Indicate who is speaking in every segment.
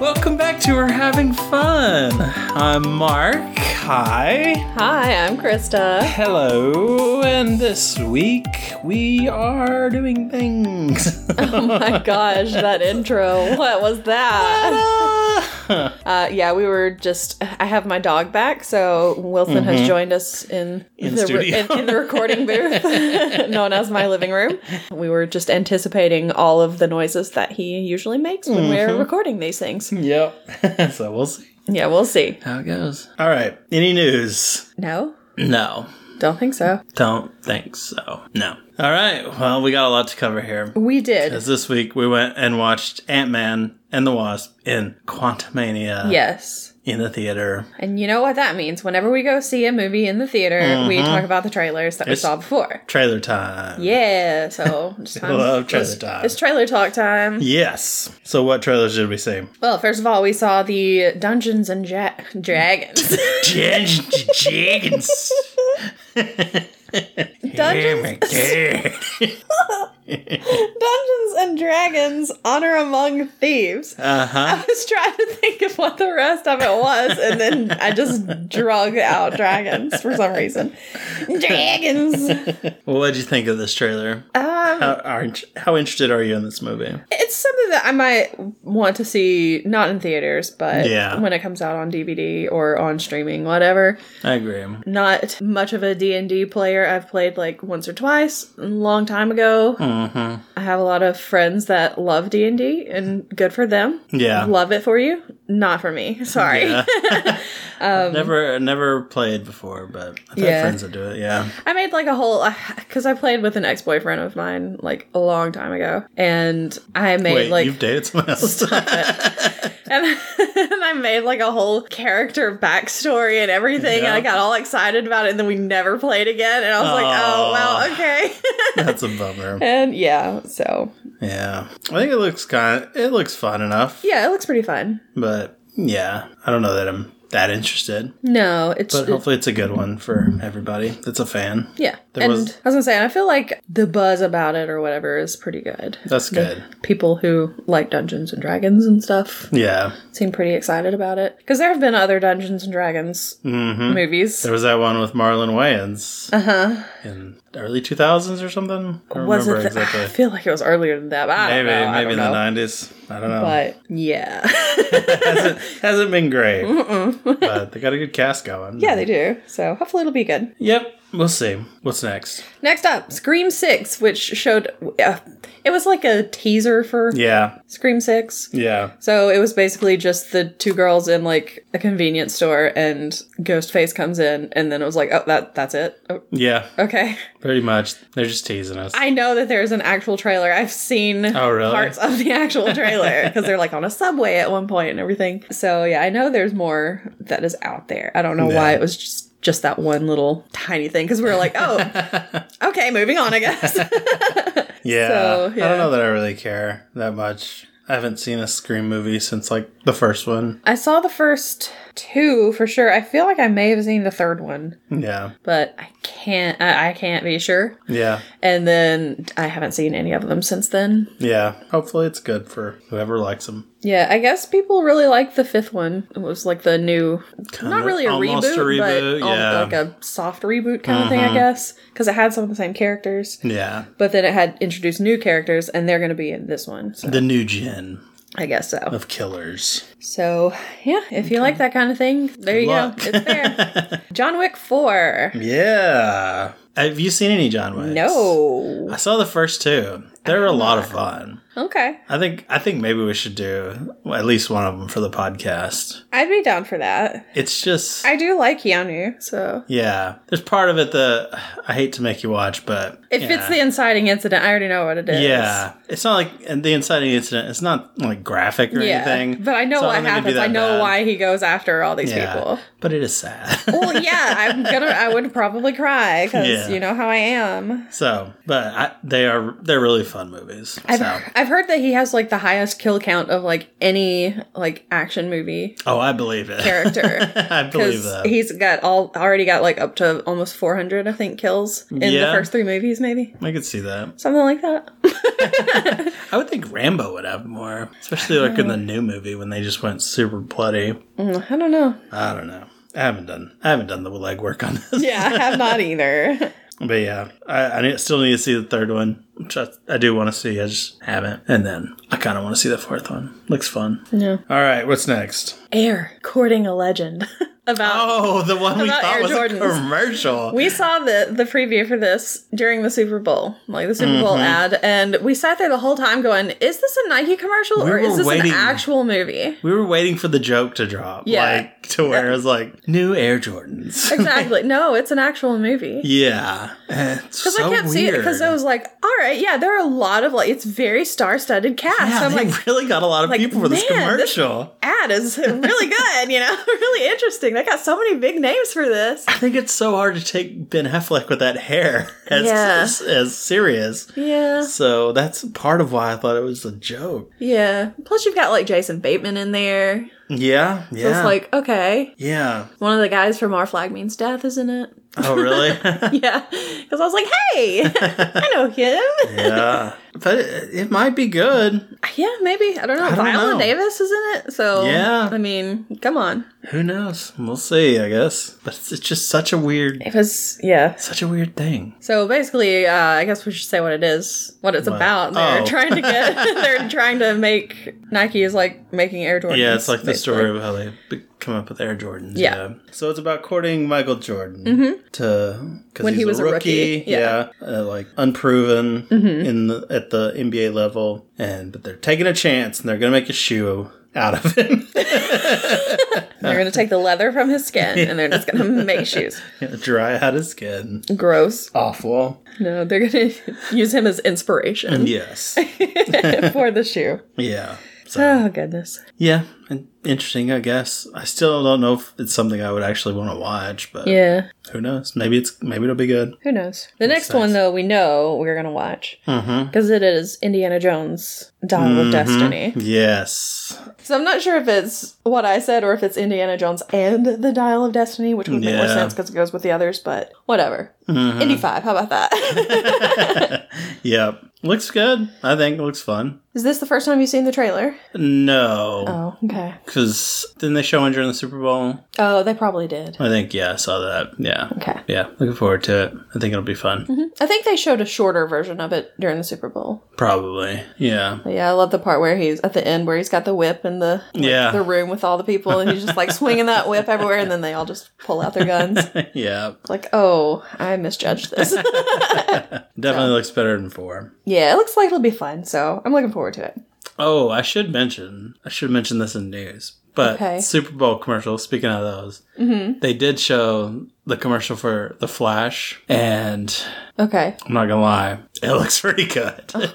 Speaker 1: Welcome back to We're Having Fun. I'm Mark. Hi.
Speaker 2: Hi, I'm Krista.
Speaker 1: Hello. And this week we are doing things.
Speaker 2: Oh my gosh, that intro. What was that? Uh, yeah, we were just. I have my dog back, so Wilson has joined us Mm-hmm. in,
Speaker 1: In
Speaker 2: the,
Speaker 1: studio.
Speaker 2: in, in the recording booth, known as my living room. We were just anticipating all of the noises that he usually makes when we're recording these things.
Speaker 1: yep. so we'll see
Speaker 2: Yeah, we'll see.
Speaker 1: how it goes. All right. Any news?
Speaker 2: No,
Speaker 1: No.
Speaker 2: don't think so.
Speaker 1: Don't think so. No. All right. Well, we got a lot to cover here.
Speaker 2: We did.
Speaker 1: As this week we went and watched Ant Man and the Wasp in Quantumania
Speaker 2: Yes.
Speaker 1: in the theater.
Speaker 2: And you know what that means. Whenever we go see a movie in the theater, we talk about the trailers that
Speaker 1: It's-
Speaker 2: we saw before.
Speaker 1: Trailer time.
Speaker 2: Yeah, so it's time.
Speaker 1: love trailer
Speaker 2: it's-
Speaker 1: time.
Speaker 2: It's trailer talk time.
Speaker 1: Yes. So what trailers did we see?
Speaker 2: Well, first of all, we saw the Dungeons and ja- Dragons.
Speaker 1: Jenkins.
Speaker 2: Dungeons, Dungeons and Dragons Honor Among Thieves.
Speaker 1: Uh huh.
Speaker 2: I was trying to think of what the rest of it was, and then I just drug out dragons for some reason. Dragons!
Speaker 1: Well, what'd you think of this trailer?
Speaker 2: Um,
Speaker 1: How, aren't, how interested are you in this movie?
Speaker 2: it's something that I might want to see, not in theaters, but
Speaker 1: Yeah.
Speaker 2: when it comes out on DVD or on streaming, whatever.
Speaker 1: I agree.
Speaker 2: not much of a D&D player. I've played like once or twice a long time ago.
Speaker 1: Mm-hmm.
Speaker 2: I have a lot of friends that love D&D and good for them.
Speaker 1: Yeah.
Speaker 2: Love it for you, not for me. Sorry.
Speaker 1: Yeah. never never played before, but I've had
Speaker 2: Yeah.
Speaker 1: friends that do it. Yeah.
Speaker 2: I made like a whole cuz I played with an ex-boyfriend of mine like a long time ago and I made
Speaker 1: Wait,
Speaker 2: like
Speaker 1: you've dated someone else?
Speaker 2: and, and I made like a whole character backstory and everything and
Speaker 1: Yeah.
Speaker 2: I got all excited about it and then we never played again and I was like,
Speaker 1: Aw.
Speaker 2: "Oh, well, okay."
Speaker 1: That's a bummer.
Speaker 2: and yeah, so
Speaker 1: Yeah, I think it looks kind. Of, it looks fun enough,
Speaker 2: yeah, it looks pretty fun.
Speaker 1: but yeah, I don't know that I'm that interested.
Speaker 2: No, it's
Speaker 1: But hopefully, it's a good one for everybody that's a fan.
Speaker 2: yeah.
Speaker 1: there
Speaker 2: and
Speaker 1: was-
Speaker 2: I was gonna say, I feel like the buzz about it or whatever is pretty good.
Speaker 1: That's good.
Speaker 2: People who like Dungeons and Dragons and stuff
Speaker 1: Yeah,
Speaker 2: seem pretty excited about it because there have been other Dungeons and Dragons movies.
Speaker 1: Mm-hmm. there was that one with Marlon Wayans
Speaker 2: Uh huh.
Speaker 1: in the early two thousands or something. I don't
Speaker 2: Was it?
Speaker 1: remember
Speaker 2: The, I
Speaker 1: exactly.
Speaker 2: feel like it was earlier than that. But I
Speaker 1: Maybe,
Speaker 2: don't know. I
Speaker 1: maybe
Speaker 2: don't
Speaker 1: in the
Speaker 2: know.
Speaker 1: nineties. I don't know.
Speaker 2: But yeah,
Speaker 1: hasn't hasn't been great, but they got a good cast going.
Speaker 2: yeah, they do. So hopefully it'll be good.
Speaker 1: Yep, we'll see. What's next?
Speaker 2: Next up, Scream Six, which showed uh, it was like a teaser for
Speaker 1: Yeah,
Speaker 2: Scream Six.
Speaker 1: yeah.
Speaker 2: So it was basically just the two girls in like a convenience store, and Ghostface comes in, and then it was like, oh, that that's it. Oh,
Speaker 1: Yeah,
Speaker 2: okay,
Speaker 1: pretty much. They're just teasing us.
Speaker 2: I know that there's an actual trailer. I've seen
Speaker 1: Oh, really?
Speaker 2: parts of the actual trailer because they're like on a subway at one point and everything. So yeah, I know there's more that is out there. I don't know why
Speaker 1: Yeah.
Speaker 2: it was just just that one little tiny thing because we were like, oh, okay, moving on, I guess.
Speaker 1: Yeah.
Speaker 2: So,
Speaker 1: I
Speaker 2: yeah.
Speaker 1: don't know that I really care that much. I haven't seen a Scream movie since like the first one.
Speaker 2: I saw the first two for sure. I feel like I may have seen the third one.
Speaker 1: Yeah.
Speaker 2: but I can't. I, I can't be sure.
Speaker 1: Yeah.
Speaker 2: And then I haven't seen any of them since then.
Speaker 1: Yeah. Hopefully it's good for whoever likes them.
Speaker 2: Yeah, I guess people really liked the fifth one. It was like the new, not really a
Speaker 1: almost a
Speaker 2: reboot,
Speaker 1: reboot,
Speaker 2: but al-
Speaker 1: yeah. Uh-huh.
Speaker 2: like a soft reboot kind of thing, I guess, because it had some of the same characters,
Speaker 1: Yeah.
Speaker 2: but then it had introduced new characters, and they're going to be in this one. So
Speaker 1: The new gen
Speaker 2: I guess so.
Speaker 1: of killers.
Speaker 2: So yeah, if you like that kind of thing, there you
Speaker 1: luck.
Speaker 2: go. It's there. John Wick Four.
Speaker 1: Yeah. Have you seen any John Wicks?
Speaker 2: No.
Speaker 1: I saw the first two. They're a lot of fun.
Speaker 2: Okay,
Speaker 1: I think I think maybe we should do at least one of them for the podcast.
Speaker 2: I'd be down for that.
Speaker 1: It's just
Speaker 2: I do like Keanu, so
Speaker 1: yeah. There's part of it that I hate to make you watch, but
Speaker 2: If
Speaker 1: yeah.
Speaker 2: it's the inciting incident, I already know what it is.
Speaker 1: Yeah, it's not like and the inciting incident. It's not like graphic or
Speaker 2: Yeah.
Speaker 1: anything.
Speaker 2: But I know
Speaker 1: so
Speaker 2: what
Speaker 1: don't think it'd be
Speaker 2: happens. I
Speaker 1: that
Speaker 2: know
Speaker 1: bad.
Speaker 2: why he goes after all these
Speaker 1: Yeah,
Speaker 2: people.
Speaker 1: but it is sad.
Speaker 2: Well, yeah, I'm gonna. I would probably cry because
Speaker 1: Yeah.
Speaker 2: You know how I am.
Speaker 1: So, but I, they are they're really fun movies.
Speaker 2: I've,
Speaker 1: so,
Speaker 2: I've heard that he has like the highest kill count of like any like action movie
Speaker 1: oh, I believe it.
Speaker 2: character.
Speaker 1: I believe
Speaker 2: Because
Speaker 1: that.
Speaker 2: he's got all already got like up to almost 400, I think, kills in
Speaker 1: Yeah.
Speaker 2: the first three movies, maybe
Speaker 1: I could see that.
Speaker 2: something like that.
Speaker 1: I would think Rambo would have more, especially like in the new movie when they just went super bloody.
Speaker 2: Mm, I don't know.
Speaker 1: I don't know. I haven't done I haven't done the legwork on this.
Speaker 2: Yeah, I have not either.
Speaker 1: But yeah, I, I need- still need to see the third one, which I, I do want to see. I just haven't. And then I kind of want to see the fourth one. Looks fun.
Speaker 2: Yeah.
Speaker 1: All right, what's next?
Speaker 2: Air courting a legend about.
Speaker 1: Oh, the one we
Speaker 2: About
Speaker 1: thought
Speaker 2: Air
Speaker 1: was
Speaker 2: Jordans.
Speaker 1: a commercial.
Speaker 2: We saw the the preview for this during the Super Bowl, like the Super Bowl
Speaker 1: Mm-hmm.
Speaker 2: ad, and we sat there the whole time going, "Is this a Nike commercial
Speaker 1: We
Speaker 2: or is
Speaker 1: were
Speaker 2: this
Speaker 1: waiting.
Speaker 2: an actual movie?"
Speaker 1: We were waiting for the joke to drop.
Speaker 2: Yeah.
Speaker 1: Like, to where it was like, new Air Jordans.
Speaker 2: Exactly. no, it's an actual movie.
Speaker 1: yeah. It's
Speaker 2: Because
Speaker 1: so
Speaker 2: I kept seeing it
Speaker 1: weird.
Speaker 2: because I was like, all right, yeah, there are a lot of like, it's very star studded cast.
Speaker 1: yeah,
Speaker 2: So I'm
Speaker 1: they
Speaker 2: like,
Speaker 1: really got a lot of
Speaker 2: like,
Speaker 1: people for this
Speaker 2: man, this-
Speaker 1: commercial.
Speaker 2: ad is really good, you know, really interesting. They got so many big names for this.
Speaker 1: I think it's so hard to take Ben Affleck with that hair as,
Speaker 2: Yeah.
Speaker 1: as, as serious.
Speaker 2: Yeah.
Speaker 1: So that's part of why I thought it was a joke.
Speaker 2: Yeah. Plus, you've got like Jason Bateman in there.
Speaker 1: Yeah, yeah.
Speaker 2: So it's like, okay.
Speaker 1: yeah.
Speaker 2: One of the guys from Our Flag Means Death, isn't it?
Speaker 1: Oh, really?
Speaker 2: yeah. Because I was like, hey, I know him.
Speaker 1: yeah. But it, it might be good.
Speaker 2: Yeah, maybe. I don't know.
Speaker 1: I don't
Speaker 2: Viola
Speaker 1: know.
Speaker 2: Davis, isn't it? So,
Speaker 1: Yeah.
Speaker 2: I mean, come on.
Speaker 1: Who knows? We'll see, I guess. But it's, it's just such a weird,
Speaker 2: It was, yeah.
Speaker 1: such a weird thing.
Speaker 2: So basically, uh, I guess we should say what it is, what it's
Speaker 1: What?
Speaker 2: about. They're
Speaker 1: Oh.
Speaker 2: trying to get, they're trying to make Nike is like making Air Jordans.
Speaker 1: Yeah, it's like the
Speaker 2: basically.
Speaker 1: story of how they be- come up with Air Jordans.
Speaker 2: Yeah.
Speaker 1: So it's about courting Michael Jordan mm-hmm. to because
Speaker 2: When
Speaker 1: he's
Speaker 2: he was
Speaker 1: a
Speaker 2: a
Speaker 1: rookie.
Speaker 2: rookie,
Speaker 1: Yeah,
Speaker 2: yeah. Mm-hmm.
Speaker 1: Uh, like unproven in the, at the NBA level, and but they're taking a chance and they're gonna make a shoe out of him,
Speaker 2: They're going to take the leather from his skin and they're just going to make shoes.
Speaker 1: dry out his skin.
Speaker 2: Gross.
Speaker 1: Awful.
Speaker 2: No, they're going to use him as inspiration
Speaker 1: Yes.
Speaker 2: for the shoe.
Speaker 1: yeah. So
Speaker 2: Oh goodness.
Speaker 1: yeah, and interesting. I guess I still don't know if it's something I would actually want to watch, but
Speaker 2: Yeah.
Speaker 1: who knows? Maybe it's maybe it'll be good.
Speaker 2: Who knows? The next
Speaker 1: sense.
Speaker 2: one though, we know we're going to watch
Speaker 1: Mm-hmm.
Speaker 2: because it is Indiana Jones: Dawn of Destiny.
Speaker 1: Yes.
Speaker 2: So I'm not sure if it's what I said or if it's Indiana Jones and the Dial of Destiny, which would make more
Speaker 1: Yeah.
Speaker 2: sense because it goes with the others, but whatever. Indy 5, how about that?
Speaker 1: Yep. Looks good. I think it looks fun.
Speaker 2: Is this the first time you've seen the trailer?
Speaker 1: No.
Speaker 2: Oh, okay.
Speaker 1: Because didn't they show one during the Super Bowl?
Speaker 2: Oh, they probably did.
Speaker 1: I think, yeah, I saw that. Yeah.
Speaker 2: Okay.
Speaker 1: Yeah. Looking forward to it. I think it'll be fun.
Speaker 2: I think they showed a shorter version of it during the Super Bowl.
Speaker 1: Probably. Yeah.
Speaker 2: But yeah, I love the part where he's at the end where he's got the whip in the like,
Speaker 1: Yeah.
Speaker 2: the room with all the people and he's just like swinging that whip everywhere and then they all just pull out their guns.
Speaker 1: yeah.
Speaker 2: like, "Oh, I misjudged this."
Speaker 1: Definitely looks better than four.
Speaker 2: yeah, it looks like it'll be fun, so I'm looking forward to it.
Speaker 1: Oh, I should mention, I should mention this in news. But
Speaker 2: Okay.
Speaker 1: Super Bowl commercial, speaking of those,
Speaker 2: Mm-hmm.
Speaker 1: they did show the commercial for The Flash. And
Speaker 2: Okay.
Speaker 1: I'm not going to lie, it looks pretty good.
Speaker 2: Oh,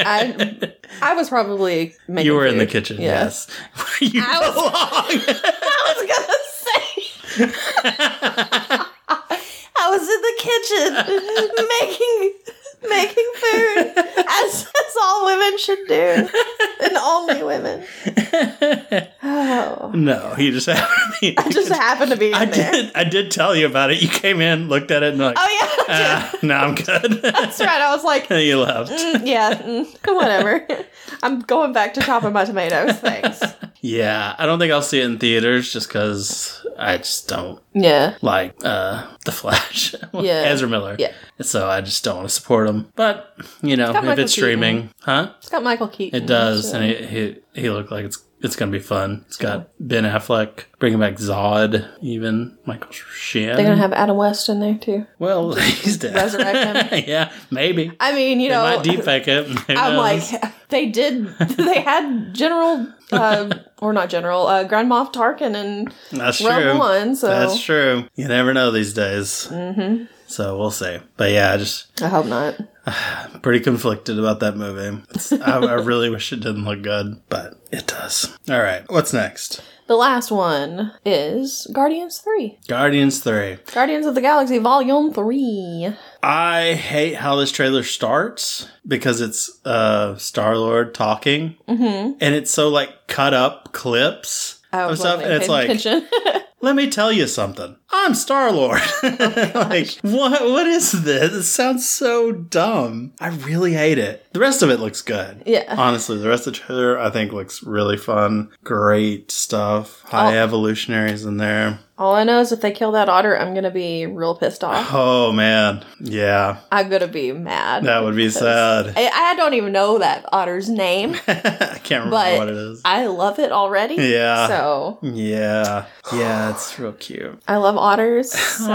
Speaker 2: I I was probably making
Speaker 1: you were in the
Speaker 2: food.
Speaker 1: kitchen,
Speaker 2: Yeah.
Speaker 1: yes. Where you belong.
Speaker 2: I was gonna say I was in the kitchen making making food as, as all women should do. And only women. Oh.
Speaker 1: No, he just happened to be.
Speaker 2: I just happened to be in
Speaker 1: I
Speaker 2: there.
Speaker 1: did. I did tell you about it. You came in, looked at it, and like,
Speaker 2: Oh yeah.
Speaker 1: ah, no, I'm good.
Speaker 2: That's right. I was like,
Speaker 1: and you left.
Speaker 2: mm, yeah, mm, whatever. I'm going back to chopping my tomatoes. Thanks.
Speaker 1: Yeah, I don't think I'll see it in theaters just because I just don't
Speaker 2: Yeah.
Speaker 1: like uh the Flash.
Speaker 2: Yeah.
Speaker 1: Ezra Miller.
Speaker 2: Yeah.
Speaker 1: So I just don't want to support him. But you know, if
Speaker 2: got Michael
Speaker 1: it's streaming, huh?
Speaker 2: It's got Michael Keaton.
Speaker 1: It does,
Speaker 2: so-
Speaker 1: and he, he he looked like it's it's gonna be fun. It's got Ben Affleck bringing back Zod, even Michael Sheen.
Speaker 2: They're gonna have Adam West in there too.
Speaker 1: Well, he's dead.
Speaker 2: Resurrect
Speaker 1: yeah, maybe.
Speaker 2: I mean, you know,
Speaker 1: they might deep fake it. Who
Speaker 2: I'm
Speaker 1: knows?
Speaker 2: like, they did. They had General, uh, or not General, uh, Grand Moff Tarkin and
Speaker 1: that's
Speaker 2: Rogue
Speaker 1: true.
Speaker 2: One. So
Speaker 1: That's true. You never know these days. Mm-hmm. So we'll see. But yeah, I just
Speaker 2: I hope not.
Speaker 1: I'm pretty conflicted about that movie. It's, I, I really wish it didn't look good, but it does. All right, what's next?
Speaker 2: The last one is Guardians Three,
Speaker 1: Guardians Three.
Speaker 2: Guardians of the Galaxy Volume Three.
Speaker 1: I hate how this trailer starts because it's uh Star Lord talking,
Speaker 2: Mm-hmm.
Speaker 1: and it's so like cut up clips
Speaker 2: I
Speaker 1: of
Speaker 2: was
Speaker 1: stuff,
Speaker 2: not
Speaker 1: and it's like,
Speaker 2: attention.
Speaker 1: let me tell you something. I'm Star Lord.
Speaker 2: Oh
Speaker 1: like what? What is this? It sounds so dumb. I really hate it. The rest of it looks good.
Speaker 2: Yeah.
Speaker 1: Honestly, the rest of the trailer I think looks really fun. Great stuff. High
Speaker 2: Oh.
Speaker 1: evolutionaries in there.
Speaker 2: All I know is if they kill that otter, I'm gonna be real pissed off.
Speaker 1: Oh man, yeah,
Speaker 2: I'm gonna be mad.
Speaker 1: that would be sad.
Speaker 2: I, I don't even know that otter's name.
Speaker 1: I can't remember
Speaker 2: But-
Speaker 1: what it is.
Speaker 2: I love it already.
Speaker 1: Yeah.
Speaker 2: So
Speaker 1: Yeah. Yeah, it's real cute.
Speaker 2: I love otters. So.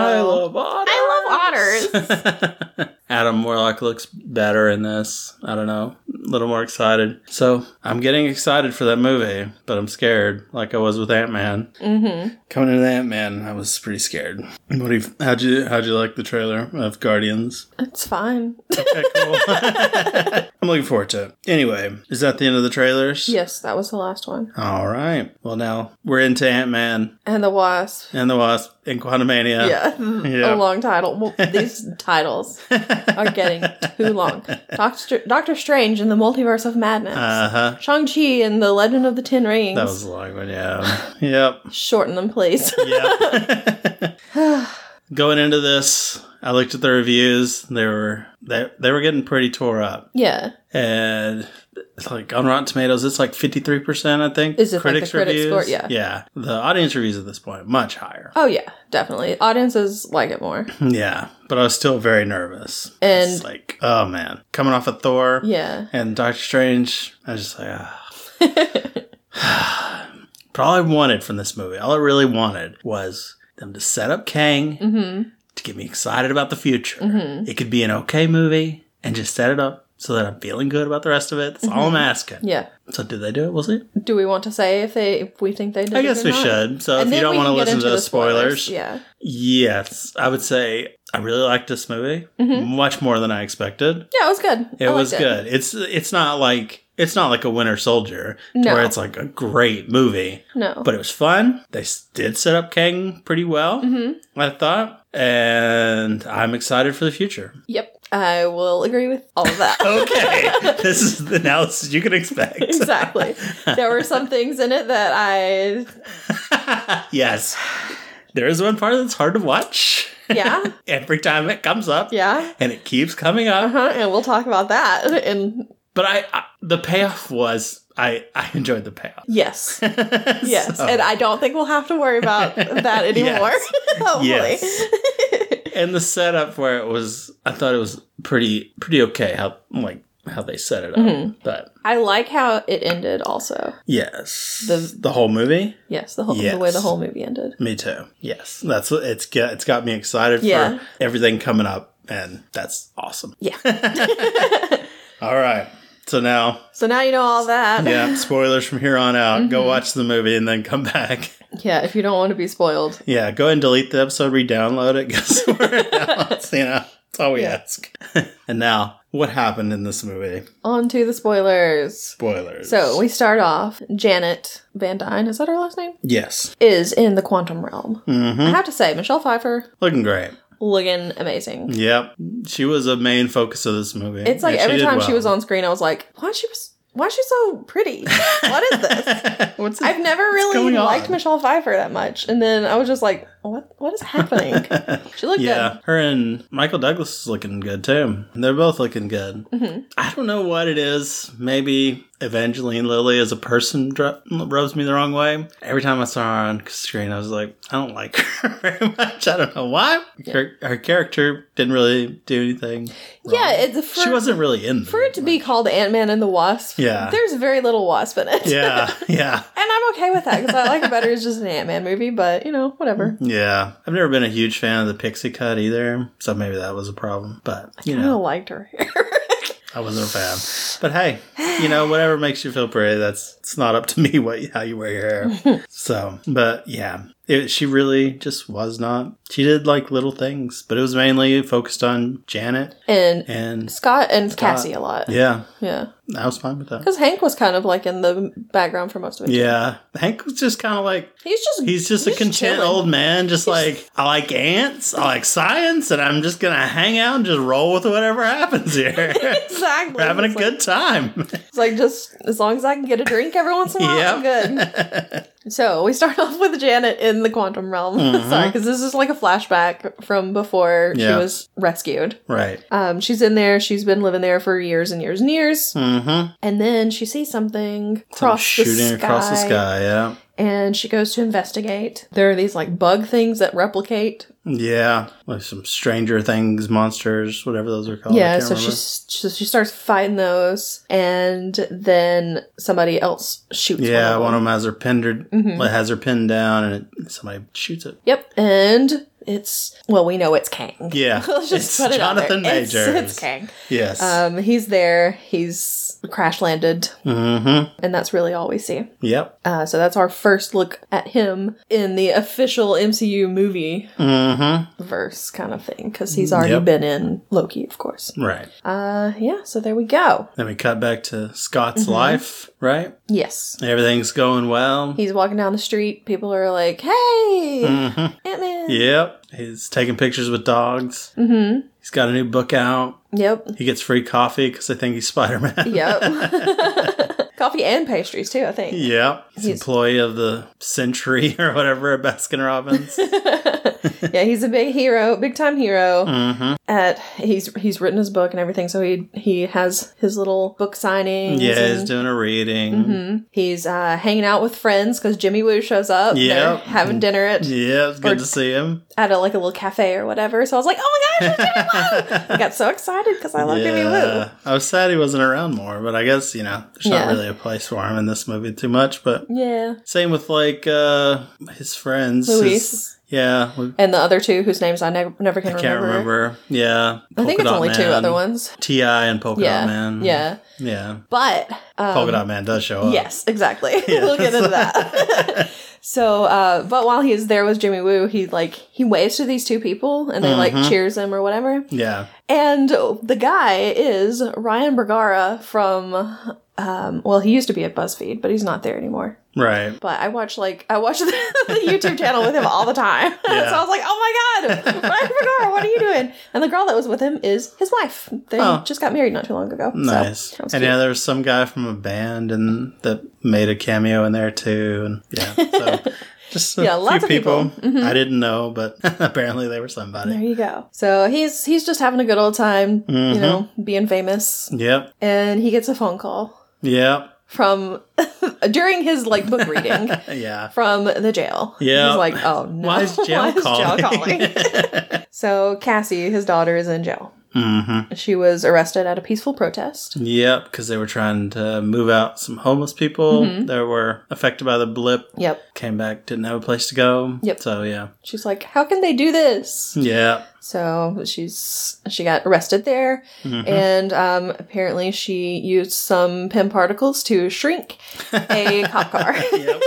Speaker 1: otters.
Speaker 2: I love
Speaker 1: otters. Adam Warlock looks better in this. I don't know. A little more excited. So I'm getting excited for that movie, but I'm scared, like I was with Ant Man.
Speaker 2: Mm-hmm.
Speaker 1: Coming into Ant Man, I was pretty scared. What do you, how'd you how'd you like the trailer of Guardians?
Speaker 2: It's fine.
Speaker 1: Okay, cool. I'm looking forward to it. Anyway, is that the end of the trailers?
Speaker 2: yes, that was the last one.
Speaker 1: All right. Well, now we're into Ant Man
Speaker 2: And the wasp.
Speaker 1: and the Wasp and Quantumania.
Speaker 2: Yeah.
Speaker 1: Yeah.
Speaker 2: Mm-hmm. A long title. Well, these titles are getting too long. Doctor Doctor Strange and the Multiverse of Madness.
Speaker 1: Uh huh.
Speaker 2: Shang-Chi and the Legend of the Ten Rings.
Speaker 1: That was a long one. Yeah. yep.
Speaker 2: Shorten them, please.
Speaker 1: Yep. Going into this, I looked at the reviews. They were they they were getting pretty tore up,
Speaker 2: yeah.
Speaker 1: and it's like on Rotten Tomatoes, it's like fifty three percent. I think
Speaker 2: Is it like the critic score? Yeah.
Speaker 1: yeah. The audience reviews at this point much higher.
Speaker 2: Oh, yeah. Definitely. Audiences like it more.
Speaker 1: Yeah, but I was still very nervous.
Speaker 2: And-
Speaker 1: It's like, oh man, coming off of Thor
Speaker 2: Yeah.
Speaker 1: and Doctor Strange, I was just like, ah. but all I wanted from this movie, all I really wanted was them to set up Kang
Speaker 2: Mm-hmm.
Speaker 1: to get me excited about the future.
Speaker 2: Mhm.
Speaker 1: It could be an okay movie and just set it up so that I'm feeling good about the rest of it. That's all I'm asking.
Speaker 2: Mm-hmm. Yeah.
Speaker 1: So did they do it? We'll see.
Speaker 2: Do we want to say if they if we think they did?
Speaker 1: I
Speaker 2: it
Speaker 1: guess
Speaker 2: or
Speaker 1: we
Speaker 2: not?
Speaker 1: should. So if
Speaker 2: And
Speaker 1: you
Speaker 2: then
Speaker 1: don't
Speaker 2: we
Speaker 1: want to
Speaker 2: can get
Speaker 1: listen to
Speaker 2: into
Speaker 1: the spoilers,
Speaker 2: Yeah.
Speaker 1: yes, I would say I really liked this movie
Speaker 2: Mm-hmm.
Speaker 1: much more than I expected.
Speaker 2: Yeah, it was good.
Speaker 1: It
Speaker 2: Oh, I
Speaker 1: was
Speaker 2: liked
Speaker 1: good. It's it's not like it's not like a Winter Soldier
Speaker 2: No.
Speaker 1: where it's like a great movie,
Speaker 2: No.
Speaker 1: but it was fun. They s- did set up Kang pretty well,
Speaker 2: Mhm.
Speaker 1: I thought, and I'm excited for the future.
Speaker 2: Yep. I will agree with all of that.
Speaker 1: Oh. Okay, this is the analysis you can expect.
Speaker 2: exactly. There were some things in it that I
Speaker 1: yes, there is one part that's hard to watch
Speaker 2: yeah.
Speaker 1: every time it comes up,
Speaker 2: Yeah.
Speaker 1: and it keeps coming up.
Speaker 2: Uh-huh. And we'll talk about that and
Speaker 1: But I, I the payoff was I I enjoyed the payoff.
Speaker 2: yes. Yes.
Speaker 1: So-
Speaker 2: And I don't think we'll have to worry about that anymore.
Speaker 1: Yes.
Speaker 2: Hopefully.
Speaker 1: Yes. and the setup for it was I thought it was pretty pretty okay how like how they set it up.
Speaker 2: Mm-hmm.
Speaker 1: But
Speaker 2: I like how it ended also.
Speaker 1: yes, the
Speaker 2: The-
Speaker 1: the whole movie.
Speaker 2: Yes, the whole
Speaker 1: Yes.
Speaker 2: the way the whole movie ended.
Speaker 1: Me too. Yes, that's what it's got. It's got me excited
Speaker 2: Yeah.
Speaker 1: for everything coming up, and that's awesome.
Speaker 2: Yeah.
Speaker 1: All right. So now,
Speaker 2: So now you know all that.
Speaker 1: yeah, spoilers from here on out. Go
Speaker 2: Mm-hmm.
Speaker 1: watch the movie and then come back.
Speaker 2: Yeah, if you don't want to be spoiled.
Speaker 1: Yeah, go ahead and delete the episode, re-download it, go somewhere else. You know, that's all we
Speaker 2: Yeah.
Speaker 1: ask. and now, what happened in this movie?
Speaker 2: On to the spoilers.
Speaker 1: Spoilers.
Speaker 2: So we start off. Janet Van Dyne, is that her last name?
Speaker 1: yes,
Speaker 2: Is in the quantum realm.
Speaker 1: hmm
Speaker 2: I have to say, Michelle Pfeiffer
Speaker 1: looking great.
Speaker 2: looking amazing.
Speaker 1: Yep, she was a main focus of this movie.
Speaker 2: It's like
Speaker 1: and
Speaker 2: every
Speaker 1: did
Speaker 2: time she
Speaker 1: well.
Speaker 2: was on screen, I was like, why is she why is she so pretty? What is this?
Speaker 1: What's
Speaker 2: I've never really
Speaker 1: going on?
Speaker 2: liked Michelle Pfeiffer that much, and then I was just like, what what is happening? she looked
Speaker 1: yeah,
Speaker 2: good.
Speaker 1: her and Michael Douglas is looking good too. They're both looking good.
Speaker 2: Mm-hmm.
Speaker 1: I don't know what it is. Maybe Evangeline Lilly as a person dr- rubs me the wrong way. Every time I saw her on screen, I was like, I don't like her very much. I don't know why. Her, her character didn't really do anything. wrong.
Speaker 2: Yeah, it's for,
Speaker 1: she wasn't really in the
Speaker 2: for it to be called Ant Man and the Wasp.
Speaker 1: Yeah.
Speaker 2: there's very little wasp in it.
Speaker 1: Yeah, yeah.
Speaker 2: and I'm okay with that because I like it better as just an Ant Man movie. But you know, whatever.
Speaker 1: Yeah, I've never been a huge fan of the pixie cut either, so maybe that was a problem. But you
Speaker 2: I
Speaker 1: know,
Speaker 2: liked her hair.
Speaker 1: I wasn't a fan. But hey, you know, whatever makes you feel pretty, that's it's not up to me what how you wear your hair. so, but yeah, It, she really just was not. She did like little things, but it was mainly focused on Janet
Speaker 2: and,
Speaker 1: and
Speaker 2: Scott and Cassie a lot.
Speaker 1: yeah,
Speaker 2: Yeah.
Speaker 1: I was fine with that.
Speaker 2: Because Hank was kind of like in the background for most of it. too.
Speaker 1: Yeah, Hank was just kind of like
Speaker 2: He's just
Speaker 1: he's just a content
Speaker 2: chilling.
Speaker 1: old man, just like I like ants, I like science, and I'm just gonna hang out and just roll with whatever happens here.
Speaker 2: Exactly.
Speaker 1: We're having a
Speaker 2: It's like-
Speaker 1: good time.
Speaker 2: It's like just as long as I can get a drink every once in a while, I'm good. So we start off with Janet in the quantum realm. Sorry, because this is like a flashback from before
Speaker 1: Uh-huh. Yeah.
Speaker 2: she was rescued.
Speaker 1: right.
Speaker 2: Um, she's in there. She's been living there for years and years and years.
Speaker 1: Mm-hmm.
Speaker 2: And then she sees something cross
Speaker 1: shooting
Speaker 2: the sky,
Speaker 1: across the sky. Yeah.
Speaker 2: and she goes to investigate. There are these like bug things that replicate.
Speaker 1: Yeah, like some Stranger Things monsters, whatever those are called. I
Speaker 2: yeah,
Speaker 1: can't
Speaker 2: so
Speaker 1: remember.
Speaker 2: she's so she starts fighting those, and then somebody else shoots.
Speaker 1: yeah,
Speaker 2: one of them.
Speaker 1: one of them has her pinned her,
Speaker 2: Mhm.
Speaker 1: like, has her pinned down, and it, somebody shoots it.
Speaker 2: Yep, and it's well, we know it's Kang.
Speaker 1: Yeah,
Speaker 2: Let's
Speaker 1: it's
Speaker 2: just put it out
Speaker 1: Jonathan
Speaker 2: there. It's-
Speaker 1: Majors.
Speaker 2: It's, Kang.
Speaker 1: Yes.
Speaker 2: Um, he's there. He's crash landed,
Speaker 1: mm-hmm.
Speaker 2: and that's really all we see.
Speaker 1: Yep.
Speaker 2: Uh, so that's our first look at him in the official MCU movie
Speaker 1: Mm-hmm.
Speaker 2: verse kind of thing, because he's already
Speaker 1: Yep.
Speaker 2: been in Loki, of course.
Speaker 1: Right.
Speaker 2: Uh, yeah. So there we go.
Speaker 1: Then we cut back to Scott's
Speaker 2: Mm-hmm.
Speaker 1: life. Right.
Speaker 2: Yes.
Speaker 1: Everything's going well.
Speaker 2: He's walking down the street. People are like, "Hey,
Speaker 1: hmm
Speaker 2: Ant Man!"
Speaker 1: Yep. He's taking pictures with dogs.
Speaker 2: hmm
Speaker 1: He's got a new book out.
Speaker 2: Yep.
Speaker 1: He gets free coffee because I think he's Spider Man.
Speaker 2: Yep. Coffee and pastries too. I think.
Speaker 1: Yeah, he's,
Speaker 2: He's-
Speaker 1: employee of the century or whatever at Baskin Robbins.
Speaker 2: yeah, he's a big hero, big time hero.
Speaker 1: mm-hmm.
Speaker 2: At he's he's written his book and everything, so he he has his little book signings.
Speaker 1: Yeah, he's
Speaker 2: and-
Speaker 1: doing a reading.
Speaker 2: Mhm. He's uh, hanging out with friends because Jimmy Woo shows up. They're
Speaker 1: Yep. Mm.
Speaker 2: having dinner at
Speaker 1: Yeah, it's good
Speaker 2: Or-
Speaker 1: to see him.
Speaker 2: at a, like a little cafe or whatever. So I was like, oh my gosh, it's Jimmy Woo! I got so excited because I love Jimmy Woo.
Speaker 1: Yeah. I was sad he wasn't around more, but I guess, you know, there's
Speaker 2: Yeah.
Speaker 1: not really a place for him in this movie too much. But
Speaker 2: Yeah,
Speaker 1: same with like uh his friends. his-
Speaker 2: Luis
Speaker 1: yeah. we-
Speaker 2: and the other two whose names I ne- never can
Speaker 1: I can't remember. Yeah.
Speaker 2: I think
Speaker 1: Polka
Speaker 2: it's
Speaker 1: Dot
Speaker 2: only two
Speaker 1: Man,
Speaker 2: other ones.
Speaker 1: T.I. and Polka
Speaker 2: Yeah,
Speaker 1: Dot Man.
Speaker 2: yeah,
Speaker 1: Yeah.
Speaker 2: but um,
Speaker 1: Polka Dot Man does show up.
Speaker 2: Yes, exactly. we'll get into that. so, uh, but while he's there with Jimmy Woo, he like he waves to these two people and they
Speaker 1: Mm-hmm.
Speaker 2: like cheers him or whatever.
Speaker 1: Yeah.
Speaker 2: And the guy is Ryan Bergara from. Um, well, he used to be at BuzzFeed, but he's not there anymore.
Speaker 1: Right.
Speaker 2: But I watch like I watch the, YouTube channel with him all the time,
Speaker 1: Yeah.
Speaker 2: so I was like, "Oh my god, Ryan Bergara, what are you doing?" And the girl that was with him is his wife. They
Speaker 1: Oh.
Speaker 2: just got married not too long ago. so
Speaker 1: Nice.
Speaker 2: that was
Speaker 1: and
Speaker 2: cute.
Speaker 1: yeah, there was some guy from a band and that made a cameo in there too. And yeah, so just a
Speaker 2: Yeah,
Speaker 1: few
Speaker 2: lots of
Speaker 1: people,
Speaker 2: people. Mm-hmm.
Speaker 1: I didn't know, but apparently they were somebody.
Speaker 2: There you go. So he's he's just having a good old time,
Speaker 1: Mhm.
Speaker 2: you know, being famous.
Speaker 1: Yep,
Speaker 2: And he gets a phone call
Speaker 1: yep,
Speaker 2: from during his like book reading
Speaker 1: yeah.
Speaker 2: from the jail.
Speaker 1: Yeah.
Speaker 2: He's like, oh no.
Speaker 1: Why is jail calling?
Speaker 2: calling? so Cassie, his daughter, is in jail.
Speaker 1: Mm-hmm.
Speaker 2: She was arrested at a peaceful protest.
Speaker 1: Yep, because they were trying to move out some homeless people
Speaker 2: Mm-hmm.
Speaker 1: that were affected by the blip.
Speaker 2: Yep.
Speaker 1: Came back, didn't have a place to go.
Speaker 2: Yep.
Speaker 1: So yeah,
Speaker 2: She's like, how can they do this?
Speaker 1: yeah,
Speaker 2: So she's she got arrested there,
Speaker 1: Mhm.
Speaker 2: and um, apparently she used some pin particles to shrink a cop car.
Speaker 1: yep.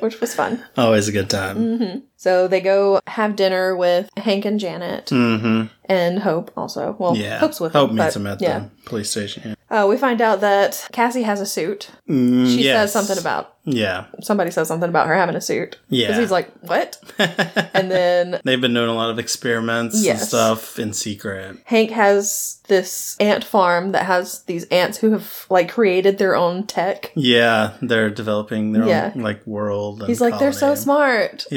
Speaker 2: which was fun.
Speaker 1: Always a good time.
Speaker 2: So they go have dinner with Hank and Janet
Speaker 1: Mm-hmm.
Speaker 2: and Hope also. Well,
Speaker 1: Yeah,
Speaker 2: Hope's with
Speaker 1: Hope
Speaker 2: them,
Speaker 1: meets
Speaker 2: but-
Speaker 1: him at
Speaker 2: yeah.
Speaker 1: the police station. Yeah.
Speaker 2: Uh, we find out that Cassie has a suit.
Speaker 1: Mm,
Speaker 2: She
Speaker 1: yes.
Speaker 2: says something about
Speaker 1: yeah,
Speaker 2: somebody says something about her having a suit.
Speaker 1: Yeah.
Speaker 2: he's like, what? and then
Speaker 1: They've been doing a lot of experiments and
Speaker 2: Yes.
Speaker 1: stuff in secret.
Speaker 2: Hank has this ant farm that has these ants who have like created their own tech.
Speaker 1: Yeah, they're developing their
Speaker 2: Yeah.
Speaker 1: own like world. And
Speaker 2: He's like, they're so
Speaker 1: colony.
Speaker 2: smart.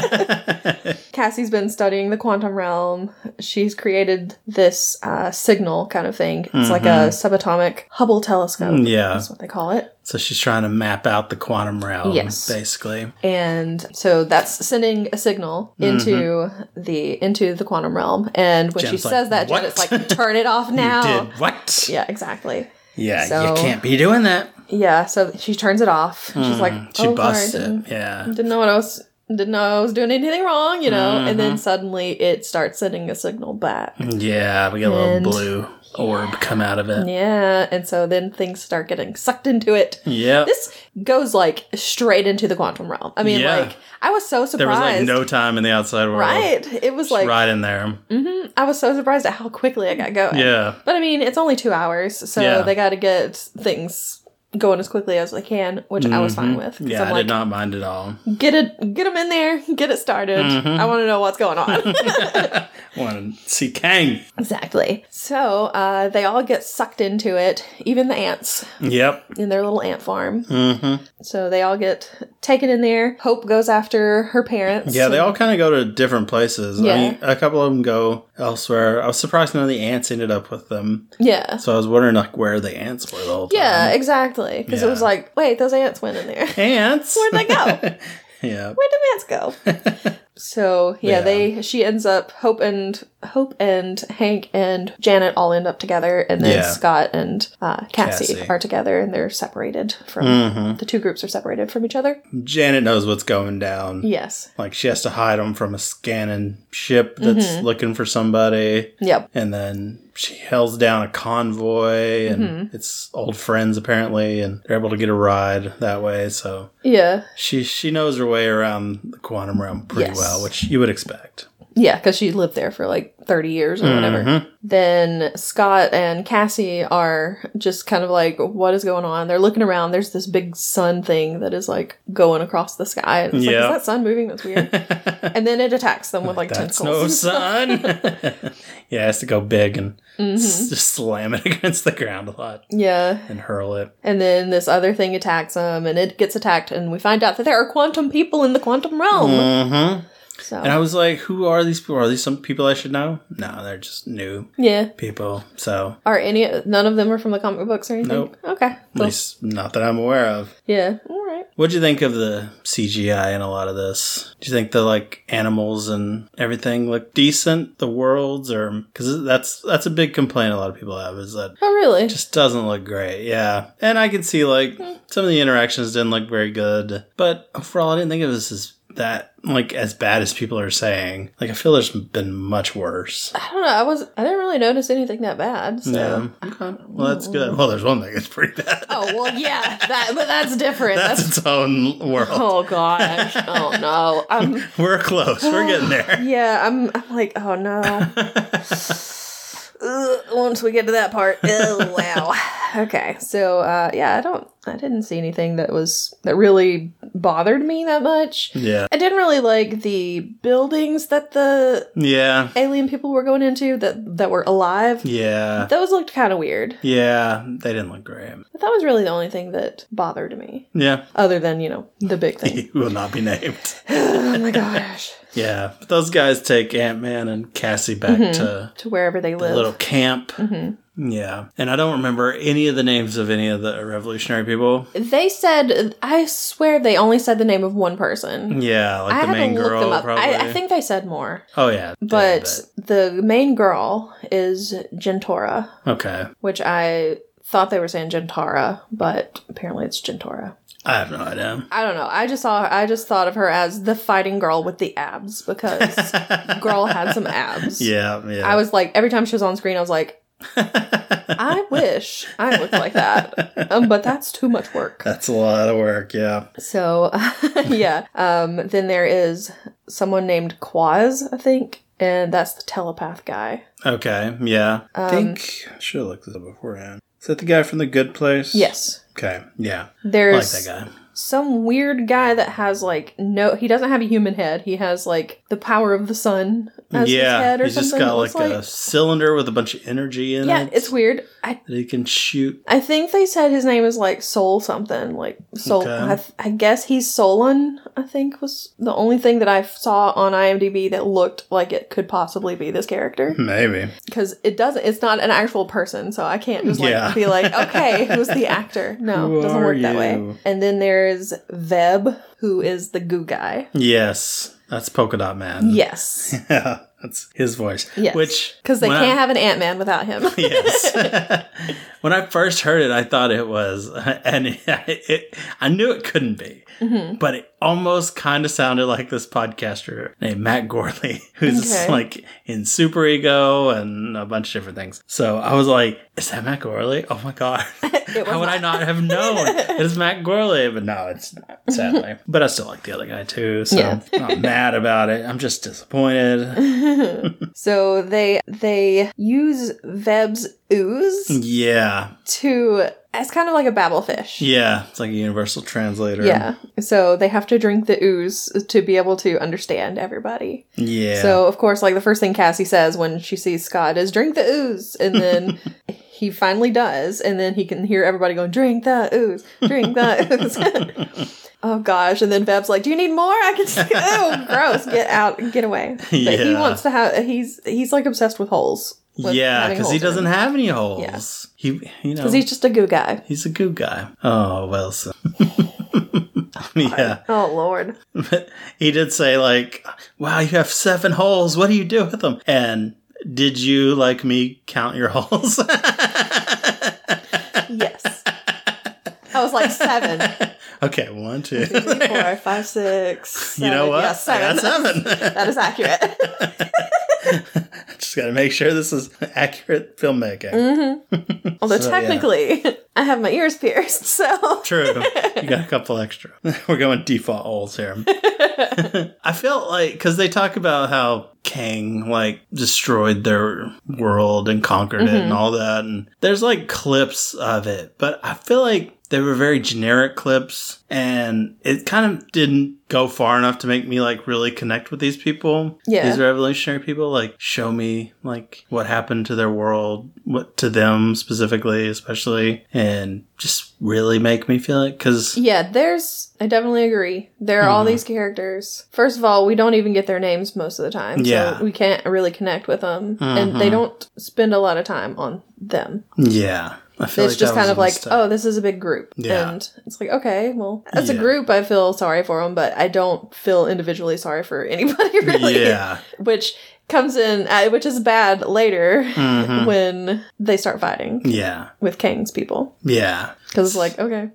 Speaker 1: Yeah,
Speaker 2: Cassie's been studying the quantum realm. She's created this uh, signal kind of thing. It's like a subatomic Hubble telescope.
Speaker 1: Mm-hmm. Mm, yeah.
Speaker 2: That's what they call it.
Speaker 1: So she's trying to map out the quantum realm.
Speaker 2: Yes.
Speaker 1: basically.
Speaker 2: And so that's sending a signal
Speaker 1: Mm-hmm.
Speaker 2: into the into the quantum realm. And when
Speaker 1: Jen's
Speaker 2: she
Speaker 1: like,
Speaker 2: says that,
Speaker 1: "What?"
Speaker 2: Janet's like, "Turn it off now."
Speaker 1: You did what?
Speaker 2: Yeah, exactly.
Speaker 1: Yeah,
Speaker 2: So-
Speaker 1: you can't be doing that.
Speaker 2: Yeah, so she turns it off. She's like,
Speaker 1: Mm, She
Speaker 2: "Oh, sorry,
Speaker 1: busts
Speaker 2: didn't,
Speaker 1: it. Yeah,
Speaker 2: didn't know what I was didn't know I was doing anything wrong, you know, and then
Speaker 1: Mhm.
Speaker 2: suddenly it starts sending a signal back.
Speaker 1: Yeah, we get a little
Speaker 2: Mm-hmm. And-
Speaker 1: blue orb come out of it.
Speaker 2: Yeah, and so then things start getting sucked into it.
Speaker 1: Yep.
Speaker 2: This goes like straight into the quantum realm. I mean,
Speaker 1: Yeah.
Speaker 2: like I was so surprised.
Speaker 1: There was like no time in the outside world.
Speaker 2: right? It was
Speaker 1: Just
Speaker 2: like
Speaker 1: right in there.
Speaker 2: mhm, I was so surprised at how quickly I got going.
Speaker 1: Yeah.
Speaker 2: But I mean, it's only two hours, so
Speaker 1: Yeah.
Speaker 2: they got to get things going as quickly as they can, which I was fine
Speaker 1: Mhm.
Speaker 2: with. 'cause
Speaker 1: Yeah,
Speaker 2: I'm
Speaker 1: I
Speaker 2: like,
Speaker 1: did not mind at all.
Speaker 2: get it, get them in there, get it started.
Speaker 1: Mhm.
Speaker 2: I want to know what's going on.
Speaker 1: Want to see Kang?
Speaker 2: exactly. So uh, they all get sucked into it, even the ants
Speaker 1: Yep.
Speaker 2: in their little ant farm.
Speaker 1: Mm-hmm.
Speaker 2: So they all get taken in there. Hope goes after her parents.
Speaker 1: Yeah, they all kind of go to different places. I
Speaker 2: Yeah.
Speaker 1: mean, a couple of them go elsewhere. I was surprised none of the ants ended up with them.
Speaker 2: Yeah.
Speaker 1: So I was wondering like where the ants were the whole time.
Speaker 2: Yeah, exactly. Because it was
Speaker 1: Um, Yeah.
Speaker 2: like, wait, those ants went in there.
Speaker 1: ants.
Speaker 2: Where'd they go?
Speaker 1: yeah.
Speaker 2: where did Vance go? so yeah,
Speaker 1: Yeah.
Speaker 2: they she ends up Hope and Hope and Hank and Janet all end up together, and then
Speaker 1: Yeah.
Speaker 2: Scott and uh, Cassie,
Speaker 1: Cassie.
Speaker 2: are together, and they're separated from
Speaker 1: Mm-hmm.
Speaker 2: the two groups are separated from each other.
Speaker 1: Janet knows what's going down.
Speaker 2: Yes.
Speaker 1: Like she has to hide them from a scanning ship that's
Speaker 2: Mm-hmm.
Speaker 1: looking for somebody.
Speaker 2: Yep.
Speaker 1: and then she hells down a convoy and
Speaker 2: Mm-hmm.
Speaker 1: it's old friends apparently and they're able to get a ride that way so
Speaker 2: Yeah.
Speaker 1: she she knows her way around the quantum realm pretty
Speaker 2: Yes.
Speaker 1: well which you would expect
Speaker 2: Yeah, because she lived there for like 30 years or whatever.
Speaker 1: Mhm.
Speaker 2: Then Scott and Cassie are just kind of like, what is going on? They're looking around. There's this big sun thing that is like going across the sky. And it's
Speaker 1: Yeah.
Speaker 2: like, is that sun moving? That's weird. and then it attacks them with like
Speaker 1: that's no
Speaker 2: tentacles.
Speaker 1: sun yeah it has to go big and
Speaker 2: Mhm.
Speaker 1: s- just slam it against the ground a lot
Speaker 2: Yeah.
Speaker 1: and hurl it
Speaker 2: And then this other thing attacks them and it gets attacked. And we find out that there are quantum people in the quantum realm.
Speaker 1: hmm
Speaker 2: So,
Speaker 1: and i was like who are these people are these some people i should know no they're just new
Speaker 2: yeah.
Speaker 1: people so
Speaker 2: Are any, none of them are from the comic books or anything?
Speaker 1: Nope.
Speaker 2: Okay.
Speaker 1: at least not that i'm aware of
Speaker 2: Yeah. All right.
Speaker 1: What'd you think of the CGI in a lot of this? Do you think the like animals and everything look decent? The worlds, or because that's that's a big complaint a lot of people have is that
Speaker 2: Oh, really?
Speaker 1: it just doesn't look great. Yeah, and I can see like hmm, some of the interactions didn't look very good, but overall, I didn't think it was as that like as bad as people are saying. Like I feel there's been much worse.
Speaker 2: I don't know. I was I didn't really notice anything that bad. So.
Speaker 1: Yeah. Okay. Well, that's good. Well, there's one thing that's pretty bad.
Speaker 2: Oh well, yeah, that but that's different.
Speaker 1: that's,
Speaker 2: That's,
Speaker 1: its own world.
Speaker 2: oh gosh, oh no. Um,
Speaker 1: We're close. We're getting there.
Speaker 2: yeah, I'm I'm like oh no. Ugh, once we get to that part, oh wow. Okay, so uh, yeah, I don't I didn't see anything that was that really bothered me that much.
Speaker 1: Yeah.
Speaker 2: I didn't really like the buildings that the
Speaker 1: Yeah.
Speaker 2: alien people were going into that that were alive.
Speaker 1: Yeah.
Speaker 2: Those looked kind of weird.
Speaker 1: Yeah. They didn't look great.
Speaker 2: But that was really the only thing that bothered me.
Speaker 1: Yeah.
Speaker 2: Other than, you know, the big thing.
Speaker 1: He will not be named.
Speaker 2: oh my gosh.
Speaker 1: Yeah. But those guys take Ant Man and Cassie back
Speaker 2: Mm-hmm.
Speaker 1: to
Speaker 2: To wherever they
Speaker 1: the
Speaker 2: live.
Speaker 1: little camp.
Speaker 2: Mm-hmm.
Speaker 1: Yeah. And I don't remember any of the names of any of the revolutionary people.
Speaker 2: They said, I swear they only said the name of one person.
Speaker 1: Yeah. Like
Speaker 2: I
Speaker 1: Mm, the
Speaker 2: had
Speaker 1: main
Speaker 2: to look them
Speaker 1: girl,
Speaker 2: up.
Speaker 1: probably.
Speaker 2: I, I think they said more.
Speaker 1: oh, yeah. they
Speaker 2: But
Speaker 1: did,
Speaker 2: the main girl is Gentora,
Speaker 1: but- okay.
Speaker 2: which I thought they were saying Gentara, but apparently it's Gentora.
Speaker 1: I have no idea.
Speaker 2: I don't know. I just saw. I just thought of her as the fighting girl with the abs because girl had some abs.
Speaker 1: Yeah. Yeah.
Speaker 2: I was like, every time she was on screen, I was like, I wish I looked like that. Um, but that's too much work.
Speaker 1: That's a lot of work. Yeah.
Speaker 2: So, yeah. Um, then there is someone named Quaz, I think, and that's the telepath guy.
Speaker 1: Okay. Yeah. I
Speaker 2: Um,
Speaker 1: think I should have looked this up beforehand. Is that the guy from The Good Place?
Speaker 2: Yes.
Speaker 1: Okay. Yeah. I like
Speaker 2: There's
Speaker 1: that guy.
Speaker 2: some weird guy that has like no, he doesn't have a human head. He has like the power of the sun as his head or
Speaker 1: he's
Speaker 2: something.
Speaker 1: just got like,
Speaker 2: It looks
Speaker 1: a cylinder with a bunch of energy in
Speaker 2: yeah,
Speaker 1: it.
Speaker 2: it's weird. I
Speaker 1: that he can shoot.
Speaker 2: I think they said his name is like Soul something, like Soul.
Speaker 1: Okay.
Speaker 2: I, th- I guess he's Solon. I think was the only thing that I saw on IMDb that looked like it could possibly be this character
Speaker 1: Maybe.
Speaker 2: because it doesn't. It's not an actual person, so I can't just like
Speaker 1: Yeah.
Speaker 2: be like, okay, who's the actor? No,
Speaker 1: Who
Speaker 2: it doesn't
Speaker 1: are
Speaker 2: work that
Speaker 1: you?
Speaker 2: way. And then there's Veb, who is the goo guy.
Speaker 1: Yes, that's Polka Dot Man.
Speaker 2: Yes,
Speaker 1: Yeah, That's his voice.
Speaker 2: Yes.
Speaker 1: Which
Speaker 2: Because they
Speaker 1: when
Speaker 2: can't
Speaker 1: I-
Speaker 2: have an Ant Man without him.
Speaker 1: yes. when I first heard it, I thought it was, and it, it, I knew it couldn't be, but it almost kind of sounded like this podcaster named Matt Gorley, who's
Speaker 2: Okay.
Speaker 1: like in Super Ego and a bunch of different things. So I was like, "Is that Matt Gorley? Oh my god!
Speaker 2: was
Speaker 1: How would I not have known it is Matt Gorley?" But no, it's not. Sadly, but I still like the other guy too, so
Speaker 2: Yeah.
Speaker 1: I'm not mad about it. I'm just disappointed.
Speaker 2: so they they use Veb's
Speaker 1: Hmm.
Speaker 2: ooze
Speaker 1: yeah,
Speaker 2: to as kind of like a babble fish.
Speaker 1: yeah, it's like a universal translator.
Speaker 2: Yeah. So they have to drink the ooze to be able to understand everybody.
Speaker 1: Yeah.
Speaker 2: So of course, like the first thing Cassie says when she sees Scott is drink the ooze, and then he finally does, and then he can hear everybody going drink the ooze, drink the ooze. oh gosh! And then Beb's like, "Do you need more? I can see. Oh, gross! Get out! Get away!" But he
Speaker 1: Yeah.
Speaker 2: wants to have. He's he's like obsessed with holes. with
Speaker 1: yeah,
Speaker 2: having
Speaker 1: because he
Speaker 2: holes in
Speaker 1: doesn't
Speaker 2: him.
Speaker 1: have any holes. He, you know,
Speaker 2: 'Cause he's just a goo guy.
Speaker 1: he's a good guy. Oh, Wilson. yeah,
Speaker 2: Oh lord.
Speaker 1: but he did say like, "Wow, you have seven holes. What do you do with them?" And did you like me count your holes?
Speaker 2: Yes. I was like seven.
Speaker 1: okay, one, two.
Speaker 2: Three, four, five, six. Seven.
Speaker 1: you know what?
Speaker 2: Yeah, seven.
Speaker 1: I got seven.
Speaker 2: That is accurate.
Speaker 1: Just got to make sure this is accurate filmmaking.
Speaker 2: Mm. Although
Speaker 1: So, yeah.
Speaker 2: technically, I have my ears pierced, so
Speaker 1: True. You got a couple extra. We're going default holes here. I felt like because they talk about how Kang like destroyed their world and conquered it
Speaker 2: Mm-hmm.
Speaker 1: and all that, and there's like clips of it, but I feel like they were very generic clips, and it kind of didn't go far enough to make me like really connect with these people.
Speaker 2: Yeah.
Speaker 1: these revolutionary people. Like, show me like what happened to their world, what to them specifically, especially, and just really make me feel it because.
Speaker 2: yeah. There's, I definitely agree. There are all
Speaker 1: Hmm.
Speaker 2: these characters. First of all, we don't even get their names most of the time,
Speaker 1: Yeah. Mm-hmm.
Speaker 2: so we can't really connect with them, and they don't spend a lot of time on them.
Speaker 1: Yeah. I feel
Speaker 2: it's
Speaker 1: like
Speaker 2: just
Speaker 1: that
Speaker 2: kind
Speaker 1: was
Speaker 2: of
Speaker 1: a
Speaker 2: like,
Speaker 1: mistake.
Speaker 2: oh, this is a big group,
Speaker 1: Yeah.
Speaker 2: and it's like, okay, well, as a
Speaker 1: Yeah.
Speaker 2: group, I feel sorry for them, but I don't feel individually sorry for anybody oh, really.
Speaker 1: Yeah.
Speaker 2: which comes in, uh, which is bad later
Speaker 1: Mhm.
Speaker 2: when they start fighting
Speaker 1: Yeah.
Speaker 2: with Kang's people
Speaker 1: Yeah.
Speaker 2: because it's like, okay,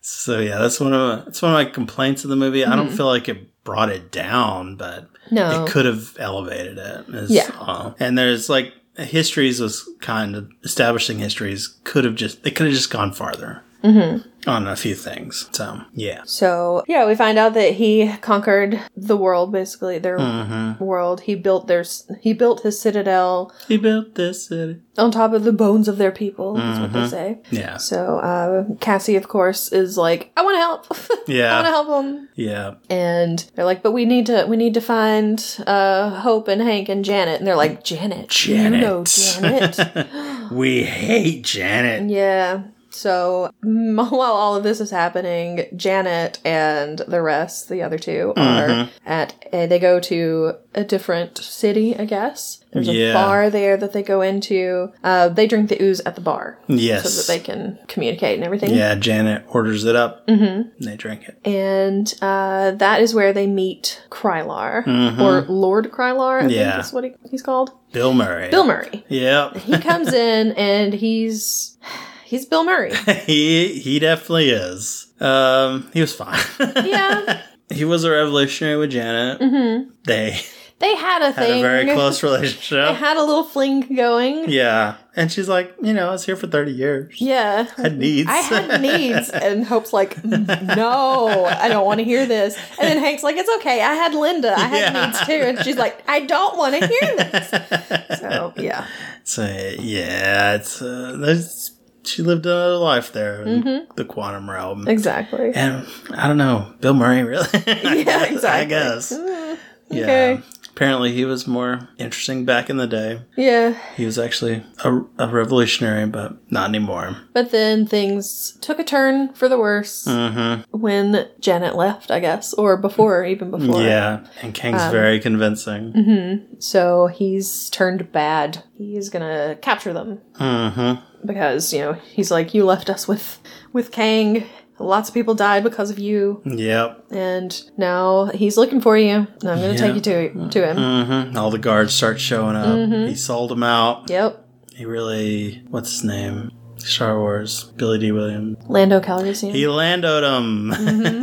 Speaker 1: So yeah, that's one of that's one of my complaints of the movie. I
Speaker 2: Mm-hmm.
Speaker 1: don't feel like it brought it down, but
Speaker 2: no,
Speaker 1: it could have elevated it. is
Speaker 2: Oh. Yeah.
Speaker 1: all. And there's like histories was kind of establishing histories could have just they could have just gone farther
Speaker 2: Mm-hmm.
Speaker 1: on a few things. So yeah.
Speaker 2: So, yeah, we find out that he conquered the world basically, their
Speaker 1: Mm-hmm.
Speaker 2: world. He built their he built his citadel
Speaker 1: He built this city.
Speaker 2: on top of the bones of their people, is what
Speaker 1: Mm-hmm.
Speaker 2: they say.
Speaker 1: Yeah.
Speaker 2: So, uh, Cassie of course is like, "I want to help. I want to
Speaker 1: Yeah.
Speaker 2: help them."
Speaker 1: Yeah.
Speaker 2: And they're like, "But we need to we need to find uh Hope and Hank and Janet." And they're like, "Janet. You know
Speaker 1: Janet.
Speaker 2: Janet."
Speaker 1: We hate Janet.
Speaker 2: yeah. So m- while all of this is happening, Janet and the rest, the other two, are
Speaker 1: Mm-hmm.
Speaker 2: at a, they go to a different city, I guess. There's a
Speaker 1: Yeah.
Speaker 2: bar there that they go into. Uh, they drink the ooze at the bar
Speaker 1: Yes.
Speaker 2: so that they can communicate and everything.
Speaker 1: yeah, Janet orders it up. Mm-hmm. And they drink it.
Speaker 2: And uh, that is where they meet Krylar or Lord Krylar. I
Speaker 1: Mm-hmm. Yeah.
Speaker 2: think is what he, he's called.
Speaker 1: Bill Murray.
Speaker 2: Bill Murray.
Speaker 1: Yep.
Speaker 2: He comes in and he's he's Bill Murray.
Speaker 1: he he definitely is. Um, he was fine.
Speaker 2: Yeah.
Speaker 1: he was a revolutionary with Janet. Mm-hmm. They
Speaker 2: They had a
Speaker 1: had
Speaker 2: thing.
Speaker 1: a very close
Speaker 2: I
Speaker 1: relationship.
Speaker 2: had a little fling going.
Speaker 1: yeah, and she's like, you know, I was here for thirty years.
Speaker 2: Yeah.
Speaker 1: I had needs.
Speaker 2: I had needs, and Hope's like, "Mm, no, I don't want to hear this. And then Hank's like, it's okay. I had Linda. I had
Speaker 1: Yeah.
Speaker 2: needs too. And she's like, I don't want to hear this. So, yeah.
Speaker 1: so yeah, it's uh, there's- she lived another life there in
Speaker 2: Mm-hmm.
Speaker 1: the quantum realm.
Speaker 2: Exactly.
Speaker 1: And I don't know, Bill Murray really.
Speaker 2: Yeah,
Speaker 1: I
Speaker 2: exactly.
Speaker 1: guess.
Speaker 2: okay.
Speaker 1: Yeah. Apparently, he was more interesting back in the day.
Speaker 2: Yeah.
Speaker 1: He was actually a, a revolutionary, but not anymore.
Speaker 2: But then things took a turn for the worse
Speaker 1: Mm-hmm.
Speaker 2: when Janet left, I guess, or before, even before.
Speaker 1: Yeah, and Kang's
Speaker 2: Um,
Speaker 1: very convincing.
Speaker 2: mm-hmm. So he's turned bad. He's gonna capture them.
Speaker 1: Mhm.
Speaker 2: because you know he's like you left us with with Kang lots of people died because of you,
Speaker 1: Yep.
Speaker 2: and now he's looking for you. And I'm going to take you to to him.
Speaker 1: hmm All the guards start showing up.
Speaker 2: Mm-hmm.
Speaker 1: He sold them out.
Speaker 2: Yep,
Speaker 1: He really. What's his name? Star Wars. Billy D. Williams.
Speaker 2: Lando Calrissian.
Speaker 1: He landed him.
Speaker 2: Mm-hmm.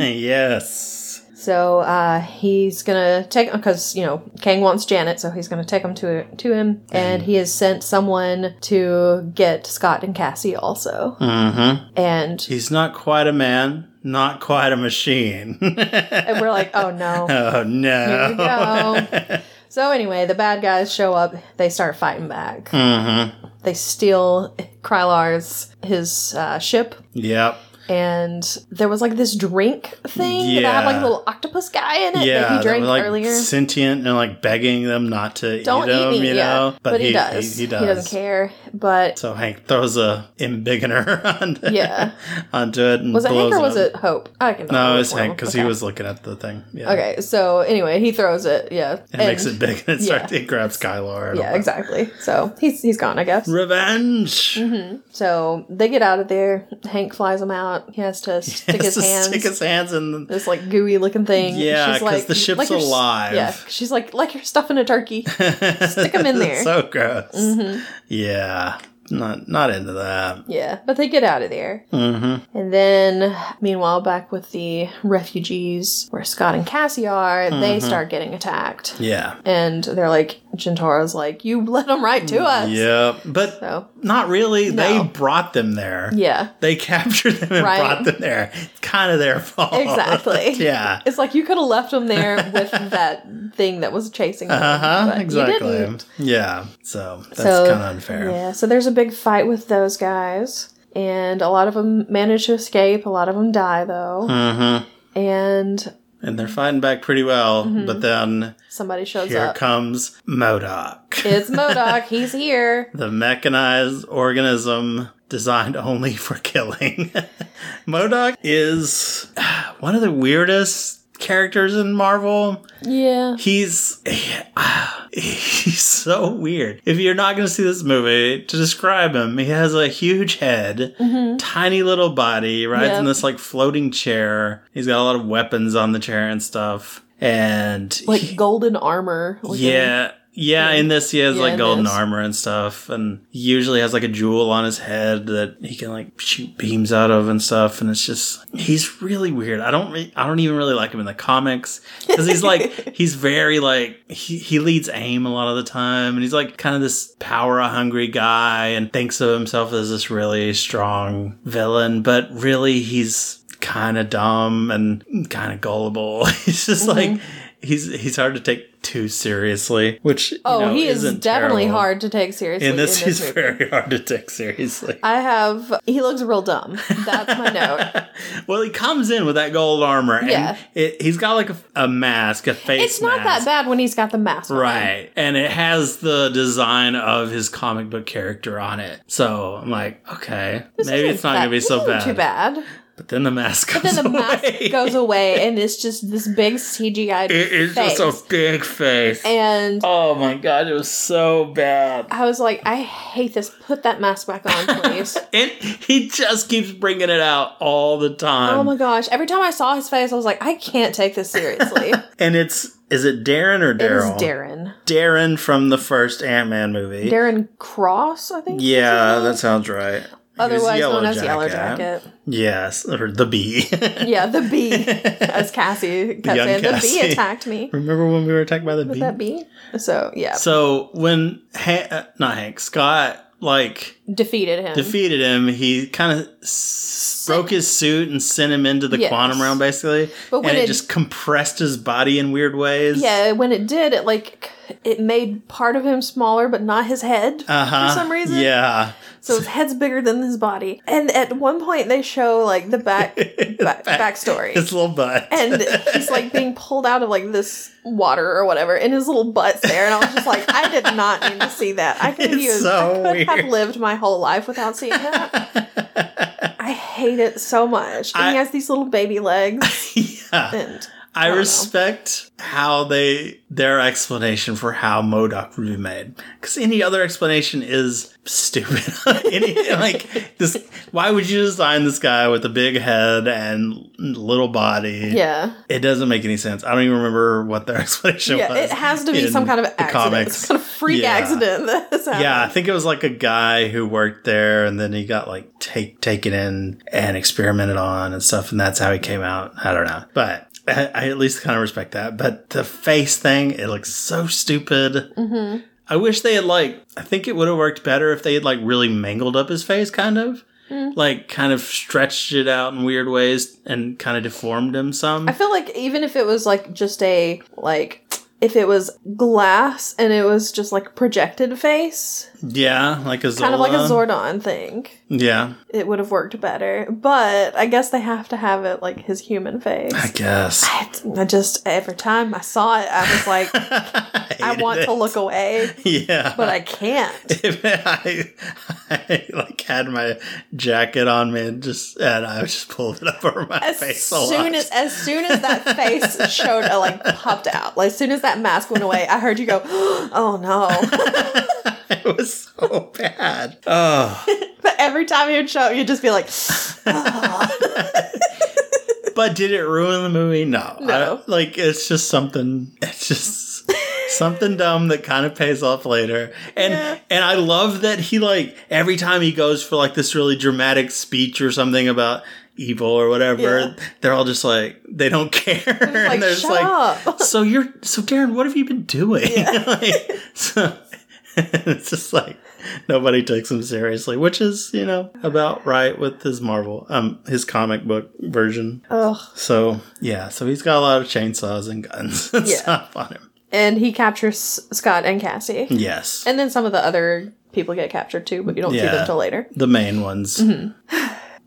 Speaker 1: yes.
Speaker 2: So uh, he's gonna take because you know Kang wants Janet, so he's gonna take him to to him, and he has sent someone to get Scott and Cassie also.
Speaker 1: hmm
Speaker 2: And,
Speaker 1: He's not quite a man. Not quite a machine.
Speaker 2: and we're like, oh no.
Speaker 1: oh
Speaker 2: Here we
Speaker 1: no.
Speaker 2: go. So anyway, the bad guys show up. They start fighting back.
Speaker 1: hmm
Speaker 2: They steal Krylar's his uh, ship,
Speaker 1: Yep.
Speaker 2: and there was like this drink thing that had like
Speaker 1: Yeah.
Speaker 2: a little octopus guy in it
Speaker 1: Yeah,
Speaker 2: that he
Speaker 1: that
Speaker 2: drank
Speaker 1: was, like
Speaker 2: earlier.
Speaker 1: sentient and like begging them not to
Speaker 2: Don't
Speaker 1: eat him,
Speaker 2: eat me,
Speaker 1: you
Speaker 2: yeah.
Speaker 1: know.
Speaker 2: But, he, does.
Speaker 1: He, does.
Speaker 2: He doesn't care. But
Speaker 1: So Hank throws a embiggener on
Speaker 2: Yeah.
Speaker 1: onto it and
Speaker 2: Was it
Speaker 1: blows
Speaker 2: Hank or was
Speaker 1: up.
Speaker 2: it Hope? I can.
Speaker 1: No, it was Hank because he was looking at the thing. Yeah.
Speaker 2: Okay, so anyway, he throws it. Yeah,
Speaker 1: It makes it big and it,
Speaker 2: yeah.
Speaker 1: starts, it grabs Skylar. and all
Speaker 2: Yeah,
Speaker 1: that.
Speaker 2: exactly. So he's he's gone, I guess.
Speaker 1: Revenge.
Speaker 2: Mm-hmm. So they get out of there. Hank flies them out. He has to stick his
Speaker 1: Just
Speaker 2: hands.
Speaker 1: Stick his hands in. The-
Speaker 2: this like gooey looking thing.
Speaker 1: Yeah, 'cause the
Speaker 2: "You-
Speaker 1: ship's
Speaker 2: you're s-
Speaker 1: alive."
Speaker 2: Yeah, she's like like you're stuffing a turkey. Stick 'em in there. Mm-hmm.
Speaker 1: so gross. Yeah. Not not into that.
Speaker 2: yeah, but they get out of there.
Speaker 1: Mm-hmm.
Speaker 2: And then, meanwhile, back with the refugees where Scott and Cassie are, they
Speaker 1: Mm-hmm.
Speaker 2: start getting attacked.
Speaker 1: Yeah.
Speaker 2: And they're like, Gentara's like, you let them right to us.
Speaker 1: Yeah. But
Speaker 2: So,
Speaker 1: not really.
Speaker 2: No.
Speaker 1: They brought them there.
Speaker 2: yeah.
Speaker 1: They captured them and
Speaker 2: Right.
Speaker 1: brought them there. It's kind of their fault.
Speaker 2: Exactly.
Speaker 1: yeah.
Speaker 2: It's like you could have left them there with that thing that was chasing them.
Speaker 1: Uh huh.
Speaker 2: but you
Speaker 1: Exactly.
Speaker 2: didn't.
Speaker 1: Yeah. So that's
Speaker 2: So,
Speaker 1: kind of unfair.
Speaker 2: Yeah, so there's a big fight with those guys, and a lot of them manage to escape. A lot of them die, though.
Speaker 1: Mm-hmm.
Speaker 2: And
Speaker 1: And they're fighting back pretty well, but then
Speaker 2: somebody shows
Speaker 1: here
Speaker 2: Mm-hmm. up.
Speaker 1: comes Modoc,
Speaker 2: it's Modoc. He's here.
Speaker 1: the mechanized organism designed only for killing. Modoc is one of the weirdest characters in Marvel.
Speaker 2: Yeah.
Speaker 1: He's he's so weird. If you're not going to see this movie, to describe him, he has a huge head, tiny little body, rides
Speaker 2: Mm-hmm. Yep.
Speaker 1: in this like floating chair. He's got a lot of weapons on the chair and stuff, and
Speaker 2: Like
Speaker 1: he-
Speaker 2: golden armor. looking.
Speaker 1: yeah. Yeah, in this he has
Speaker 2: Yeah,
Speaker 1: like
Speaker 2: in
Speaker 1: golden
Speaker 2: this.
Speaker 1: armor and stuff, and he usually has like a jewel on his head that he can like shoot beams out of and stuff. And it's just he's really weird. I don't re- I don't even really like him in the comics because he's like he's very like he he leads aim a lot of the time, and he's like kind of this power hungry guy and thinks of himself as this really strong villain, but really he's kind of dumb and kind of gullible. he's just like
Speaker 2: Mm-hmm.
Speaker 1: he's he's hard to take too seriously, which you
Speaker 2: Oh,
Speaker 1: know,
Speaker 2: he is
Speaker 1: isn't
Speaker 2: definitely
Speaker 1: terrible.
Speaker 2: hard to take seriously.
Speaker 1: In this, he's
Speaker 2: movie.
Speaker 1: very hard to take seriously.
Speaker 2: I have. He looks real dumb. That's my note.
Speaker 1: well, he comes in with that gold armor, and
Speaker 2: Yeah.
Speaker 1: it, he's got like a, a mask, a face.
Speaker 2: It's not that
Speaker 1: mask.
Speaker 2: bad when he's got the mask. on.
Speaker 1: Right. And it has the design of his comic book character on it. So I'm like, okay,
Speaker 2: This
Speaker 1: maybe
Speaker 2: isn't
Speaker 1: it's not going to
Speaker 2: that-
Speaker 1: be
Speaker 2: this
Speaker 1: so
Speaker 2: isn't
Speaker 1: bad.
Speaker 2: Too bad.
Speaker 1: But then the mask goes
Speaker 2: Then the mask
Speaker 1: away.
Speaker 2: goes away, and it's just this big CGI
Speaker 1: it is
Speaker 2: face.
Speaker 1: just a big face.
Speaker 2: and
Speaker 1: oh my God, it was so bad.
Speaker 2: I was like, I hate this. Put that mask back on, please.
Speaker 1: And he just keeps bringing it out all the time.
Speaker 2: oh my gosh! Every time I saw his face, I was like, I can't take this seriously.
Speaker 1: and it's is it Darren or
Speaker 2: it is
Speaker 1: Daryl?
Speaker 2: Darren.
Speaker 1: Darren from the first Ant Man movie.
Speaker 2: Darren Cross, I think. is his
Speaker 1: yeah,
Speaker 2: name?
Speaker 1: that sounds right. He was
Speaker 2: otherwise
Speaker 1: Yellow
Speaker 2: known as Yellow Jacket.
Speaker 1: Yes, or the bee.
Speaker 2: Yeah, the bee, as Cassie kept
Speaker 1: young
Speaker 2: saying, the
Speaker 1: Cassie.
Speaker 2: bee attacked me.
Speaker 1: Remember when we were attacked by the bee?
Speaker 2: That bee. So yeah,
Speaker 1: So when Han- uh, not Hank Scott like
Speaker 2: defeated him.
Speaker 1: defeated him, he kind of s- broke his suit and sent him into the
Speaker 2: Yes.
Speaker 1: quantum realm, basically.
Speaker 2: But when
Speaker 1: and it,
Speaker 2: it-
Speaker 1: just compressed his body in weird ways.
Speaker 2: Yeah, when it did, it like it made part of him smaller, but not his head
Speaker 1: Uh-huh.
Speaker 2: for some reason.
Speaker 1: Yeah.
Speaker 2: So his head's bigger than his body. And at one point, they show like the back, back backstory.
Speaker 1: His little butt.
Speaker 2: And he's like being pulled out of like this water or whatever, and his little butt's there. And I was just like, I did not need to see that. I could,
Speaker 1: It's
Speaker 2: use,
Speaker 1: so
Speaker 2: I could have
Speaker 1: weird.
Speaker 2: lived my whole life without seeing that. I hate it so much. And
Speaker 1: I-
Speaker 2: he has these little baby legs.
Speaker 1: yeah.
Speaker 2: And
Speaker 1: I
Speaker 2: don't know.
Speaker 1: respect how they their explanation for how Modoc would be made. Because any other explanation is stupid. any, like this, why would you design this guy with a big head and little body?
Speaker 2: Yeah.
Speaker 1: It doesn't make any sense. I don't even remember what their explanation
Speaker 2: Yeah,
Speaker 1: was.
Speaker 2: it has to be
Speaker 1: in
Speaker 2: some kind of
Speaker 1: the
Speaker 2: accident. Some kind of freak
Speaker 1: Yeah.
Speaker 2: accident that has happened.
Speaker 1: Yeah, I think it was like a guy who worked there, and then he got like take taken in and experimented on and stuff, and that's how he came out. I don't know, but I, I at least kind of respect that. But the face thing, it looks so stupid. Mm-hmm. I wish they had like. I think it would have worked better if they had like really mangled up his face, kind of.
Speaker 2: Mm.
Speaker 1: Like, kind of stretched it out in weird ways and kind of deformed him some.
Speaker 2: I feel like even if it was like just a like if it was glass and it was just like projected face,
Speaker 1: yeah, like a Zola.
Speaker 2: kind of like a Zordon thing,
Speaker 1: Yeah,
Speaker 2: it would have worked better. But I guess they have to have it like his human face.
Speaker 1: I guess.
Speaker 2: I, I just every time I saw it, I was like,
Speaker 1: I,
Speaker 2: I
Speaker 1: hated
Speaker 2: want
Speaker 1: it.
Speaker 2: to look away,
Speaker 1: Yeah.
Speaker 2: but I can't.
Speaker 1: If I, I like had my jacket on me and just and I just pulled it up over my
Speaker 2: As
Speaker 1: face a lot.
Speaker 2: soon as as soon as that face showed, uh, like popped out. Like as soon as that mask went away, I heard you go, "Oh no!"
Speaker 1: it was so bad. Oh,
Speaker 2: But every time you'd show up, you'd just be like,
Speaker 1: but did it ruin the movie? No.
Speaker 2: No.
Speaker 1: I- like it's just something. It's just something dumb that kind of pays off later. And
Speaker 2: Yeah.
Speaker 1: and I love that he like every time he goes for like this really dramatic speech or something about evil or whatever,
Speaker 2: Yeah.
Speaker 1: they're all just like they don't care.
Speaker 2: like,
Speaker 1: and they're just
Speaker 2: "Shut up."
Speaker 1: so you're so Darren, what have you been doing? Like, so, it's just like nobody takes him seriously, which is you know about right with his Marvel, um, his comic book version.
Speaker 2: "Ugh."
Speaker 1: So yeah, so he's got a lot of chainsaws and guns and
Speaker 2: Yeah.
Speaker 1: stuff on him.
Speaker 2: And he captures Scott and Cassie,
Speaker 1: Yes,
Speaker 2: and then some of the other people get captured too, but you don't see
Speaker 1: Yeah.
Speaker 2: them till later.
Speaker 1: the main ones.
Speaker 2: Mm-hmm.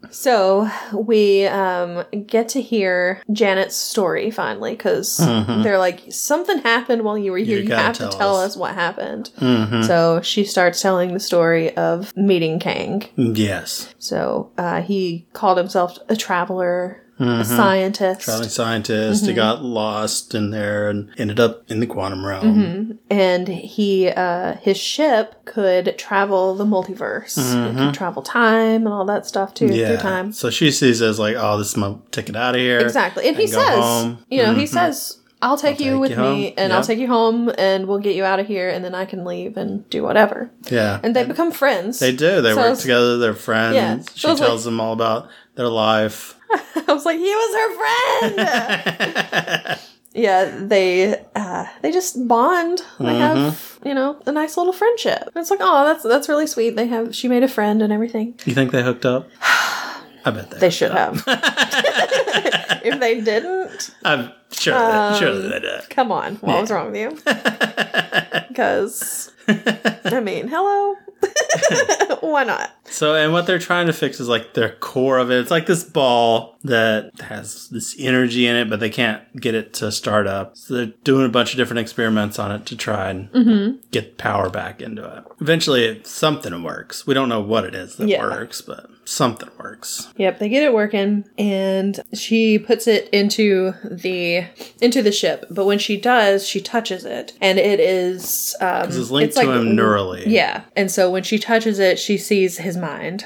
Speaker 2: So we um, get to hear Janet's story finally because they're like, something happened while you were here.
Speaker 1: Mm-hmm. You
Speaker 2: You,
Speaker 1: gotta
Speaker 2: have
Speaker 1: tell
Speaker 2: to tell
Speaker 1: us."
Speaker 2: us what happened.
Speaker 1: Mhm.
Speaker 2: So she starts telling the story of meeting Kang.
Speaker 1: Yes,
Speaker 2: So uh, he called himself a traveler, a scientist,
Speaker 1: Mm-hmm. traveling scientist.
Speaker 2: Mm-hmm.
Speaker 1: He got lost in there and ended up in the quantum realm.
Speaker 2: Mm-hmm. and he uh, his ship could travel the multiverse. It
Speaker 1: Mm-hmm.
Speaker 2: could travel time and all that stuff too through time.
Speaker 1: So she sees it as like, oh, this is my ticket out of here.
Speaker 2: Exactly. And, he
Speaker 1: and go
Speaker 2: says,
Speaker 1: home. Mm-hmm.
Speaker 2: you know, he says, I'll take you
Speaker 1: take
Speaker 2: with
Speaker 1: you
Speaker 2: me
Speaker 1: home.
Speaker 2: and
Speaker 1: Yep.
Speaker 2: I'll take you home and we'll get you out of here and then I can leave and do whatever.
Speaker 1: Yeah.
Speaker 2: And they become friends.
Speaker 1: They do. They
Speaker 2: So
Speaker 1: work
Speaker 2: it's-
Speaker 1: together. They're friends.
Speaker 2: Yeah.
Speaker 1: She
Speaker 2: So it's
Speaker 1: tells them all about their life.
Speaker 2: I was like, he was her friend. yeah, they uh, they just bond. They have,
Speaker 1: Mm-hmm.
Speaker 2: you know, a nice little friendship. And it's like, oh, that's that's really sweet. They have she made a friend and everything.
Speaker 1: You think they hooked up? I bet they.
Speaker 2: They should have. if they didn't,
Speaker 1: I'm sure. they, sure
Speaker 2: Um,
Speaker 1: they did.
Speaker 2: come on. What was wrong with you? Because I mean, hello. Why not?
Speaker 1: So, and what they're trying to fix is like their core of it. It's like this ball that has this energy in it, but they can't get it to start up. So they're doing a bunch of different experiments on it to try and
Speaker 2: Mm-hmm.
Speaker 1: get power back into it. Eventually, it, something works. We don't know what it is that
Speaker 2: Yeah.
Speaker 1: works, but something works.
Speaker 2: Yep, they get it working and she puts it into the into the ship. But when she does, she touches it and it is um
Speaker 1: It's linked to him neurally.
Speaker 2: Yeah. And so when she touches it, she sees his mind.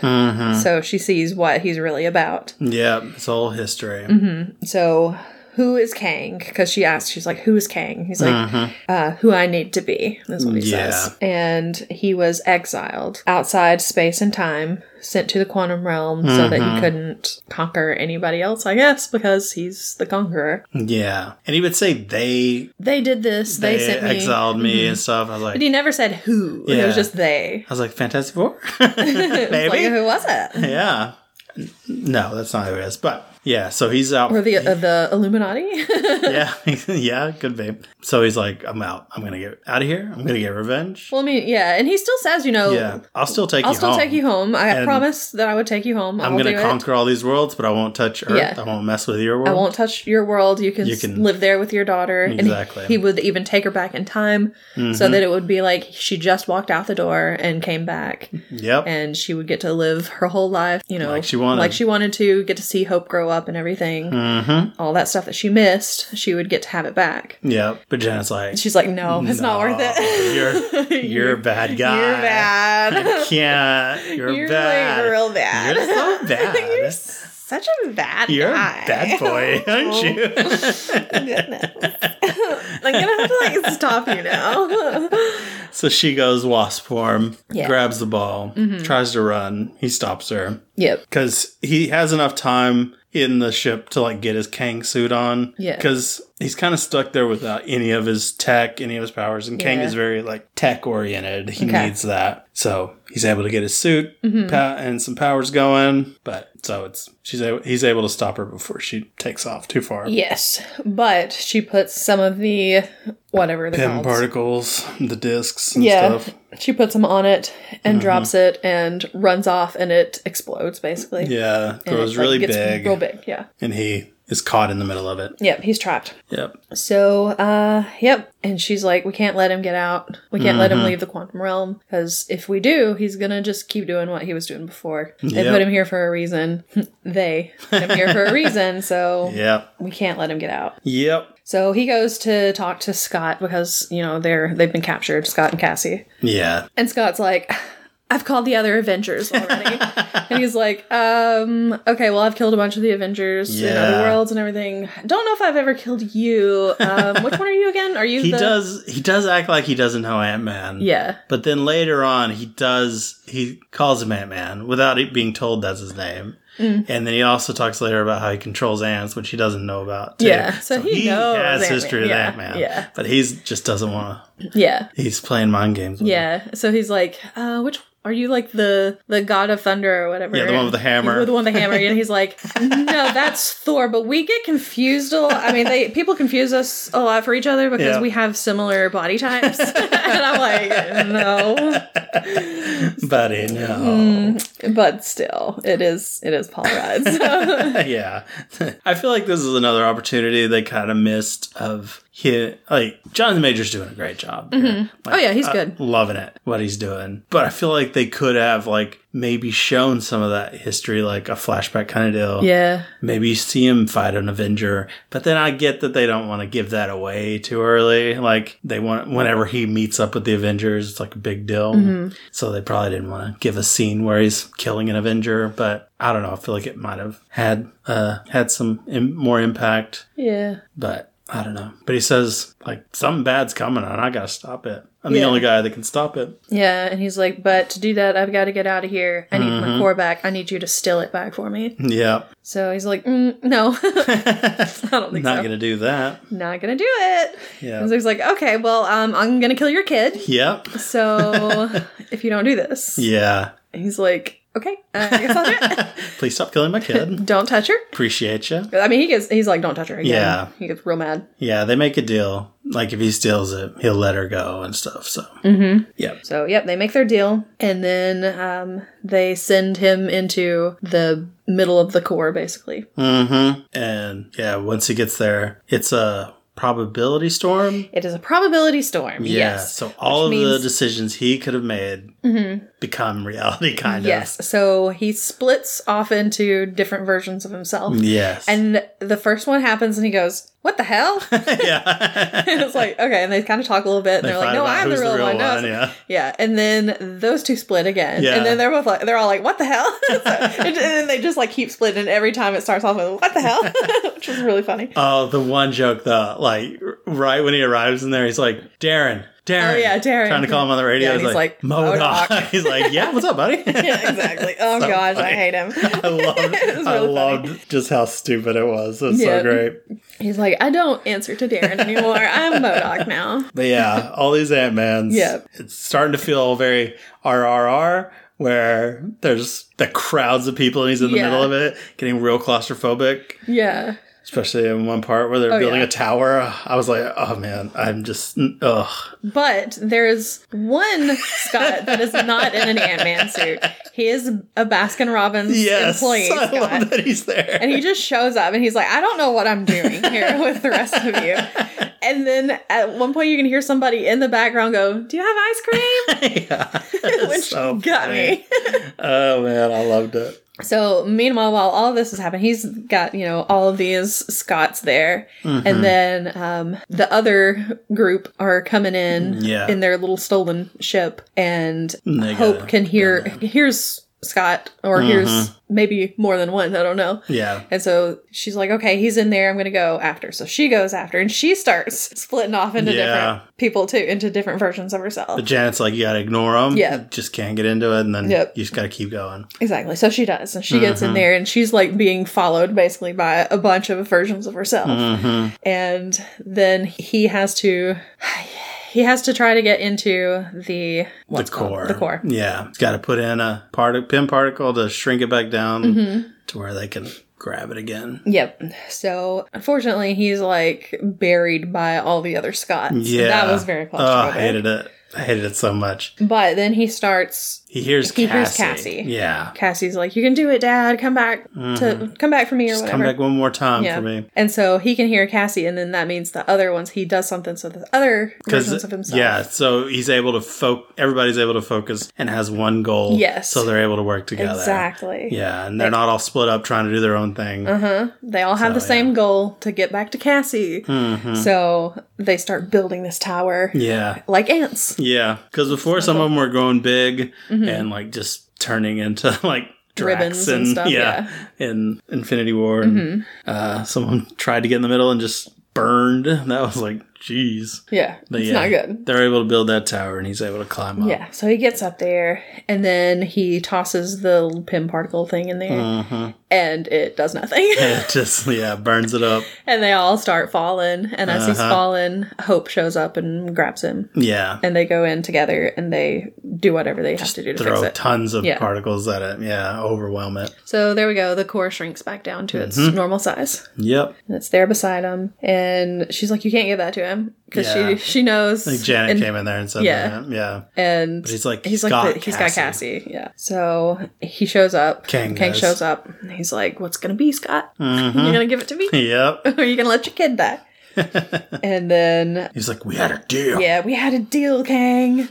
Speaker 2: So she sees what he's really about.
Speaker 1: Yeah, it's all history.
Speaker 2: Mm-hmm. So who is Kang? Because she asks, she's like, Who is Kang? He's like, uh, Who I need to be, is what he
Speaker 1: Mm-hmm. Yeah.
Speaker 2: says. And he was exiled outside space and time, sent to the quantum realm so that
Speaker 1: Mm-hmm.
Speaker 2: he couldn't conquer anybody else, I guess, because he's the conqueror.
Speaker 1: Yeah, and he would say they
Speaker 2: They did this, they,
Speaker 1: they,
Speaker 2: sent me. Mm-hmm.
Speaker 1: exiled me and stuff. I was like,
Speaker 2: But he never said who. It
Speaker 1: Yeah.
Speaker 2: was just they.
Speaker 1: I was like Fantastic Four,
Speaker 2: It was like, uh-huh.
Speaker 1: maybe.
Speaker 2: who was it?
Speaker 1: Yeah, N- no, that's not who it is. But yeah, so he's out.
Speaker 2: Or the uh, the Illuminati?
Speaker 1: yeah, yeah, could be. So he's like, I'm out. I'm gonna get out of here. I'm gonna get revenge.
Speaker 2: well, I mean, yeah, and he still says, you know,
Speaker 1: yeah, I'll still take
Speaker 2: I'll
Speaker 1: you
Speaker 2: still
Speaker 1: home.
Speaker 2: take you home. I
Speaker 1: And
Speaker 2: promised that I would take you home. I
Speaker 1: I'm
Speaker 2: will
Speaker 1: gonna
Speaker 2: do it.
Speaker 1: conquer all these worlds, but I won't touch Earth.
Speaker 2: Yeah.
Speaker 1: I won't mess with your world.
Speaker 2: I won't touch your world. You can,
Speaker 1: You
Speaker 2: s-
Speaker 1: can-
Speaker 2: live there with your daughter.
Speaker 1: Exactly. Mm-hmm.
Speaker 2: And he would even take her back in time so that it would be like she just walked out the door and came back
Speaker 1: Yep.
Speaker 2: and she would get to live her whole life, you know,
Speaker 1: Like she wanted.
Speaker 2: like she wanted to, get to see Hope grow up and everything,
Speaker 1: Mm-hmm.
Speaker 2: all that stuff that she missed, she would get to have it back.
Speaker 1: Yeah. But Janet's like,
Speaker 2: And she's like, no, it's not worth it.
Speaker 1: You're you're a bad guy.
Speaker 2: You're
Speaker 1: I
Speaker 2: bad.
Speaker 1: can't. You're,
Speaker 2: You're,
Speaker 1: bad.
Speaker 2: like real bad.
Speaker 1: You're so bad.
Speaker 2: You're such a bad
Speaker 1: You're a
Speaker 2: guy.
Speaker 1: bad boy, aren't you?
Speaker 2: Oh. I'm gonna have to like stop you now.
Speaker 1: so she goes wasp form,
Speaker 2: Yeah. Mm-hmm.
Speaker 1: grabs the ball, tries to run. He stops her
Speaker 2: yep.
Speaker 1: because he has enough time in the ship to like get his Kang suit on.
Speaker 2: Yeah.
Speaker 1: because he's kind of stuck there without any of his tech, any of his powers, and Kang
Speaker 2: Yeah.
Speaker 1: is very like tech oriented. He
Speaker 2: Okay. Mm-hmm.
Speaker 1: needs that, so he's able to get his suit pa- and some powers going. But so it's she's a- he's able to stop her before she takes off too far.
Speaker 2: Yes, but she puts some of the whatever the
Speaker 1: Pim particles, the discs, and
Speaker 2: Yeah,
Speaker 1: stuff. Mm-hmm.
Speaker 2: she puts them on it and drops it and runs off and it explodes basically.
Speaker 1: Yeah,
Speaker 2: And
Speaker 1: grows
Speaker 2: it, like,
Speaker 1: really
Speaker 2: gets
Speaker 1: big,
Speaker 2: Real big. Yeah.
Speaker 1: and he is caught in the middle of it.
Speaker 2: Yep. He's trapped.
Speaker 1: Yep.
Speaker 2: So, uh, yep. And she's like, we can't let him get out. We can't let
Speaker 1: Mm-hmm.
Speaker 2: him leave the quantum realm. Because if we do, he's going to just keep doing what he was doing before. They
Speaker 1: Yep.
Speaker 2: put him here for a reason. they put him here for a reason. So
Speaker 1: Yep.
Speaker 2: we can't let him get out.
Speaker 1: Yep.
Speaker 2: So he goes to talk to Scott because, you know, they're, they've been captured, Scott and Cassie.
Speaker 1: Yeah.
Speaker 2: And Scott's like, I've called the other Avengers already. and he's like, um, okay, well, I've killed a bunch of the Avengers in
Speaker 1: Yeah.
Speaker 2: other worlds and everything. Don't know if I've ever killed you. Um, which one are you again? Are you
Speaker 1: He
Speaker 2: the.
Speaker 1: does. He does act like he doesn't know Ant Man.
Speaker 2: Yeah.
Speaker 1: But then later on, he does. He calls him Ant Man without it being told that's his name.
Speaker 2: Mm.
Speaker 1: And then he also talks later about how he controls ants, which he doesn't know about. too.
Speaker 2: Yeah, so he knows
Speaker 1: has
Speaker 2: Ant-Man.
Speaker 1: history with
Speaker 2: Yeah,
Speaker 1: Ant Man.
Speaker 2: yeah.
Speaker 1: But he's just doesn't want. to.
Speaker 2: Yeah.
Speaker 1: He's playing mind games. With him.
Speaker 2: Yeah. So he's like, uh, which. Are you like the the god of thunder or whatever?
Speaker 1: Yeah, the one with the hammer.
Speaker 2: With the one with the hammer, and he's like, "No, that's Thor." But we get confused a lot. I mean, they people confuse us a lot for each other because
Speaker 1: Yeah.
Speaker 2: we have similar body types. and I'm like, no,
Speaker 1: Buddy, no.
Speaker 2: but still it is it is paul rudd so.
Speaker 1: yeah. I feel like this is another opportunity they kind of missed of him. Like, Jonathan Major's doing a great job. here. Like,
Speaker 2: Oh, yeah, he's
Speaker 1: I-
Speaker 2: good.
Speaker 1: Loving it, what he's doing. But I feel like they could have, like, maybe shown some of that history, like a flashback kind of deal.
Speaker 2: yeah
Speaker 1: Maybe you see him fight an Avenger. But then I get that they don't want to give that away too early. Like, they want, whenever he meets up with the Avengers, it's like a big deal.
Speaker 2: Mm-hmm.
Speaker 1: So they probably didn't want to give a scene where he's killing an Avenger, but I don't know. I feel like it might have had uh, had some Im- more impact,
Speaker 2: yeah
Speaker 1: but I don't know. But he says like something bad's coming and I gotta stop it. I'm the
Speaker 2: Yeah.
Speaker 1: only guy that can stop it.
Speaker 2: yeah and he's like but to do that i've got to get out of here i need
Speaker 1: Mm-hmm.
Speaker 2: my core back i need you to steal it back for me
Speaker 1: Yeah,
Speaker 2: so he's like mm, no i don't think
Speaker 1: not
Speaker 2: so
Speaker 1: gonna do that.
Speaker 2: not gonna do it
Speaker 1: Yeah.
Speaker 2: and so he's like okay well um, i'm gonna kill your kid
Speaker 1: Yep.
Speaker 2: so if you don't do this
Speaker 1: Yeah.
Speaker 2: And he's like okay uh, i guess i'll do it
Speaker 1: Please stop killing my kid.
Speaker 2: don't touch her
Speaker 1: Appreciate you.
Speaker 2: i mean he gets he's like don't touch her again.
Speaker 1: Yeah.
Speaker 2: he gets real mad
Speaker 1: Yeah, they make a deal. Like if he steals it, he'll let her go and stuff. So Mm-hmm.
Speaker 2: So, yep, they make their deal, and then um, they send him into the middle of the core, basically.
Speaker 1: Mm-hmm. And yeah, once he gets there, it's a probability storm.
Speaker 2: It is a probability storm.
Speaker 1: Yeah.
Speaker 2: Yes.
Speaker 1: So all of the
Speaker 2: means- Mm-hmm.
Speaker 1: decisions he could have made become reality, kind
Speaker 2: yes. So he splits off into different versions of himself.
Speaker 1: of. Yes.
Speaker 2: And the first one happens, and he goes, "What the hell?" and
Speaker 1: yeah.
Speaker 2: it's like, okay. And they kind of talk a little bit, and they are like,
Speaker 1: Find
Speaker 2: "No,
Speaker 1: out
Speaker 2: I'm the
Speaker 1: who's
Speaker 2: real, one." No, it's-
Speaker 1: Yeah.
Speaker 2: Yeah, and then those two split again,
Speaker 1: Yeah.
Speaker 2: and then they're both like, they're all like, "What the hell?" So- and then they just like keep splitting. And every time it starts off with "What the hell," which was really funny.
Speaker 1: Oh, the one joke though, like r- right when he arrives in there, he's like, Darren, Darren.
Speaker 2: Oh, yeah, Darren.
Speaker 1: Trying to call him on the radio.
Speaker 2: Yeah, and
Speaker 1: he's,
Speaker 2: he's
Speaker 1: like,
Speaker 2: like,
Speaker 1: Modoc.
Speaker 2: "Modoc."
Speaker 1: he's like, yeah, what's up, buddy?
Speaker 2: yeah, exactly. Oh
Speaker 1: So
Speaker 2: gosh, I
Speaker 1: funny.
Speaker 2: hate him.
Speaker 1: I loved,
Speaker 2: was
Speaker 1: I
Speaker 2: really funny.
Speaker 1: loved just how stupid it was. It's so
Speaker 2: Yeah.
Speaker 1: great.
Speaker 2: He's like, I don't answer to Darren anymore. I'm Modoc now.
Speaker 1: But yeah, all these Ant Mans.
Speaker 2: Yep.
Speaker 1: It's starting to feel very RRR, where there's the crowds of people and he's in the
Speaker 2: Yeah.
Speaker 1: middle of it, getting real claustrophobic.
Speaker 2: Yeah,
Speaker 1: Especially in one part where they're building
Speaker 2: Oh, yeah.
Speaker 1: a tower. I was like, oh man, I'm just, ugh.
Speaker 2: but there's one Scott that is not in an Ant Man suit. He is a Baskin Robbins
Speaker 1: Yes.
Speaker 2: employee,
Speaker 1: I
Speaker 2: Scott.
Speaker 1: love that he's there.
Speaker 2: And he just shows up and he's like, I don't know what I'm doing here with the rest of you. And then at one point, you can hear somebody in the background go, Do you have ice cream?
Speaker 1: yeah.
Speaker 2: Which
Speaker 1: So
Speaker 2: got
Speaker 1: funny.
Speaker 2: me.
Speaker 1: oh man, I loved it.
Speaker 2: So meanwhile, while all this is happening, he's got you know all of these Scots there,
Speaker 1: Mm-hmm.
Speaker 2: and then um, the other group are coming in
Speaker 1: Yeah.
Speaker 2: in their little stolen ship, and
Speaker 1: And they
Speaker 2: Hope
Speaker 1: gotta
Speaker 2: can hear
Speaker 1: go Mm-hmm. down.
Speaker 2: hears Scott or hears maybe more than one. I don't know.
Speaker 1: Yeah.
Speaker 2: And so she's like, okay, he's in there. I'm going to go after. So she goes after and she starts splitting off into
Speaker 1: Yeah.
Speaker 2: different people too, into different versions of herself.
Speaker 1: But Janet's like, you gotta ignore them.
Speaker 2: Yeah.
Speaker 1: Just can't get into it. And then
Speaker 2: Yep.
Speaker 1: you just gotta keep going.
Speaker 2: Exactly. So she does. And she gets
Speaker 1: Mm-hmm.
Speaker 2: in there and she's like being followed basically by a bunch of versions of herself.
Speaker 1: hmm
Speaker 2: Mm-hmm. And then he has to. He has to try to get into the
Speaker 1: The
Speaker 2: what's it called?
Speaker 1: core.
Speaker 2: The core.
Speaker 1: Yeah. It's gotta put in a part- pin particle to shrink it back down
Speaker 2: hmm
Speaker 1: to where they can grab it again.
Speaker 2: Yep. So unfortunately, he's like buried by all the other Scots.
Speaker 1: Yeah.
Speaker 2: That was very close.
Speaker 1: Oh, I hated it. I hated it so much.
Speaker 2: But then he starts
Speaker 1: He hears
Speaker 2: He
Speaker 1: Cassie.
Speaker 2: hears Cassie.
Speaker 1: Yeah.
Speaker 2: Cassie's like, "You can do it, Dad. Come back to come back for me or
Speaker 1: Mm-hmm. Just
Speaker 2: whatever."
Speaker 1: come back one more time
Speaker 2: Yeah.
Speaker 1: for me.
Speaker 2: And so he can hear Cassie, and then that means the other ones he does something. So the other versions of himself,
Speaker 1: yeah, so he's able to fo- everybody's able to focus and has one goal.
Speaker 2: Yes.
Speaker 1: So they're able to work together.
Speaker 2: exactly,
Speaker 1: Yeah, and they're not all split up trying to do their own thing.
Speaker 2: Uh huh. They all have
Speaker 1: So,
Speaker 2: the same goal to get back to Cassie.
Speaker 1: Mhm.
Speaker 2: So they start building this tower
Speaker 1: Yeah.
Speaker 2: like ants.
Speaker 1: Yeah, because before some of them were growing big and like just turning into like Drax
Speaker 2: Mm-hmm. Ribbons and stuff, Mm-hmm.
Speaker 1: in Infinity War, and, uh, someone tried to get in the middle and just burned. That was like, jeez.
Speaker 2: Yeah,
Speaker 1: But
Speaker 2: it's
Speaker 1: yeah,
Speaker 2: not good.
Speaker 1: They're able to build that tower, and he's able to climb up.
Speaker 2: Yeah, so he gets up there and then he tosses the pin particle thing in there
Speaker 1: Mhm.
Speaker 2: and it does nothing.
Speaker 1: It just yeah burns it up.
Speaker 2: And they all start falling. And as he's
Speaker 1: Uh-huh.
Speaker 2: falling, Hope shows up and grabs him.
Speaker 1: Yeah,
Speaker 2: And they go in together and they do whatever they have to do to fix
Speaker 1: throw
Speaker 2: it.
Speaker 1: tons of
Speaker 2: Yeah.
Speaker 1: particles at it. Yeah, overwhelm it.
Speaker 2: so there we go. The core shrinks back down to its
Speaker 1: Mm-hmm.
Speaker 2: normal size.
Speaker 1: Yep.
Speaker 2: And it's there beside him. And she's like, You can't give that to him. Because
Speaker 1: Yeah.
Speaker 2: she, she knows.
Speaker 1: Like Janet
Speaker 2: and,
Speaker 1: came in there and said,
Speaker 2: Yeah.
Speaker 1: that. yeah.
Speaker 2: And
Speaker 1: he's like,
Speaker 2: he's, like
Speaker 1: "Got
Speaker 2: the- he's got
Speaker 1: Cassie."
Speaker 2: Cassie. Yeah. So he shows up.
Speaker 1: Kang
Speaker 2: Kang
Speaker 1: does.
Speaker 2: shows up. And he's like, What's going to be, Scott?
Speaker 1: Mhm.
Speaker 2: You're going to give it to me?
Speaker 1: Yep.
Speaker 2: or are you going to let your kid die? and then
Speaker 1: He's like, we had a deal.
Speaker 2: Yeah, we had a deal, Kang.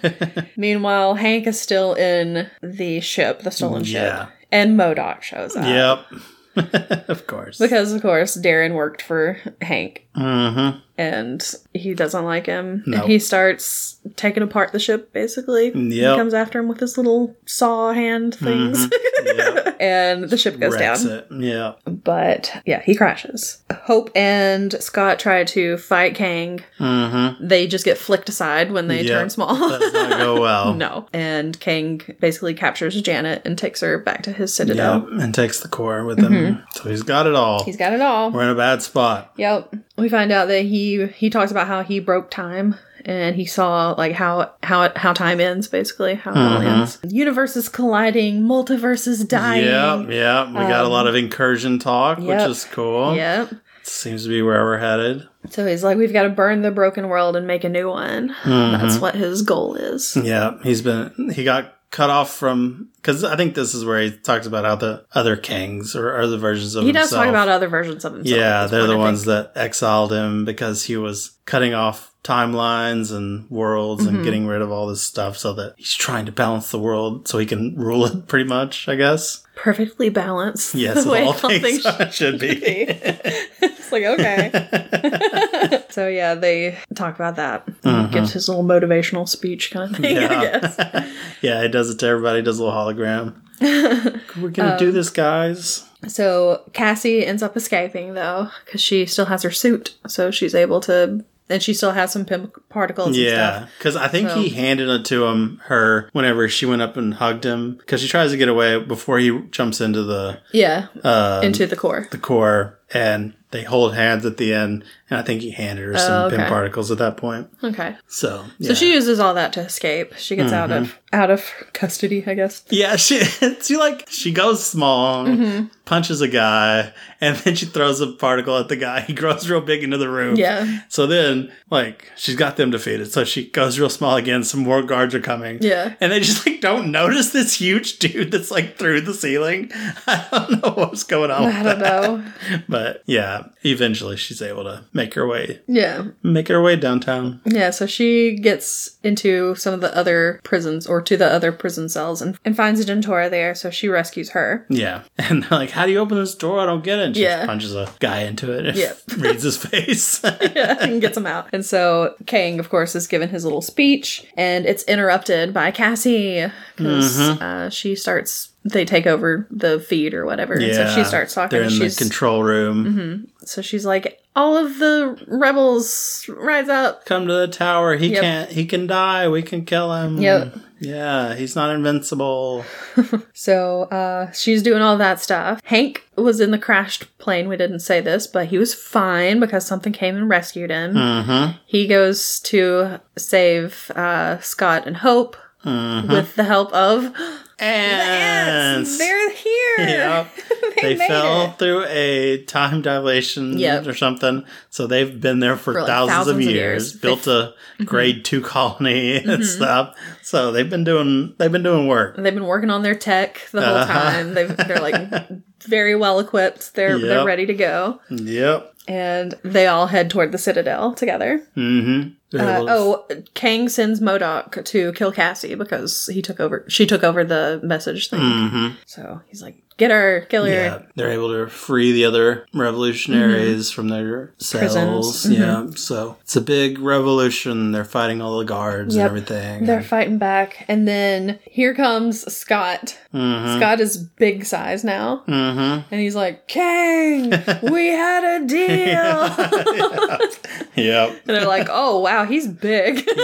Speaker 2: Meanwhile, Hank is still in the ship, the stolen
Speaker 1: Yeah.
Speaker 2: ship, and Modoc shows up.
Speaker 1: Yep. of course.
Speaker 2: Because of course Darren worked for Hank
Speaker 1: Mm-hmm.
Speaker 2: and he doesn't like him.
Speaker 1: No.
Speaker 2: And he starts taking apart the ship basically.
Speaker 1: Yep.
Speaker 2: He comes after him with his little saw hand things.
Speaker 1: Yep.
Speaker 2: and the ship goes
Speaker 1: Mm-hmm. Wrecks
Speaker 2: down.
Speaker 1: it. Yeah.
Speaker 2: But yeah, he crashes. Hope and Scott try to fight Kang.
Speaker 1: Mm-hmm.
Speaker 2: They just get flicked aside when they
Speaker 1: Yep.
Speaker 2: turn small.
Speaker 1: Does not go well.
Speaker 2: No. And Kang basically captures Janet and takes her back to his citadel.
Speaker 1: Yep. And takes the core with him. So he's got it all.
Speaker 2: Mm-hmm. He's got it all.
Speaker 1: We're in a bad spot.
Speaker 2: Yep. We find out that he he talks about how he broke time and he saw like how how it, how time ends basically, how it all
Speaker 1: Uh-huh.
Speaker 2: ends. Universes colliding, multiverses
Speaker 1: Yep.
Speaker 2: dying.
Speaker 1: Yep. We got a lot of incursion talk,
Speaker 2: um, yep.
Speaker 1: which is cool.
Speaker 2: Yep.
Speaker 1: Seems to be where we're headed.
Speaker 2: So he's like, we've got to burn the broken world and make a new one.
Speaker 1: Mm-hmm.
Speaker 2: That's what his goal is.
Speaker 1: Yeah, he's been he got cut off from because I think this is where he talks about how the other kings or other versions of
Speaker 2: He
Speaker 1: himself.
Speaker 2: does talk about other versions of himself. at
Speaker 1: yeah,
Speaker 2: this
Speaker 1: they're
Speaker 2: point,
Speaker 1: the
Speaker 2: I
Speaker 1: ones
Speaker 2: think.
Speaker 1: that exiled him because he was cutting off timelines and worlds
Speaker 2: Mm-hmm.
Speaker 1: and getting rid of all this stuff so that he's trying to balance the world so he can rule it pretty much, I guess.
Speaker 2: perfectly balanced.
Speaker 1: Yes,
Speaker 2: the way
Speaker 1: all things
Speaker 2: should
Speaker 1: should be.
Speaker 2: be. it's like okay. so yeah, they talk about that. Gives his little motivational speech kind of thing. I guess.
Speaker 1: Uh-huh. Yeah. yeah, he does it to everybody, does a little hologram. We're gonna
Speaker 2: Um,
Speaker 1: do this, guys.
Speaker 2: So Cassie ends up escaping though, because she still has her suit, so she's able to, and she still has some pim- particles. and
Speaker 1: Yeah,
Speaker 2: stuff.
Speaker 1: because I think he handed it to him her whenever she went up and hugged him because she tries to get away before he jumps into the
Speaker 2: yeah,
Speaker 1: Um,
Speaker 2: into the core.
Speaker 1: the core and they hold hands at the end and I think he handed her some
Speaker 2: Oh,
Speaker 1: pin
Speaker 2: okay.
Speaker 1: particles at that point.
Speaker 2: Okay,
Speaker 1: So yeah. Mm-hmm.
Speaker 2: so she uses all that to escape. She gets out of out of custody, I guess.
Speaker 1: yeah, she she like she goes small,
Speaker 2: Mm-hmm.
Speaker 1: punches a guy, and then she throws a particle at the guy. He grows real big into the room.
Speaker 2: Yeah.
Speaker 1: So then, like, she's got them defeated. So she goes real small again. Some more guards are coming.
Speaker 2: Yeah.
Speaker 1: And they just, like, don't notice this huge dude that's, like, through the ceiling. I don't know what's going on.
Speaker 2: I
Speaker 1: with
Speaker 2: don't know.
Speaker 1: that. But yeah. eventually she's able to make her way
Speaker 2: Yeah.
Speaker 1: make her way downtown.
Speaker 2: Yeah, so she gets into some of the other prisons or to the other prison cells and, and finds Dentora there, so she rescues her.
Speaker 1: Yeah. And they're like, How do you open this door? I don't get it. And she
Speaker 2: Yeah.
Speaker 1: just punches a guy into it and
Speaker 2: Yep.
Speaker 1: reads his face.
Speaker 2: and gets him out. And so Kang, of course, is given his little speech, and it's interrupted by Cassie because
Speaker 1: Mm-hmm.
Speaker 2: uh, she starts. They take over the feed or whatever, and so she starts talking.
Speaker 1: They're in
Speaker 2: she's, Mm-hmm.
Speaker 1: the control room.
Speaker 2: so she's like, "All of the rebels rise up."
Speaker 1: Come to the tower. He
Speaker 2: Yep.
Speaker 1: can't he can die. We can kill him.
Speaker 2: Yep.
Speaker 1: Yeah, he's not invincible.
Speaker 2: So uh, she's doing all that stuff. Hank was in the crashed plane. We didn't say this, but he was fine because something came and rescued him.
Speaker 1: Mm-hmm.
Speaker 2: He goes to save uh, Scott and Hope
Speaker 1: Mm-hmm.
Speaker 2: with the help of
Speaker 1: And
Speaker 2: Yes, they're here.
Speaker 1: Yep.
Speaker 2: they
Speaker 1: they fell
Speaker 2: it.
Speaker 1: through a time dilation
Speaker 2: Yep.
Speaker 1: or something. So they've been there for,
Speaker 2: For, like,
Speaker 1: thousands, of
Speaker 2: thousands of
Speaker 1: years,
Speaker 2: years. Mm-hmm.
Speaker 1: built a grade two colony and stuff. So they've been doing they've been doing work.
Speaker 2: They've been working on their tech the whole
Speaker 1: Uh-huh.
Speaker 2: time. They've, they're like very well equipped. They're they're
Speaker 1: Yep.
Speaker 2: ready to go,
Speaker 1: Yep.
Speaker 2: and they all head toward the citadel together.
Speaker 1: Mm-hmm.
Speaker 2: Uh, oh, Kang sends Modoc to kill Cassie because he took over. She took over the message thing.
Speaker 1: Mm-hmm.
Speaker 2: So he's like, "Get her, kill her."
Speaker 1: Yeah, they're able to free the other revolutionaries
Speaker 2: Mm-hmm.
Speaker 1: from their cells. Yeah, so it's a big revolution. They're fighting all the guards
Speaker 2: Yep.
Speaker 1: and everything.
Speaker 2: They're fighting back, and then here comes Scott.
Speaker 1: mm-hmm.
Speaker 2: Scott is big size now.
Speaker 1: Mm-hmm.
Speaker 2: And he's like, Kang, we had a deal.
Speaker 1: Yep.
Speaker 2: and they're like, oh, wow, he's big.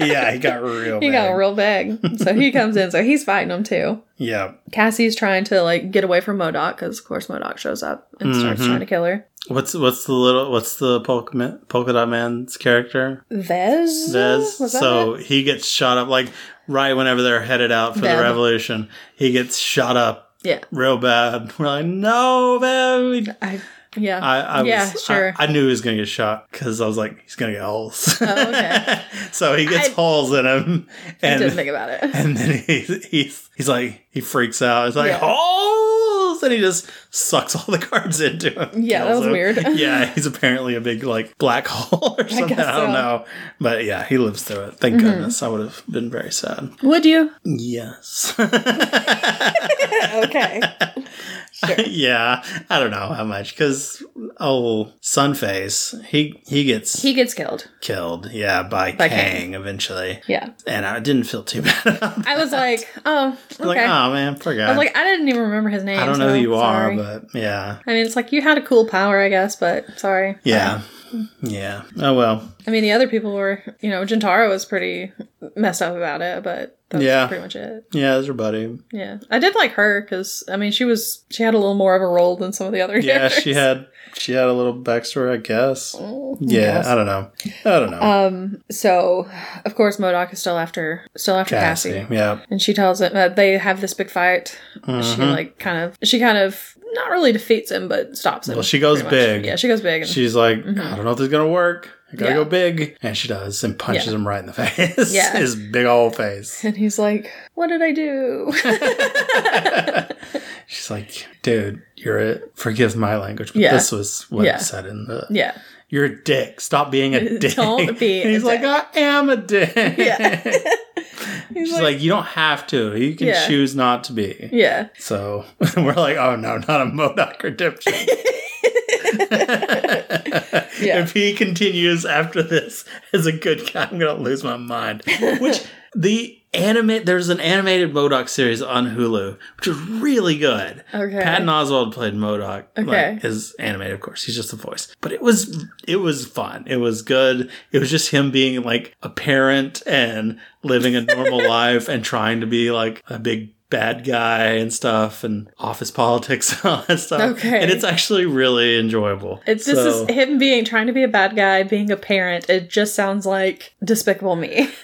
Speaker 1: yeah, he got real.
Speaker 2: he got
Speaker 1: big.
Speaker 2: real big. So he comes in. So he's fighting them too.
Speaker 1: Yep.
Speaker 2: Cassie's trying to like get away from Modoc because, of course, Modoc shows up and starts
Speaker 1: Mhm.
Speaker 2: trying to kill her.
Speaker 1: What's what's the little what's the polka, ma- polka dot man's character?
Speaker 2: Vez?
Speaker 1: Vez.
Speaker 2: Was that
Speaker 1: So
Speaker 2: it?
Speaker 1: he gets shot up like right whenever they're headed out for
Speaker 2: Bad.
Speaker 1: the revolution. He gets shot up
Speaker 2: Yeah.
Speaker 1: real bad. We're like, no, man.
Speaker 2: I, yeah.
Speaker 1: I, I
Speaker 2: Yeah,
Speaker 1: was,
Speaker 2: sure.
Speaker 1: I, I knew he was going to get shot because I was like, he's going to get holes.
Speaker 2: Oh, okay.
Speaker 1: so he gets
Speaker 2: I-
Speaker 1: holes in him,
Speaker 2: I didn't
Speaker 1: and
Speaker 2: think about it.
Speaker 1: and then he's he's he's like he freaks out. He's like
Speaker 2: Yeah.
Speaker 1: holes, and he just sucks all the cards into him.
Speaker 2: Yeah, that
Speaker 1: Kills
Speaker 2: was
Speaker 1: him.
Speaker 2: weird.
Speaker 1: yeah, he's apparently a big like black hole or something. I,
Speaker 2: guess so. Mm-hmm.
Speaker 1: don't know, but yeah, he lives through it. Thank goodness. I would have been very sad.
Speaker 2: Would you?
Speaker 1: Yes.
Speaker 2: okay. Sure.
Speaker 1: yeah, I don't know how much because oh, Sunface, he he gets
Speaker 2: He gets killed.
Speaker 1: killed, yeah, by,
Speaker 2: By
Speaker 1: Kang, eventually,
Speaker 2: Yeah.
Speaker 1: and I didn't feel too bad. About that.
Speaker 2: I was like, oh, okay.
Speaker 1: Like, oh man,
Speaker 2: I
Speaker 1: forgot.
Speaker 2: was like, I didn't even remember his name.
Speaker 1: I don't know
Speaker 2: so
Speaker 1: who you
Speaker 2: sorry.
Speaker 1: are, but yeah,
Speaker 2: I mean, it's like you had a cool power, I guess, but sorry.
Speaker 1: yeah, yeah. Oh well,
Speaker 2: I mean, the other people were, you know, Jintaro was pretty messed up about it, but that's
Speaker 1: Yeah.
Speaker 2: pretty much it.
Speaker 1: yeah, it's your buddy.
Speaker 2: Yeah, I did like her because I mean, she was she had a little more of a role than some of the other.
Speaker 1: Yeah, she
Speaker 2: characters.
Speaker 1: had she had a little backstory, I guess.
Speaker 2: Oh, I
Speaker 1: Yeah,
Speaker 2: guess.
Speaker 1: I don't know. I don't know.
Speaker 2: Um. So, of course, Modoc is still after still after Cassie,
Speaker 1: Cassie, yeah.
Speaker 2: and she tells him that they have this big fight. She
Speaker 1: Mhm.
Speaker 2: like kind of she kind of not really defeats him, but stops him.
Speaker 1: Well, she goes
Speaker 2: pretty much.
Speaker 1: big.
Speaker 2: Yeah, she goes big. and-
Speaker 1: She's like, I don't know if this is gonna work. I gotta
Speaker 2: Mm-hmm. Yeah.
Speaker 1: go big, and she does, and punches
Speaker 2: Yeah.
Speaker 1: him right in the face.
Speaker 2: Yeah.
Speaker 1: his big old face.
Speaker 2: and he's like, "What did I do?"
Speaker 1: She's like, dude, you're a forgive my language, but
Speaker 2: Yeah.
Speaker 1: this was what
Speaker 2: Yeah.
Speaker 1: it said in the.
Speaker 2: yeah.
Speaker 1: You're a dick. Stop being a dick.
Speaker 2: Don't be
Speaker 1: And
Speaker 2: a
Speaker 1: he's like, I am a dick.
Speaker 2: Yeah. He's
Speaker 1: She's like, you don't have to. You can
Speaker 2: Yeah.
Speaker 1: choose not to be.
Speaker 2: Yeah.
Speaker 1: So we're like, oh no, not a Modoc redemption. If he continues after this as a good guy, I'm gonna lose my mind. Which the anime there's an animated Modoc series on Hulu, which is really good.
Speaker 2: Okay.
Speaker 1: Patton Oswald played Modoc.
Speaker 2: Okay.
Speaker 1: Like, is animated, of course. He's just a voice. But it was it was fun. It was good. It was just him being like a parent and living a normal life and trying to be like a big bad guy and stuff and office politics and all that stuff.
Speaker 2: Okay.
Speaker 1: And it's actually really enjoyable.
Speaker 2: It's just
Speaker 1: So-
Speaker 2: this, him being trying to be a bad guy, being a parent. It just sounds like Despicable Me.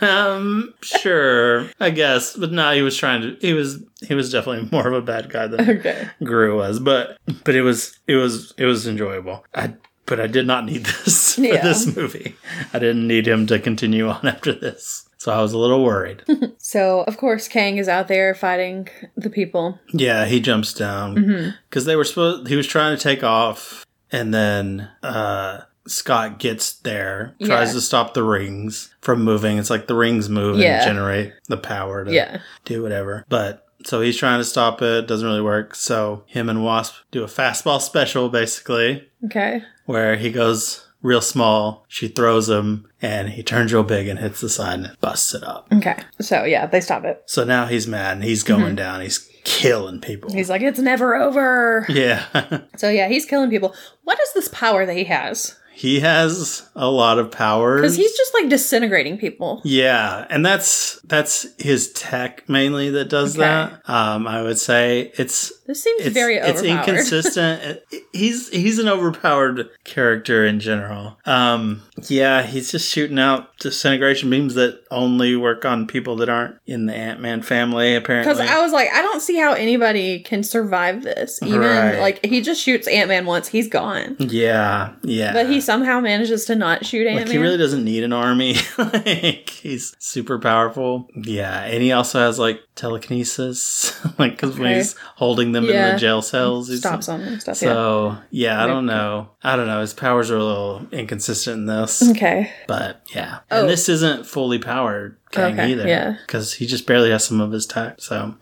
Speaker 1: Um, sure, I guess, but no, he was trying to. He was he was definitely more of a bad guy than
Speaker 2: okay.
Speaker 1: Gru was, but but it was it was it was enjoyable. I but I did not need this for
Speaker 2: Yeah.
Speaker 1: this movie. I didn't need him to continue on after this, so I was a little worried.
Speaker 2: So of course Kang is out there fighting the people. Mm-hmm.
Speaker 1: yeah, he jumps down because they were supposed. He was trying to take off. And then uh, Scott gets there, tries
Speaker 2: Yeah.
Speaker 1: to stop the rings from moving. It's like the rings move and
Speaker 2: Yeah.
Speaker 1: generate the power to
Speaker 2: Yeah.
Speaker 1: do whatever. But so he's trying to stop it, doesn't really work. So him and Wasp do a fastball special basically,
Speaker 2: Okay.
Speaker 1: where he goes real small, she throws him, and he turns real big and hits the side and it busts it up.
Speaker 2: Okay. So yeah, they stop it.
Speaker 1: So now he's mad and he's going down. He's killing people.
Speaker 2: Mm-hmm. He's like, it's never over.
Speaker 1: yeah.
Speaker 2: So yeah, he's killing people. What is this power that he has?
Speaker 1: he has a lot of powers.
Speaker 2: Because he's just like disintegrating people.
Speaker 1: Yeah, and that's that's his tech mainly that does
Speaker 2: Okay.
Speaker 1: that. Um, I would say it's
Speaker 2: This seems
Speaker 1: it's
Speaker 2: very
Speaker 1: it's
Speaker 2: overpowered.
Speaker 1: inconsistent. It- he's he's an overpowered character in general. Um, yeah, he's just shooting out disintegration beams that only work on people that aren't in the Ant Man family. Apparently,
Speaker 2: Because I was like, I don't see how anybody can survive this. Even
Speaker 1: Right.
Speaker 2: like he just shoots Ant Man once, he's gone.
Speaker 1: yeah, yeah,
Speaker 2: But he somehow manages to not shoot Ant Man.
Speaker 1: Like he really doesn't need an army. like he's super powerful. Yeah, and he also has like telekinesis, like because when
Speaker 2: Okay.
Speaker 1: he's holding them in
Speaker 2: Yeah.
Speaker 1: the jail cells, he's
Speaker 2: stops on and stuff.
Speaker 1: So yeah, I
Speaker 2: Maybe.
Speaker 1: don't know. I don't know. His powers are a little inconsistent in
Speaker 2: yeah.
Speaker 1: this,
Speaker 2: Okay.
Speaker 1: but yeah.
Speaker 2: Oh.
Speaker 1: And this isn't fully powered Kang
Speaker 2: Okay,
Speaker 1: either,
Speaker 2: yeah.
Speaker 1: because he just barely has some of his tech. So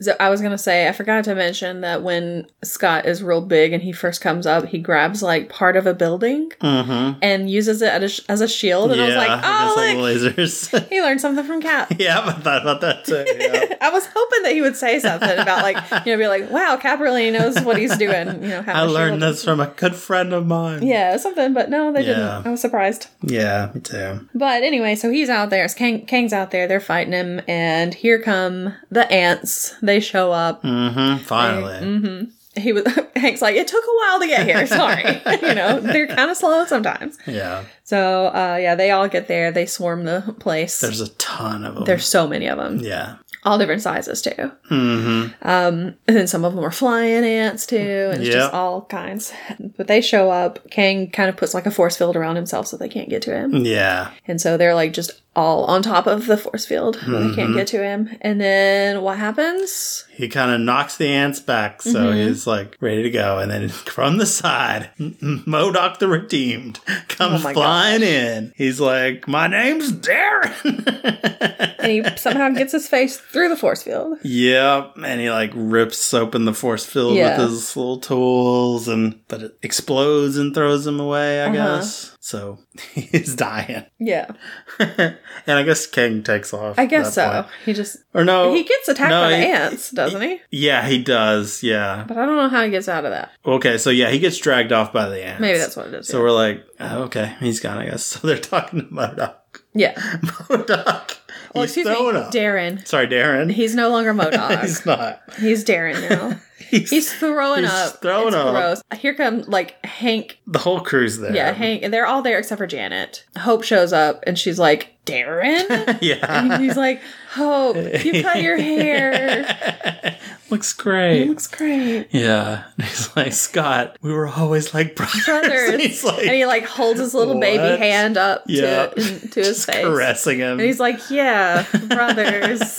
Speaker 2: So I was gonna say I forgot to mention that when Scott is real big and he first comes up, he grabs like part of a building
Speaker 1: Mhm.
Speaker 2: and uses it as a, as a shield. And I was like, oh look,
Speaker 1: against all the lasers.
Speaker 2: he learned something from Cap.
Speaker 1: yeah, I thought about that too. yeah.
Speaker 2: I was hoping that he would say something about like you know be like, wow, Cap really knows what he's doing. You know, how
Speaker 1: I
Speaker 2: to
Speaker 1: learned
Speaker 2: shield.
Speaker 1: this from a good friend of mine.
Speaker 2: Yeah, something, but no, they
Speaker 1: Yeah.
Speaker 2: didn't. I was surprised.
Speaker 1: Yeah, me too.
Speaker 2: But anyway, so he's out there. Kang, Kang's out there. They're fighting him, and here come the ants. They show up.
Speaker 1: hmm Finally.
Speaker 2: hmm He was Hank's like, it took a while to get here. Sorry, you know they're kind of slow sometimes.
Speaker 1: Yeah.
Speaker 2: So uh, yeah, they all get there. They swarm the place. There's,
Speaker 1: There's a ton of them.
Speaker 2: so many of them,
Speaker 1: yeah.
Speaker 2: all different sizes too.
Speaker 1: hmm
Speaker 2: Um, and then some of them are flying ants too, and it's
Speaker 1: Yeah.
Speaker 2: just all kinds. But they show up. Kang kind of puts like a force field around himself so they can't get to him.
Speaker 1: Yeah.
Speaker 2: And so they're like just all on top of the force field. They can't
Speaker 1: Mhm.
Speaker 2: get to him. And then what happens?
Speaker 1: He kind of knocks the ants back, so
Speaker 2: Mhm.
Speaker 1: he's like ready to go. And then from the side, Modoc the Redeemed comes
Speaker 2: Oh my
Speaker 1: flying in. He's like, "My name's Darren."
Speaker 2: And he somehow gets his face through the force field.
Speaker 1: yep, and he like rips open the force field
Speaker 2: Yeah.
Speaker 1: with his little tools, and but it explodes and throws him away. I
Speaker 2: Uh-huh.
Speaker 1: guess so. He's dying,
Speaker 2: Yeah.
Speaker 1: and I guess King takes off.
Speaker 2: I
Speaker 1: at
Speaker 2: guess
Speaker 1: that
Speaker 2: so.
Speaker 1: point.
Speaker 2: He just
Speaker 1: Or no,
Speaker 2: he gets attacked
Speaker 1: Oh, no,
Speaker 2: by the
Speaker 1: he-
Speaker 2: ants, doesn't he,
Speaker 1: yeah, he does. Yeah.
Speaker 2: But I don't know how he gets out of that.
Speaker 1: Okay, so yeah, he gets dragged off by the ants.
Speaker 2: Maybe that's what it is.
Speaker 1: So we're like, oh, okay, he's gone, I guess. So they're talking to Modoc.
Speaker 2: yeah.
Speaker 1: Modoc.
Speaker 2: Well,
Speaker 1: he's
Speaker 2: Oh, excuse me,
Speaker 1: thrown up.
Speaker 2: Darren.
Speaker 1: Sorry, Darren.
Speaker 2: He's no longer Modoc. he's,
Speaker 1: he's not.
Speaker 2: Darren now.
Speaker 1: He's,
Speaker 2: He's throwing
Speaker 1: He's
Speaker 2: up.
Speaker 1: throwing
Speaker 2: It's
Speaker 1: up.
Speaker 2: Gross. Here come like Hank
Speaker 1: the whole crew's there.
Speaker 2: Yeah, Hank. and They're all there except for Janet. Hope shows up and she's like, Darren? and
Speaker 1: yeah.
Speaker 2: he's like, Hope, you cut your hair.
Speaker 1: Looks
Speaker 2: It
Speaker 1: great.
Speaker 2: looks great.
Speaker 1: Yeah. And he's like, Scott, we were always like brothers.
Speaker 2: Brothers.
Speaker 1: And he's like,
Speaker 2: And he like holds his little
Speaker 1: What?
Speaker 2: baby hand up
Speaker 1: Yeah.
Speaker 2: to, in- to his
Speaker 1: just
Speaker 2: face.
Speaker 1: caressing him.
Speaker 2: And he's like, Yeah, brothers.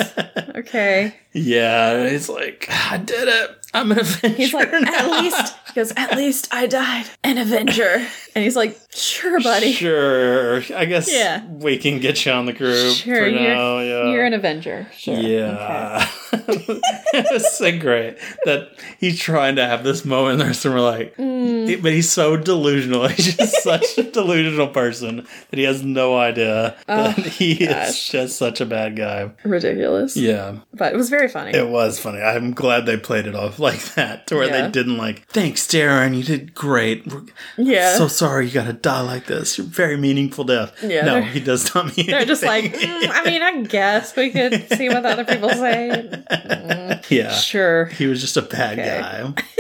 Speaker 2: okay.
Speaker 1: yeah. And he's like, I did it. I'm an Avenger.
Speaker 2: He's like, At
Speaker 1: now."
Speaker 2: least, he goes, At least I died an Avenger. And he's like, Sure, buddy.
Speaker 1: Sure. I guess
Speaker 2: Yeah.
Speaker 1: we can get you on the group.
Speaker 2: Sure,
Speaker 1: for
Speaker 2: you're,
Speaker 1: now, yeah.
Speaker 2: you're an Avenger. Sure. Okay.
Speaker 1: Yeah. it was so great that he's trying to have this moment there, so we're like,
Speaker 2: Mm.
Speaker 1: but he's so delusional. He's just such a delusional person that he has no idea that
Speaker 2: Oh,
Speaker 1: he is
Speaker 2: gosh.
Speaker 1: just such a bad guy.
Speaker 2: Ridiculous.
Speaker 1: Yeah,
Speaker 2: But it was very funny.
Speaker 1: it was funny. I'm glad they played it off like that, to where
Speaker 2: Yeah.
Speaker 1: they didn't like, thanks, Darren, you did great. We're
Speaker 2: yeah.
Speaker 1: so sorry you gotta die like this. You're very meaningful death.
Speaker 2: Yeah,
Speaker 1: no,
Speaker 2: they're-
Speaker 1: he does not mean.
Speaker 2: They're just like,
Speaker 1: anything.
Speaker 2: "Mm, I mean, I guess we could see what the other people say. Mm,
Speaker 1: yeah,
Speaker 2: Sure.
Speaker 1: he was just a bad guy.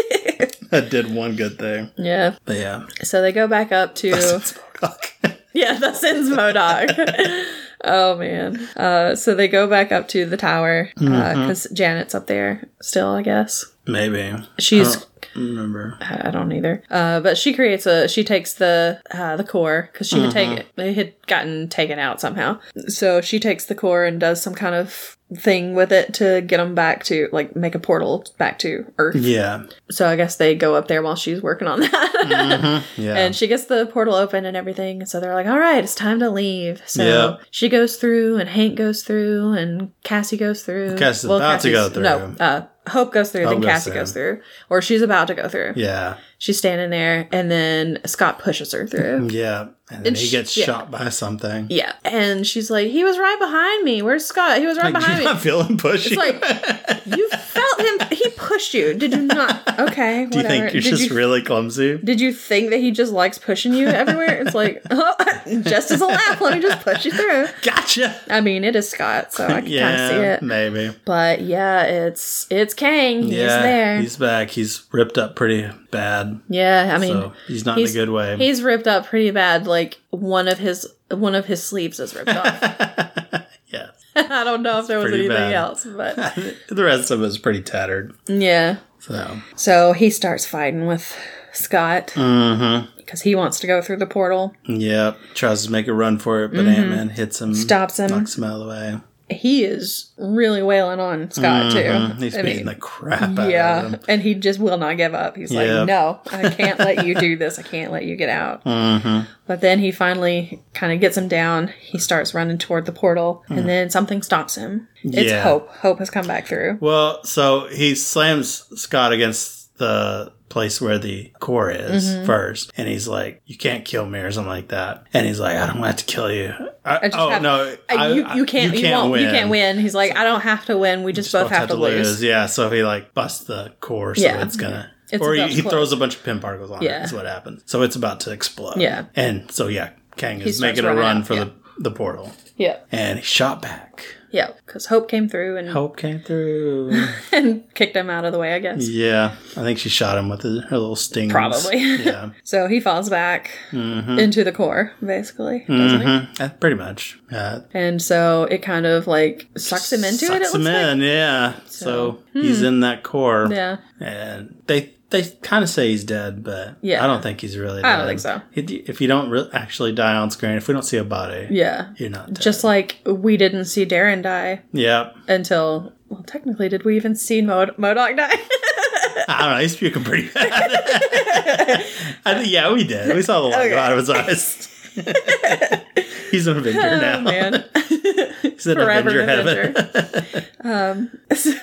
Speaker 1: that did one good thing.
Speaker 2: Yeah.
Speaker 1: But yeah,
Speaker 2: So they go back up to
Speaker 1: That's Modoc.
Speaker 2: yeah, that sends Modoc. oh man.
Speaker 1: Mm-hmm.
Speaker 2: Uh, so they go back up to the tower because Janet's up there still, I guess.
Speaker 1: Maybe.
Speaker 2: She's
Speaker 1: I don't remember.
Speaker 2: I I don't either. Uh, but she creates a. She takes the uh, the core because she had taken
Speaker 1: Mm-hmm.
Speaker 2: it had gotten taken out somehow. So she takes the core and does some kind of thing with it to get them back to like make a portal back to Earth.
Speaker 1: Yeah.
Speaker 2: So I guess they go up there while she's working on that.
Speaker 1: Yeah.
Speaker 2: And she gets the portal open and everything. And so they're like, all right, it's time to leave. So
Speaker 1: Yeah.
Speaker 2: she goes through, and Hank goes through, and Cassie goes through.
Speaker 1: Cassie's about to go
Speaker 2: Cassie's- No,
Speaker 1: through.
Speaker 2: uh, Hope goes through,
Speaker 1: Hope
Speaker 2: then
Speaker 1: goes
Speaker 2: Cassie
Speaker 1: through.
Speaker 2: goes through. Or she's about to go through.
Speaker 1: yeah.
Speaker 2: She's standing there, and then Scott pushes her through.
Speaker 1: Yeah. And then
Speaker 2: And
Speaker 1: he
Speaker 2: sh-
Speaker 1: gets
Speaker 2: yeah.
Speaker 1: shot by something.
Speaker 2: yeah. And she's like, he was right behind me. Where's Scott? He was
Speaker 1: Like,
Speaker 2: right behind
Speaker 1: you're
Speaker 2: me.
Speaker 1: not feeling pushy.
Speaker 2: It's like, you felt him. He pushed you. Did you not? Okay.
Speaker 1: Do you
Speaker 2: whatever.
Speaker 1: think you're
Speaker 2: Did
Speaker 1: just
Speaker 2: you
Speaker 1: really clumsy?
Speaker 2: Did you think that he just likes pushing you everywhere? It's like, oh, just as a laugh, let me just push you through.
Speaker 1: Gotcha.
Speaker 2: I mean, it is Scott, so I can
Speaker 1: Yeah.
Speaker 2: kind of see it.
Speaker 1: Maybe.
Speaker 2: But yeah, it's it's Kang. He's
Speaker 1: yeah.
Speaker 2: there.
Speaker 1: He's back. He's ripped up pretty bad.
Speaker 2: yeah, I mean,
Speaker 1: so he's not
Speaker 2: he's-
Speaker 1: in a good way.
Speaker 2: he's ripped up pretty bad. Like one of his one of his sleeves is ripped off.
Speaker 1: yeah.
Speaker 2: I don't know if there was
Speaker 1: pretty
Speaker 2: anything
Speaker 1: bad.
Speaker 2: else, but
Speaker 1: the rest of it's pretty tattered.
Speaker 2: yeah.
Speaker 1: So.
Speaker 2: So he starts fighting with Scott
Speaker 1: Mm-hmm.
Speaker 2: because he wants to go through the portal.
Speaker 1: Yeah. Tries to make a run for it, but Ant Man hits him.
Speaker 2: Stops Mm-hmm. him.
Speaker 1: Knocks him out of the way.
Speaker 2: He is really wailing on
Speaker 1: Mhm.
Speaker 2: Scott too.
Speaker 1: He's
Speaker 2: I
Speaker 1: beating
Speaker 2: mean,
Speaker 1: the crap out of
Speaker 2: Yeah,
Speaker 1: him.
Speaker 2: and he just will not give up. He's
Speaker 1: Yeah.
Speaker 2: like, "No, I can't let you do this. I can't let you get out."
Speaker 1: Mm-hmm.
Speaker 2: But then he finally kind of gets him down. He starts running toward the portal, and then something stops him. It's
Speaker 1: Yeah.
Speaker 2: Hope. Hope has come back through.
Speaker 1: Well, so he slams Scott against the place where the core is
Speaker 2: Mm-hmm.
Speaker 1: first, and he's like, "You can't kill me," or something like that. And he's like, "I don't want to kill you." I,
Speaker 2: I just
Speaker 1: oh
Speaker 2: have-
Speaker 1: no,
Speaker 2: I,
Speaker 1: I-
Speaker 2: you,
Speaker 1: I-
Speaker 2: you can't. You, won't. You can't win. He's like, "I don't have to win. We just, both, have, to lose."
Speaker 1: Yeah, so he like busts the core, so
Speaker 2: Yeah.
Speaker 1: it's gonna.
Speaker 2: It's
Speaker 1: or he,
Speaker 2: about to
Speaker 1: he
Speaker 2: explode.
Speaker 1: throws a bunch of pin particles on it.
Speaker 2: Yeah.
Speaker 1: That's what happens. So it's about to explode.
Speaker 2: Yeah.
Speaker 1: And so yeah, Kang is
Speaker 2: starts
Speaker 1: making a
Speaker 2: running
Speaker 1: run
Speaker 2: out,
Speaker 1: for
Speaker 2: yeah.
Speaker 1: the the portal,
Speaker 2: Yeah,
Speaker 1: and he's shot back.
Speaker 2: yeah. Because Hope came through and,
Speaker 1: Hope came through.
Speaker 2: and kicked him out of the way. I guess.
Speaker 1: Yeah, I think she shot him with the, her little sting.
Speaker 2: Probably.
Speaker 1: yeah,
Speaker 2: So he falls back into the core, basically, doesn't he?
Speaker 1: Mhm. Uh, pretty much. Uh,
Speaker 2: And so it kind of like sucks him into it. It
Speaker 1: sucks
Speaker 2: looks
Speaker 1: him
Speaker 2: like. hmm.
Speaker 1: in. Yeah. So, he's in that core.
Speaker 2: Yeah.
Speaker 1: And they they kind of say he's dead, but
Speaker 2: Yeah.
Speaker 1: I don't think he's really. dead.
Speaker 2: I don't think so.
Speaker 1: If you- If you don't re- actually die on screen, if we don't see a body,
Speaker 2: Yeah.
Speaker 1: you're not dead.
Speaker 2: Just like we didn't see Darren die
Speaker 1: yeah.
Speaker 2: until well, technically, did we even see Mod- Modoc die?
Speaker 1: I don't know. He's puking pretty bad. I think, yeah, we did. We saw the light
Speaker 2: Okay.
Speaker 1: out of his eyes. he's an Avenger now.
Speaker 2: oh man,
Speaker 1: He's an
Speaker 2: forever
Speaker 1: Avenger
Speaker 2: an
Speaker 1: heaven.
Speaker 2: Avenger. um. So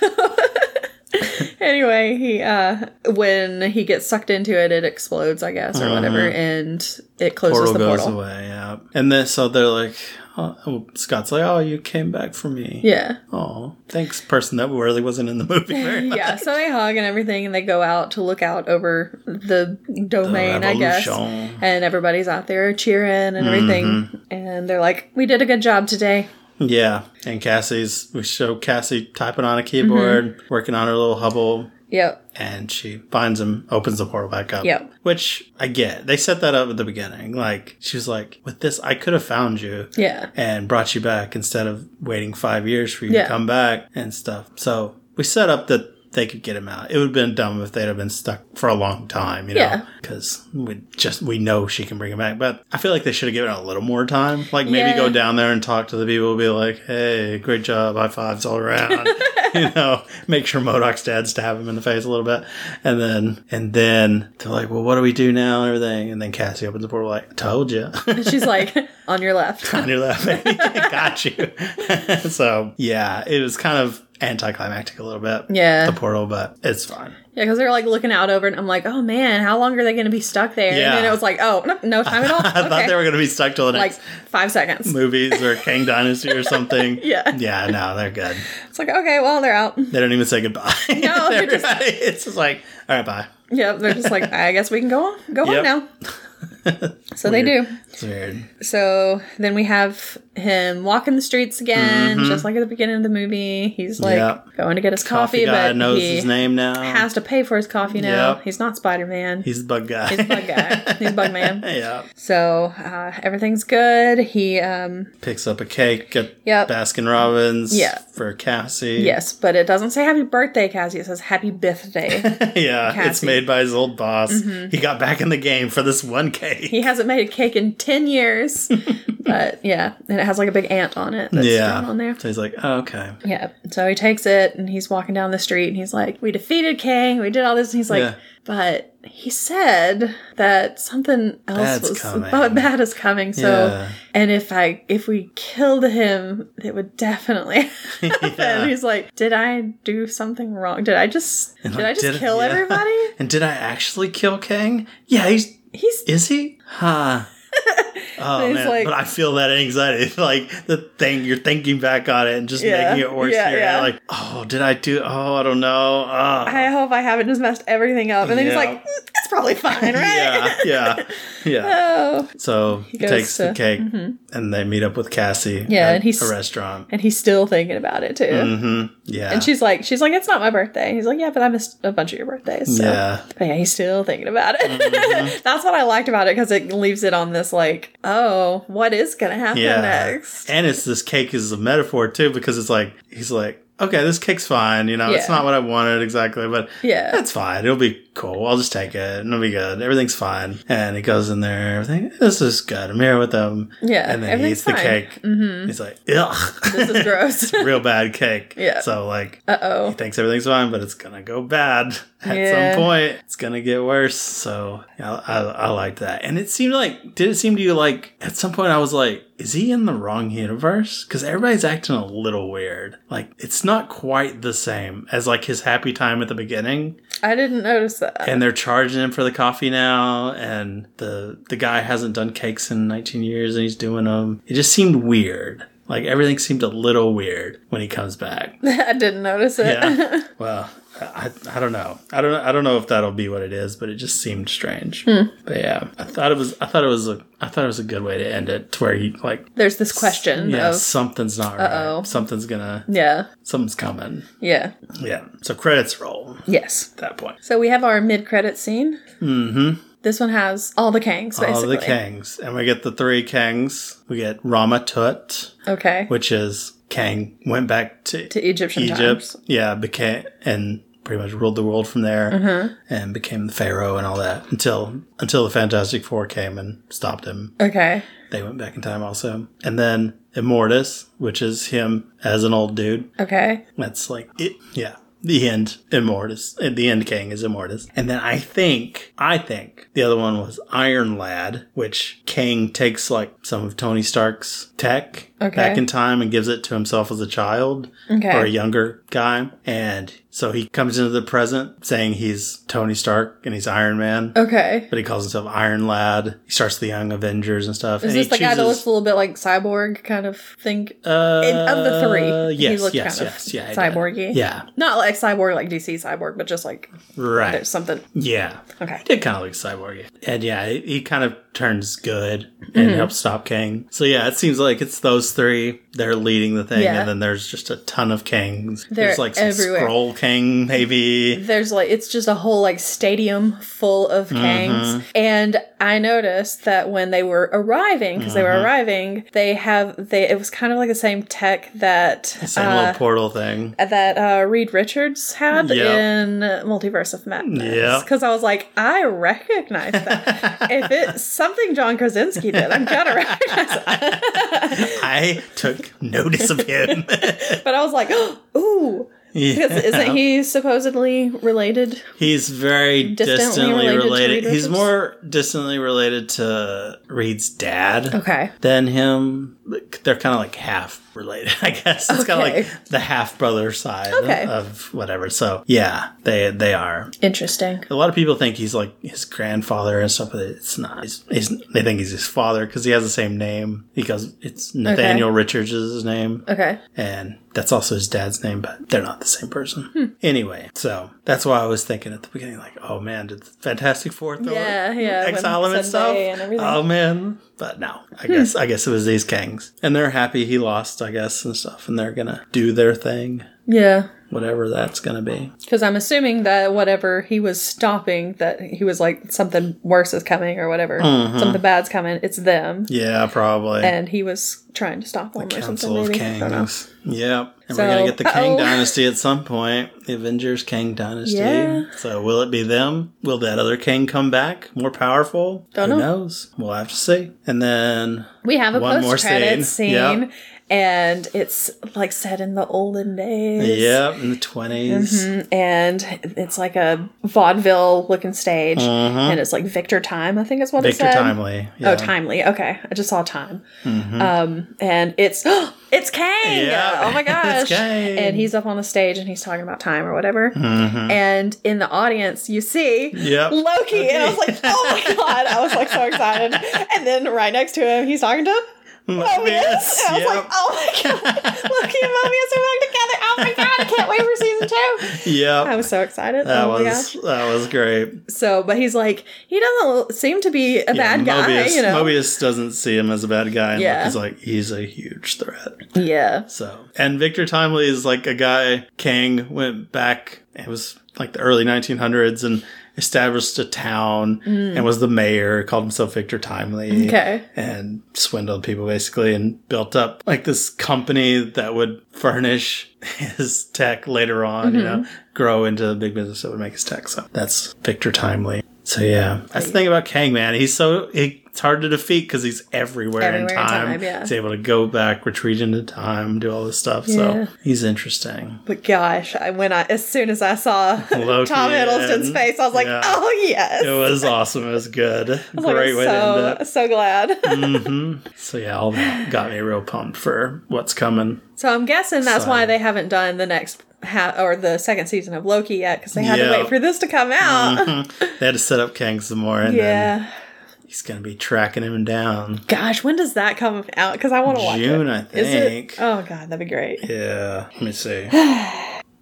Speaker 2: anyway, he uh, when he gets sucked into it, it explodes, I guess, or whatever, and it closes
Speaker 1: Uh-huh. portal
Speaker 2: the
Speaker 1: goes
Speaker 2: portal.
Speaker 1: away. Yeah, and then so they're like, oh, oh, Scott's like, oh, you came back for me.
Speaker 2: Yeah.
Speaker 1: Oh, thanks, person that really wasn't in the movie. Very much.
Speaker 2: Yeah, so they hug and everything, and they go out to look out over the domain, I guess.
Speaker 1: Revolution. Mm-hmm.
Speaker 2: And everybody's out there cheering and everything. And they're like, We did a good job today.
Speaker 1: Yeah, and Cassie's. We show Cassie typing on a keyboard,
Speaker 2: Mm-hmm.
Speaker 1: working on her little Hubble.
Speaker 2: Yep.
Speaker 1: And she finds him, opens the portal back up.
Speaker 2: Yep.
Speaker 1: Which I get. They set that up at the beginning. Like, she was like, with this, I could have found you.
Speaker 2: Yeah.
Speaker 1: and brought you back instead of waiting five years for you
Speaker 2: Yeah.
Speaker 1: to come back and stuff. So we set up that they could get him out. It would have been dumb if they'd have been stuck for a long time, you
Speaker 2: Yeah.
Speaker 1: know, because we just we know she can bring him back. But I feel like they should have given it a little more time. Like maybe
Speaker 2: Yeah.
Speaker 1: go down there and talk to the people, be like, "Hey, great job, high fives all around." you know, make sure Modoc's dad stab him in the face a little bit, and then and then they're like, "Well, what do we do now?" and everything. And then Cassie opens the portal, like, "I told you."
Speaker 2: And she's like, On your left.
Speaker 1: on your left. Got you. so yeah, it was kind of anticlimactic a little bit.
Speaker 2: Yeah.
Speaker 1: The portal, but it's fine.
Speaker 2: Yeah, because they're like looking out over, and I'm like, Oh man, how long are they going to be stuck there?
Speaker 1: Yeah.
Speaker 2: And then it was like, Oh, no, no time at all.
Speaker 1: I thought
Speaker 2: Okay.
Speaker 1: they were gonna be stuck till the
Speaker 2: like
Speaker 1: next
Speaker 2: five seconds.
Speaker 1: movies or Kang Dynasty or something.
Speaker 2: Yeah.
Speaker 1: Yeah, no, they're good.
Speaker 2: It's like, Okay, well, they're out.
Speaker 1: They don't even say goodbye.
Speaker 2: No, they're just-
Speaker 1: Everybody- it's just like, all right, bye.
Speaker 2: Yep. They're just like, I guess we can go on. Go
Speaker 1: Yep.
Speaker 2: on now. So they do.
Speaker 1: Weird. It's weird.
Speaker 2: So then we have him walking the streets again,
Speaker 1: Mm-hmm.
Speaker 2: just like at the beginning of the movie. He's like
Speaker 1: Yeah.
Speaker 2: going to get his coffee,
Speaker 1: Coffee guy
Speaker 2: but
Speaker 1: knows
Speaker 2: he
Speaker 1: his name now.
Speaker 2: has to pay for his coffee now.
Speaker 1: Yep.
Speaker 2: He's not Spider Man.
Speaker 1: He's the bug guy.
Speaker 2: He's Bug Guy. He's Bug Man.
Speaker 1: yeah.
Speaker 2: So uh, everything's good. He, um,
Speaker 1: Picks up a cake at
Speaker 2: Yep.
Speaker 1: Baskin Robbins
Speaker 2: Yeah.
Speaker 1: for Cassie.
Speaker 2: yes, but it doesn't say happy birthday, Cassie. It says happy birthday.
Speaker 1: yeah. It's
Speaker 2: Cassie. Mm-hmm.
Speaker 1: made by his old boss. He got back in the game for this one cake.
Speaker 2: he hasn't made a cake in 10 years. but yeah, and it has like a big ant on it that's
Speaker 1: yeah.
Speaker 2: drawn on there.
Speaker 1: So he's like, oh, okay.
Speaker 2: Yeah. So he takes it and he's walking down the street and he's like, We defeated King, we did all this. And he's like,
Speaker 1: Yeah.
Speaker 2: But he said that something else
Speaker 1: Bad's
Speaker 2: was
Speaker 1: coming.
Speaker 2: but bad is coming. So
Speaker 1: Yeah.
Speaker 2: and if I if we killed him, it would definitely happen.
Speaker 1: Yeah.
Speaker 2: He's like, Did I do something wrong? Did I just
Speaker 1: And
Speaker 2: did
Speaker 1: like,
Speaker 2: I just
Speaker 1: did-
Speaker 2: kill
Speaker 1: yeah.
Speaker 2: everybody?
Speaker 1: And did I actually kill Kang? Yeah, he's
Speaker 2: He's
Speaker 1: is he? Huh. Oh
Speaker 2: He's
Speaker 1: man,
Speaker 2: like-
Speaker 1: but I feel that anxiety. like the thing you're thinking back on it and just
Speaker 2: Yeah.
Speaker 1: making it worse.
Speaker 2: Yeah,
Speaker 1: Yeah,
Speaker 2: yeah.
Speaker 1: Like, oh, did I do? Oh, I don't know. Uh,
Speaker 2: I hope I haven't just messed everything up. And then he's
Speaker 1: Yeah.
Speaker 2: like, "Mm, It's probably fine, right?
Speaker 1: yeah, yeah, yeah.
Speaker 2: Oh.
Speaker 1: So he,
Speaker 2: goes
Speaker 1: takes
Speaker 2: to- mm-hmm.
Speaker 1: the cake and they meet up with Cassie.
Speaker 2: Yeah,
Speaker 1: at
Speaker 2: and he's-
Speaker 1: a restaurant.
Speaker 2: And he's still thinking about it too.
Speaker 1: Mm-hmm. Yeah,
Speaker 2: And she's like, she's like, it's not my birthday. He's like, yeah, but I missed a bunch of your birthdays. So.
Speaker 1: yeah. Mm-hmm.
Speaker 2: But yeah, he's still thinking about it. That's what I liked about it because it leaves it on this like, oh, what is gonna happen
Speaker 1: Yeah.
Speaker 2: next?
Speaker 1: And it's this cake is a metaphor too, because it's like he's like, okay, this cake's fine. You know, it's
Speaker 2: Yeah.
Speaker 1: not what I wanted exactly, but
Speaker 2: Yeah.
Speaker 1: that's fine. It'll be cool. I'll just take it. and It'll be good. Everything's fine. And he goes in there. Everything. This is good. I'm here with them.
Speaker 2: Yeah,
Speaker 1: And then he eats
Speaker 2: everything's
Speaker 1: the
Speaker 2: fine.
Speaker 1: cake. Mm-hmm. He's like, ugh,
Speaker 2: this is gross.
Speaker 1: real bad cake.
Speaker 2: Yeah.
Speaker 1: So like.
Speaker 2: uh oh.
Speaker 1: he thinks everything's fine, but it's gonna go bad at
Speaker 2: Yeah.
Speaker 1: some point. It's gonna get worse. So yeah, I, I, I liked that, and it seemed like did it seem to you like at some point I was like, is he in the wrong universe? Because everybody's acting a little weird. Like it's not quite the same as like his happy time at the beginning,
Speaker 2: I didn't notice that.
Speaker 1: and they're charging him for the coffee now, and the the guy hasn't done cakes in 19 years, and he's doing them. It just seemed weird. Like everything seemed a little weird when he comes back
Speaker 2: I didn't notice it.
Speaker 1: yeah. Well, I, I don't know. I don't I don't know if that'll be what it is, but it just seemed strange.
Speaker 2: Hmm.
Speaker 1: But yeah, I thought it was I thought it was a I thought it was a good way to end it to where he like
Speaker 2: There's this question
Speaker 1: yeah
Speaker 2: of
Speaker 1: something's not
Speaker 2: Uh-oh.
Speaker 1: right. Something's gonna
Speaker 2: yeah,
Speaker 1: something's coming.
Speaker 2: yeah,
Speaker 1: Yeah. So credits roll at
Speaker 2: yes.
Speaker 1: that point.
Speaker 2: So we have our mid-credit scene. Mm-hmm. This one has all the Kangs, basically.
Speaker 1: All the kings, and we get the three kings. We get Rama Tut,
Speaker 2: Okay.
Speaker 1: which is Kang went back to,
Speaker 2: to Egyptian
Speaker 1: Egypt.
Speaker 2: times.
Speaker 1: Yeah, became and pretty much ruled the world from there and became the pharaoh and all that until until the Fantastic Four came and stopped him.
Speaker 2: Okay.
Speaker 1: They went back in time also, and then Immortus, which is him as an old dude.
Speaker 2: Okay.
Speaker 1: That's like it. Yeah. The end, Immortus. uh, The end king is Immortus. And then I think, I think the other one was Iron Lad, which Kang takes like some of Tony Stark's tech
Speaker 2: Okay.
Speaker 1: back in time and gives it to himself as a child
Speaker 2: Okay.
Speaker 1: or a younger guy. And so he comes into the present saying he's Tony Stark and he's Iron Man.
Speaker 2: Okay.
Speaker 1: But he calls himself Iron Lad. He starts the Young Avengers and stuff.
Speaker 2: Is
Speaker 1: and
Speaker 2: this
Speaker 1: he
Speaker 2: the guy that looks a little bit like cyborg kind of thing?
Speaker 1: uh,
Speaker 2: In- of the three, he
Speaker 1: Yes,
Speaker 2: looked
Speaker 1: yes,
Speaker 2: kind of
Speaker 1: yes, yeah, he did.
Speaker 2: cyborgy.
Speaker 1: Yeah,
Speaker 2: Not like cyborg, like DC cyborg, but just like
Speaker 1: right.
Speaker 2: there's something.
Speaker 1: Yeah.
Speaker 2: Okay.
Speaker 1: He did kind of look cyborg. And yeah, he, he kind of turns good and
Speaker 2: Mm-hmm.
Speaker 1: helps stop Kang. So yeah, it seems like it's those three. They're leading the thing,
Speaker 2: Yeah.
Speaker 1: and then there's just a ton of Kangs.
Speaker 2: They're
Speaker 1: there's like some
Speaker 2: everywhere.
Speaker 1: scroll Kang, maybe.
Speaker 2: There's like it's just a whole like stadium full of
Speaker 1: Mm-hmm.
Speaker 2: Kangs, and I noticed that when they were arriving, because they were
Speaker 1: Mm-hmm.
Speaker 2: arriving, they have they it was kind of like the same tech that
Speaker 1: Same
Speaker 2: uh,
Speaker 1: little portal thing.
Speaker 2: that uh, Reed Richards had
Speaker 1: Yep.
Speaker 2: in Multiverse of Madness.
Speaker 1: Yep.
Speaker 2: Because I was like, I recognize that. if it's something John Krasinski did, I'm gonna recognize it.
Speaker 1: I took notice of him.
Speaker 2: But I was like, ooh,
Speaker 1: Yeah.
Speaker 2: because isn't he supposedly related?
Speaker 1: He's very
Speaker 2: Distantly
Speaker 1: distantly
Speaker 2: related to
Speaker 1: related.
Speaker 2: Reed
Speaker 1: He's
Speaker 2: Richards?
Speaker 1: more distantly related to Reed's dad
Speaker 2: Okay.
Speaker 1: than him. they're kind of like half related, I guess. It's kind of
Speaker 2: Okay.
Speaker 1: like the half brother side
Speaker 2: Okay.
Speaker 1: of whatever. So yeah, they they are.
Speaker 2: Interesting.
Speaker 1: A lot of people think he's like his grandfather and stuff, but it's not. He's, he's, they think he's his father because he has the same name because it's Nathaniel Richards is his name,
Speaker 2: Okay.
Speaker 1: and that's also his dad's name, but they're not the same person.
Speaker 2: Hmm.
Speaker 1: Anyway, so that's why I was thinking at the beginning, like, oh man, did the Fantastic Four throw
Speaker 2: Yeah, yeah, when
Speaker 1: Exile him and stuff?
Speaker 2: Sunday and everything. Hmm.
Speaker 1: oh man, but no, I guess I guess it was these gangs, and they're happy he lost, I guess, and stuff, and they're gonna do their thing,
Speaker 2: Yeah.
Speaker 1: whatever that's gonna be.
Speaker 2: Because I'm assuming that whatever he was stopping, that he was like something worse is coming or whatever,
Speaker 1: Mm-hmm.
Speaker 2: something bad's coming. It's them,
Speaker 1: Yeah, probably.
Speaker 2: and he was trying to stop them Um, or something.
Speaker 1: Council of
Speaker 2: Maybe. I don't know.
Speaker 1: Kings. Yep. And
Speaker 2: So,
Speaker 1: we're going to get the Kang
Speaker 2: uh-oh.
Speaker 1: Dynasty at some point. The Avengers Kang Dynasty.
Speaker 2: Yeah.
Speaker 1: So will it be them? Will that other Kang come back more powerful?
Speaker 2: Don't
Speaker 1: Who
Speaker 2: know.
Speaker 1: knows? We'll have to see. And then,
Speaker 2: We have a
Speaker 1: One more
Speaker 2: post credit
Speaker 1: scene.
Speaker 2: scene,
Speaker 1: Yep.
Speaker 2: and it's like set in the olden days.
Speaker 1: yep, in the 20s.
Speaker 2: Mm, And it's like a vaudeville looking stage, and it's like Victor Time, I think is what
Speaker 1: Uh-huh. Victor
Speaker 2: it said.
Speaker 1: Timely. Yeah. Mm-hmm.
Speaker 2: Oh, timely. Okay, I just saw time. Um, and it's it's Kang.
Speaker 1: Yeah,
Speaker 2: Oh my
Speaker 1: it's
Speaker 2: gosh!
Speaker 1: Kang. Mm-hmm.
Speaker 2: And he's up on the stage and he's talking about time or whatever. And in the audience, you see
Speaker 1: Yep.
Speaker 2: Loki, and I was like, oh my god! I was like so excited. And then right next to him, he's talking to. Mobius. And I was like,
Speaker 1: yep.
Speaker 2: oh my god, Loki and Mobius are back together. Oh my god, I can't wait for season two.
Speaker 1: Yep.
Speaker 2: oh. I was so excited.
Speaker 1: that
Speaker 2: oh my
Speaker 1: was
Speaker 2: gosh.
Speaker 1: that was great.
Speaker 2: So, but he's like, he doesn't seem to be
Speaker 1: Yeah,
Speaker 2: a bad guy,
Speaker 1: Mobius,
Speaker 2: you know?
Speaker 1: Mobius doesn't see him as a bad guy. And
Speaker 2: Yeah.
Speaker 1: He's like he's a huge threat.
Speaker 2: Yeah.
Speaker 1: So, and Victor Timely is like a guy, Kang went back, it was like the early 1900s and established a town and was the mayor, called himself Victor Timely.
Speaker 2: Mm. Okay.
Speaker 1: And swindled people basically and built up like this company that would furnish his tech later on, you know,
Speaker 2: Mm-hmm.
Speaker 1: grow into a big business that would make his tech. So that's Victor Timely. So yeah, that's the thing about Kang, man. He's so he, it's hard to defeat because he's everywhere,
Speaker 2: Everywhere
Speaker 1: in
Speaker 2: in
Speaker 1: time.
Speaker 2: time, yeah.
Speaker 1: He's able to go back, retreat into time, do all this stuff.
Speaker 2: Yeah.
Speaker 1: So he's interesting.
Speaker 2: But gosh, I, when I as soon as I saw
Speaker 1: Loki
Speaker 2: Tom Hiddleston's
Speaker 1: and-
Speaker 2: face, I was like,
Speaker 1: yeah.
Speaker 2: oh yes.
Speaker 1: It was awesome. It was good.
Speaker 2: I was like,
Speaker 1: Great way to end
Speaker 2: so,
Speaker 1: up.
Speaker 2: so glad.
Speaker 1: hmm So yeah, all that got me real pumped for what's coming.
Speaker 2: so I'm guessing that's why
Speaker 1: Exciting.
Speaker 2: they haven't done the next ha- or the second season of Loki yet because they had
Speaker 1: Yeah. Mm-hmm.
Speaker 2: to wait for this to come out.
Speaker 1: They had to set up Kang some more, and then
Speaker 2: Yeah.
Speaker 1: he's gonna be tracking him down.
Speaker 2: Gosh, when does that come out? Because Oh, I want to watch
Speaker 1: June,
Speaker 2: it.
Speaker 1: I
Speaker 2: Is
Speaker 1: think.
Speaker 2: it? Oh god, that'd be great.
Speaker 1: Yeah. Let me see.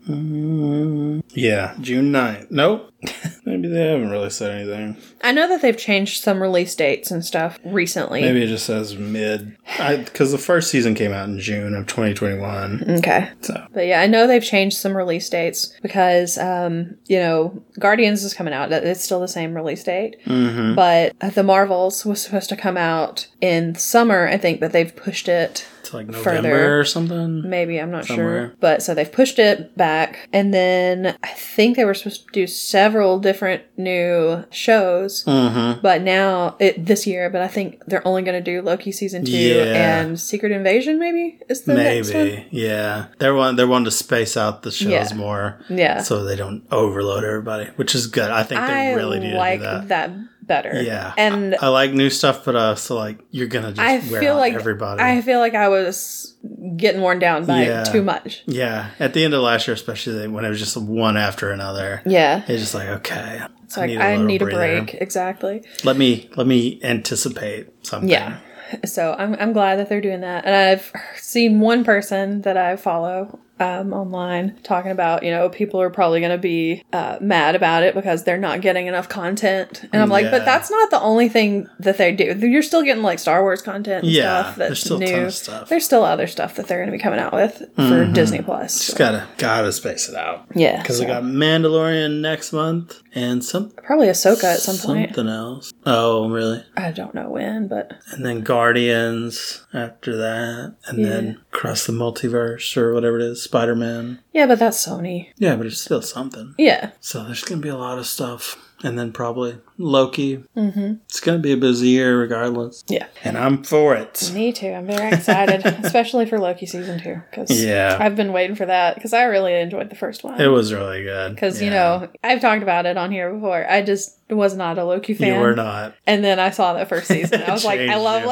Speaker 1: Mm, yeah, June 9th. Nope. Maybe they haven't really said anything.
Speaker 2: I know that they've changed some release dates and stuff recently.
Speaker 1: Maybe it just says mid. Because the first season came out in June of 2021.
Speaker 2: Okay.
Speaker 1: So.
Speaker 2: But yeah, I know they've changed some release dates because, um, you know, Guardians is coming out. That- It's still the same release date.
Speaker 1: Mm-hmm.
Speaker 2: But the Marvels was supposed to come out in summer, I think, but they've pushed it.
Speaker 1: It's like November
Speaker 2: Further.
Speaker 1: or something.
Speaker 2: Maybe, I'm not
Speaker 1: Somewhere.
Speaker 2: sure. But so they've pushed it back. And then I think they were supposed to do several different new shows.
Speaker 1: Mm-hmm.
Speaker 2: But now, it, this year, but I think they're only going to do Loki season two
Speaker 1: Yeah.
Speaker 2: and Secret Invasion, maybe? Is the next one?
Speaker 1: Maybe. Yeah. They're one. They're one to space out the shows
Speaker 2: Yeah.
Speaker 1: more.
Speaker 2: Yeah.
Speaker 1: So they don't overload everybody, which is good. I think they
Speaker 2: I
Speaker 1: really need
Speaker 2: like
Speaker 1: to do that.
Speaker 2: better.
Speaker 1: Yeah.
Speaker 2: and
Speaker 1: I like new stuff, but uh, so like you're gonna just
Speaker 2: I
Speaker 1: wear
Speaker 2: feel
Speaker 1: out
Speaker 2: like
Speaker 1: everybody.
Speaker 2: I feel like I was getting worn down by
Speaker 1: Yeah.
Speaker 2: it too much.
Speaker 1: yeah. At the end of last year, especially they- when it was just one after another,
Speaker 2: Yeah,
Speaker 1: it's just like okay,
Speaker 2: it's like
Speaker 1: a
Speaker 2: I
Speaker 1: little
Speaker 2: need a
Speaker 1: breather.
Speaker 2: break. Exactly.
Speaker 1: Let me let me anticipate something.
Speaker 2: Yeah. So I'm I'm glad that they're doing that, and I've seen one person that I follow. Um, online talking about you know people are probably going to be uh, mad about it because they're not getting enough content and i'm like
Speaker 1: Yeah.
Speaker 2: but that's not the only thing that they do you're still getting like star wars content and
Speaker 1: Yeah,
Speaker 2: stuff
Speaker 1: there's
Speaker 2: that's
Speaker 1: still a
Speaker 2: new
Speaker 1: ton of stuff. Mm-hmm.
Speaker 2: there's still other stuff that they're going to be coming out with for disney plus
Speaker 1: Just gotta gotta space it out.
Speaker 2: yeah
Speaker 1: Because we
Speaker 2: so.
Speaker 1: got Mandalorian next month and some
Speaker 2: Probably Ahsoka at some point.
Speaker 1: something else. Oh, really?
Speaker 2: I don't know when, but
Speaker 1: And then Guardians after that, and then Cross the Multiverse or whatever it is, Spider Man.
Speaker 2: yeah, but that's Sony.
Speaker 1: Yeah, but it's still something.
Speaker 2: Yeah.
Speaker 1: So there's gonna be a lot of stuff. and then probably Loki.
Speaker 2: Mm-hmm.
Speaker 1: It's going to be a busy year regardless.
Speaker 2: Yeah.
Speaker 1: And I'm for it.
Speaker 2: Me too. I'm very excited, especially for Loki season two. Cause
Speaker 1: Yeah.
Speaker 2: I've been waiting for that because I really enjoyed the
Speaker 1: It
Speaker 2: first one.
Speaker 1: was really good.
Speaker 2: Because, you
Speaker 1: Yeah.
Speaker 2: know, I've talked about it on here before. I just was not a Loki fan.
Speaker 1: you were not.
Speaker 2: And then I saw that first season. I was like, I
Speaker 1: Changed
Speaker 2: love
Speaker 1: you.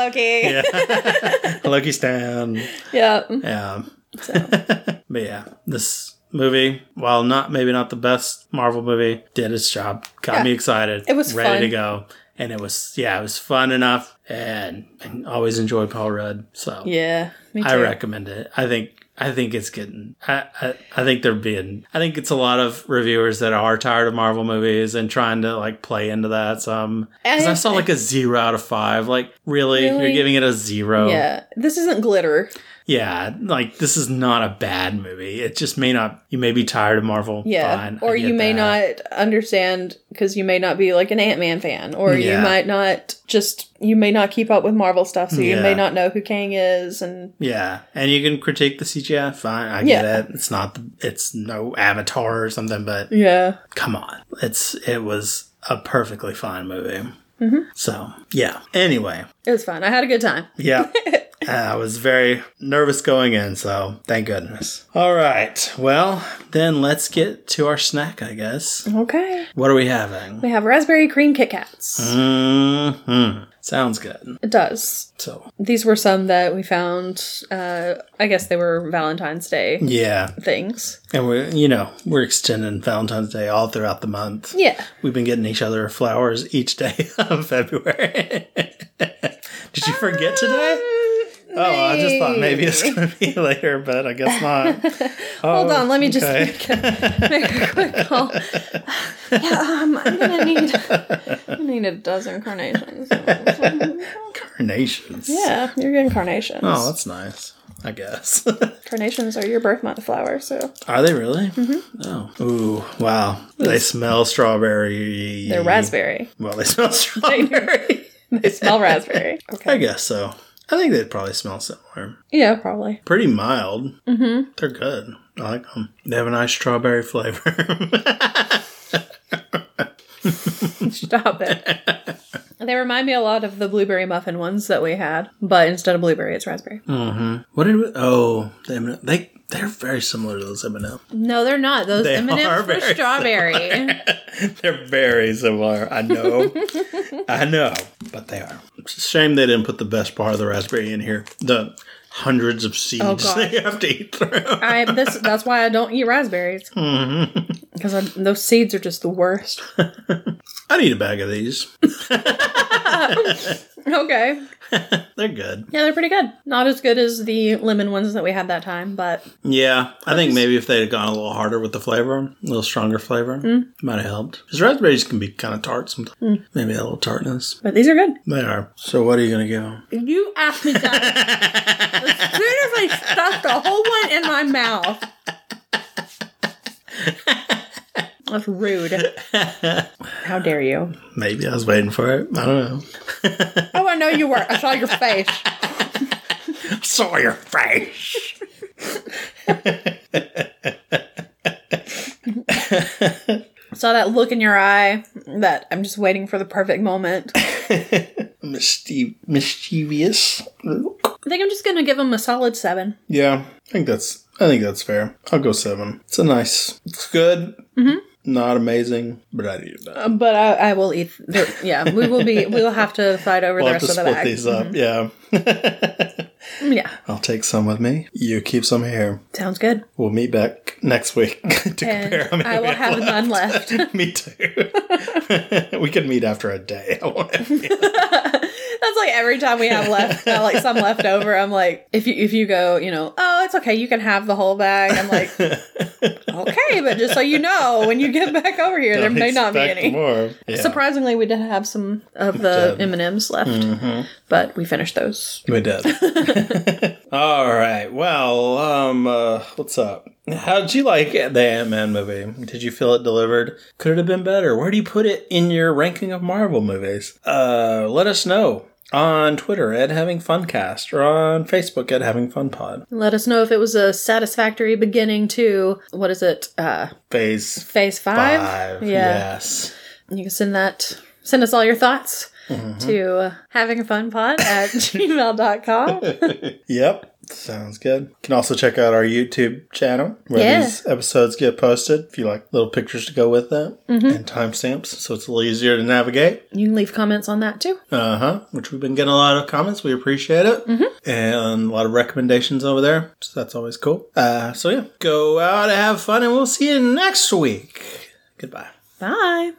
Speaker 1: Yeah.
Speaker 2: Loki.
Speaker 1: Loki's down.
Speaker 2: yeah.
Speaker 1: Yeah.
Speaker 2: So,
Speaker 1: But yeah, this movie, while not maybe not the best Marvel movie, did its job. Got
Speaker 2: Yeah.
Speaker 1: me excited.
Speaker 2: It was
Speaker 1: ready to
Speaker 2: fun.
Speaker 1: go. And it was yeah, it was fun enough and, and always enjoy Paul Rudd. So
Speaker 2: yeah. Me too.
Speaker 1: I recommend it. I think I think it's getting I, I I think they're being I think it's a lot of reviewers that are tired of Marvel movies and trying to like play into that some because I
Speaker 2: And-
Speaker 1: saw like a zero out of five. Like really,
Speaker 2: Really?
Speaker 1: you're giving it a zero?
Speaker 2: Yeah. This isn't glitter.
Speaker 1: Yeah, like this is not a bad movie. It just may not. You may be tired of Marvel.
Speaker 2: Yeah.
Speaker 1: Fine, I
Speaker 2: or
Speaker 1: get
Speaker 2: you may
Speaker 1: that.
Speaker 2: not understand because you may not be like an Ant Man fan, or
Speaker 1: Yeah.
Speaker 2: you might not just, you may not keep up with Marvel stuff, so you
Speaker 1: Yeah.
Speaker 2: may not know who Kang is. And
Speaker 1: Yeah, and you can critique the CGI. Fine, I get
Speaker 2: Yeah.
Speaker 1: it. It's not. The, it's no Avatar or something. But
Speaker 2: yeah.
Speaker 1: come on, it's it was a perfectly fine movie.
Speaker 2: Mm-hmm.
Speaker 1: So yeah. Anyway,
Speaker 2: It was fun. I had a good time.
Speaker 1: yeah. Uh, I was very nervous going in, so thank goodness. All right. Well, then let's get to our snack, I guess.
Speaker 2: Okay.
Speaker 1: What are we having?
Speaker 2: We have raspberry cream Kit Kats.
Speaker 1: hmm Sounds good.
Speaker 2: It does.
Speaker 1: So,
Speaker 2: These were some that we found. Uh, I guess they were Valentine's Day
Speaker 1: yeah.
Speaker 2: things.
Speaker 1: And we're, you know, we're extending Valentine's Day all throughout the month.
Speaker 2: Yeah.
Speaker 1: We've been getting each other flowers each day of February. Did you forget today?
Speaker 2: Uh,
Speaker 1: Oh, I just thought maybe it's going to be later, but I guess not.
Speaker 2: Hold on, let me just
Speaker 1: okay.
Speaker 2: make a, make a quick call. yeah, um, I'm gonna need I need a dozen carnations.
Speaker 1: Carnations.
Speaker 2: yeah, you're getting carnations.
Speaker 1: Oh, that's nice, I guess.
Speaker 2: Carnations are your birth month flower, so
Speaker 1: Are they really? Mm-hmm. Oh. Ooh, wow. They smell strawberry.
Speaker 2: they're raspberry.
Speaker 1: Well, they smell strawberry.
Speaker 2: They smell raspberry.
Speaker 1: I
Speaker 2: Okay.
Speaker 1: guess so. I think they'd probably smell similar.
Speaker 2: Yeah, probably.
Speaker 1: Pretty mild.
Speaker 2: Mm-hmm.
Speaker 1: They're good. I like them. They have a nice strawberry flavor.
Speaker 2: Stop it. They remind me a lot of the blueberry muffin ones that we had, but instead of blueberry, it's raspberry.
Speaker 1: mm-hmm. What did we? Oh, the M&M. they they're very similar to those M&M.
Speaker 2: No, they're not. Those
Speaker 1: They
Speaker 2: M&Ms
Speaker 1: are
Speaker 2: are
Speaker 1: very
Speaker 2: strawberry.
Speaker 1: They're very similar. I know. I know. But they are. It's a shame they didn't put the best part of the raspberry in here. The hundreds of seeds
Speaker 2: Oh, gosh.
Speaker 1: they have to eat through.
Speaker 2: I this that's why I don't eat raspberries because those seeds are just the worst.
Speaker 1: I need a bag of these.
Speaker 2: Okay,
Speaker 1: They're good.
Speaker 2: yeah, they're pretty good. Not as good as the lemon ones that we had that time, but
Speaker 1: Yeah, I think maybe if they had gone a little harder with the flavor, a little stronger flavor,
Speaker 2: Mm.
Speaker 1: might have helped. Because raspberries can be kind of tart sometimes. Maybe a little tartness.
Speaker 2: but these are good.
Speaker 1: They are. So what are you gonna go?
Speaker 2: You asked me that as soon as I stuffed a whole one in my mouth. That's rude. How dare you?
Speaker 1: Maybe I was waiting for it. I don't know.
Speaker 2: Oh, I know you were. I saw your face.
Speaker 1: Saw your face.
Speaker 2: Saw that look in your eye that I'm just waiting for the perfect moment.
Speaker 1: Mischie- mischievous.
Speaker 2: I think I'm just gonna give them a solid seven.
Speaker 1: Yeah, I think that's. I think that's fair. I'll go seven. It's a nice. It's good. Mm-hmm. Not amazing, but I need a bag.
Speaker 2: Um, But I, I will eat. The, yeah, we will be. We'll have to fight over
Speaker 1: I'll
Speaker 2: the
Speaker 1: have to
Speaker 2: rest of Mm-hmm. the
Speaker 1: split
Speaker 2: bag.
Speaker 1: these up. Yeah,
Speaker 2: Yeah,
Speaker 1: I'll take some with me. You keep some here.
Speaker 2: sounds good.
Speaker 1: We'll meet back next week to
Speaker 2: And
Speaker 1: compare. how many
Speaker 2: I
Speaker 1: we
Speaker 2: will have none left.
Speaker 1: Me too. we could meet after a day. I want it.
Speaker 2: That's like every time we have left, uh, like some left over. I'm like, if you if you go, you know, oh, it's okay, you can have the whole bag. I'm like, okay, but just so you know, when you get back over here, there may not be
Speaker 1: Expect
Speaker 2: any.
Speaker 1: More. Yeah.
Speaker 2: Surprisingly, we did have some of the
Speaker 1: did.
Speaker 2: M and M's left,
Speaker 1: Mm-hmm.
Speaker 2: but we finished those.
Speaker 1: We did. All right. Well, um, uh, what's up? How did you like the Ant Man movie? Did you feel it delivered? Could it have been better? Where do you put it in your ranking of Marvel movies? Uh, let us know on Twitter at Having Funcast or on Facebook at Having Fun Pod.
Speaker 2: Let us know if it was a satisfactory beginning to what is it? Uh,
Speaker 1: Phase
Speaker 2: phase five.
Speaker 1: five. Yes.
Speaker 2: You can send that, send us all your thoughts
Speaker 1: Mm-hmm.
Speaker 2: to uh, havingfunpod at gmail.com.
Speaker 1: Yep. Sounds good. You can also check out our YouTube channel where
Speaker 2: Yeah.
Speaker 1: these episodes get posted if you like little pictures to go with that
Speaker 2: Mm-hmm.
Speaker 1: and timestamps so it's a little easier to navigate.
Speaker 2: You can leave comments on that too.
Speaker 1: Uh huh. Which we've been getting a lot of comments. We appreciate it. And a lot of recommendations over there. So that's always cool. Uh, so yeah, go out and have fun and we'll see you next week. Goodbye.
Speaker 2: Bye.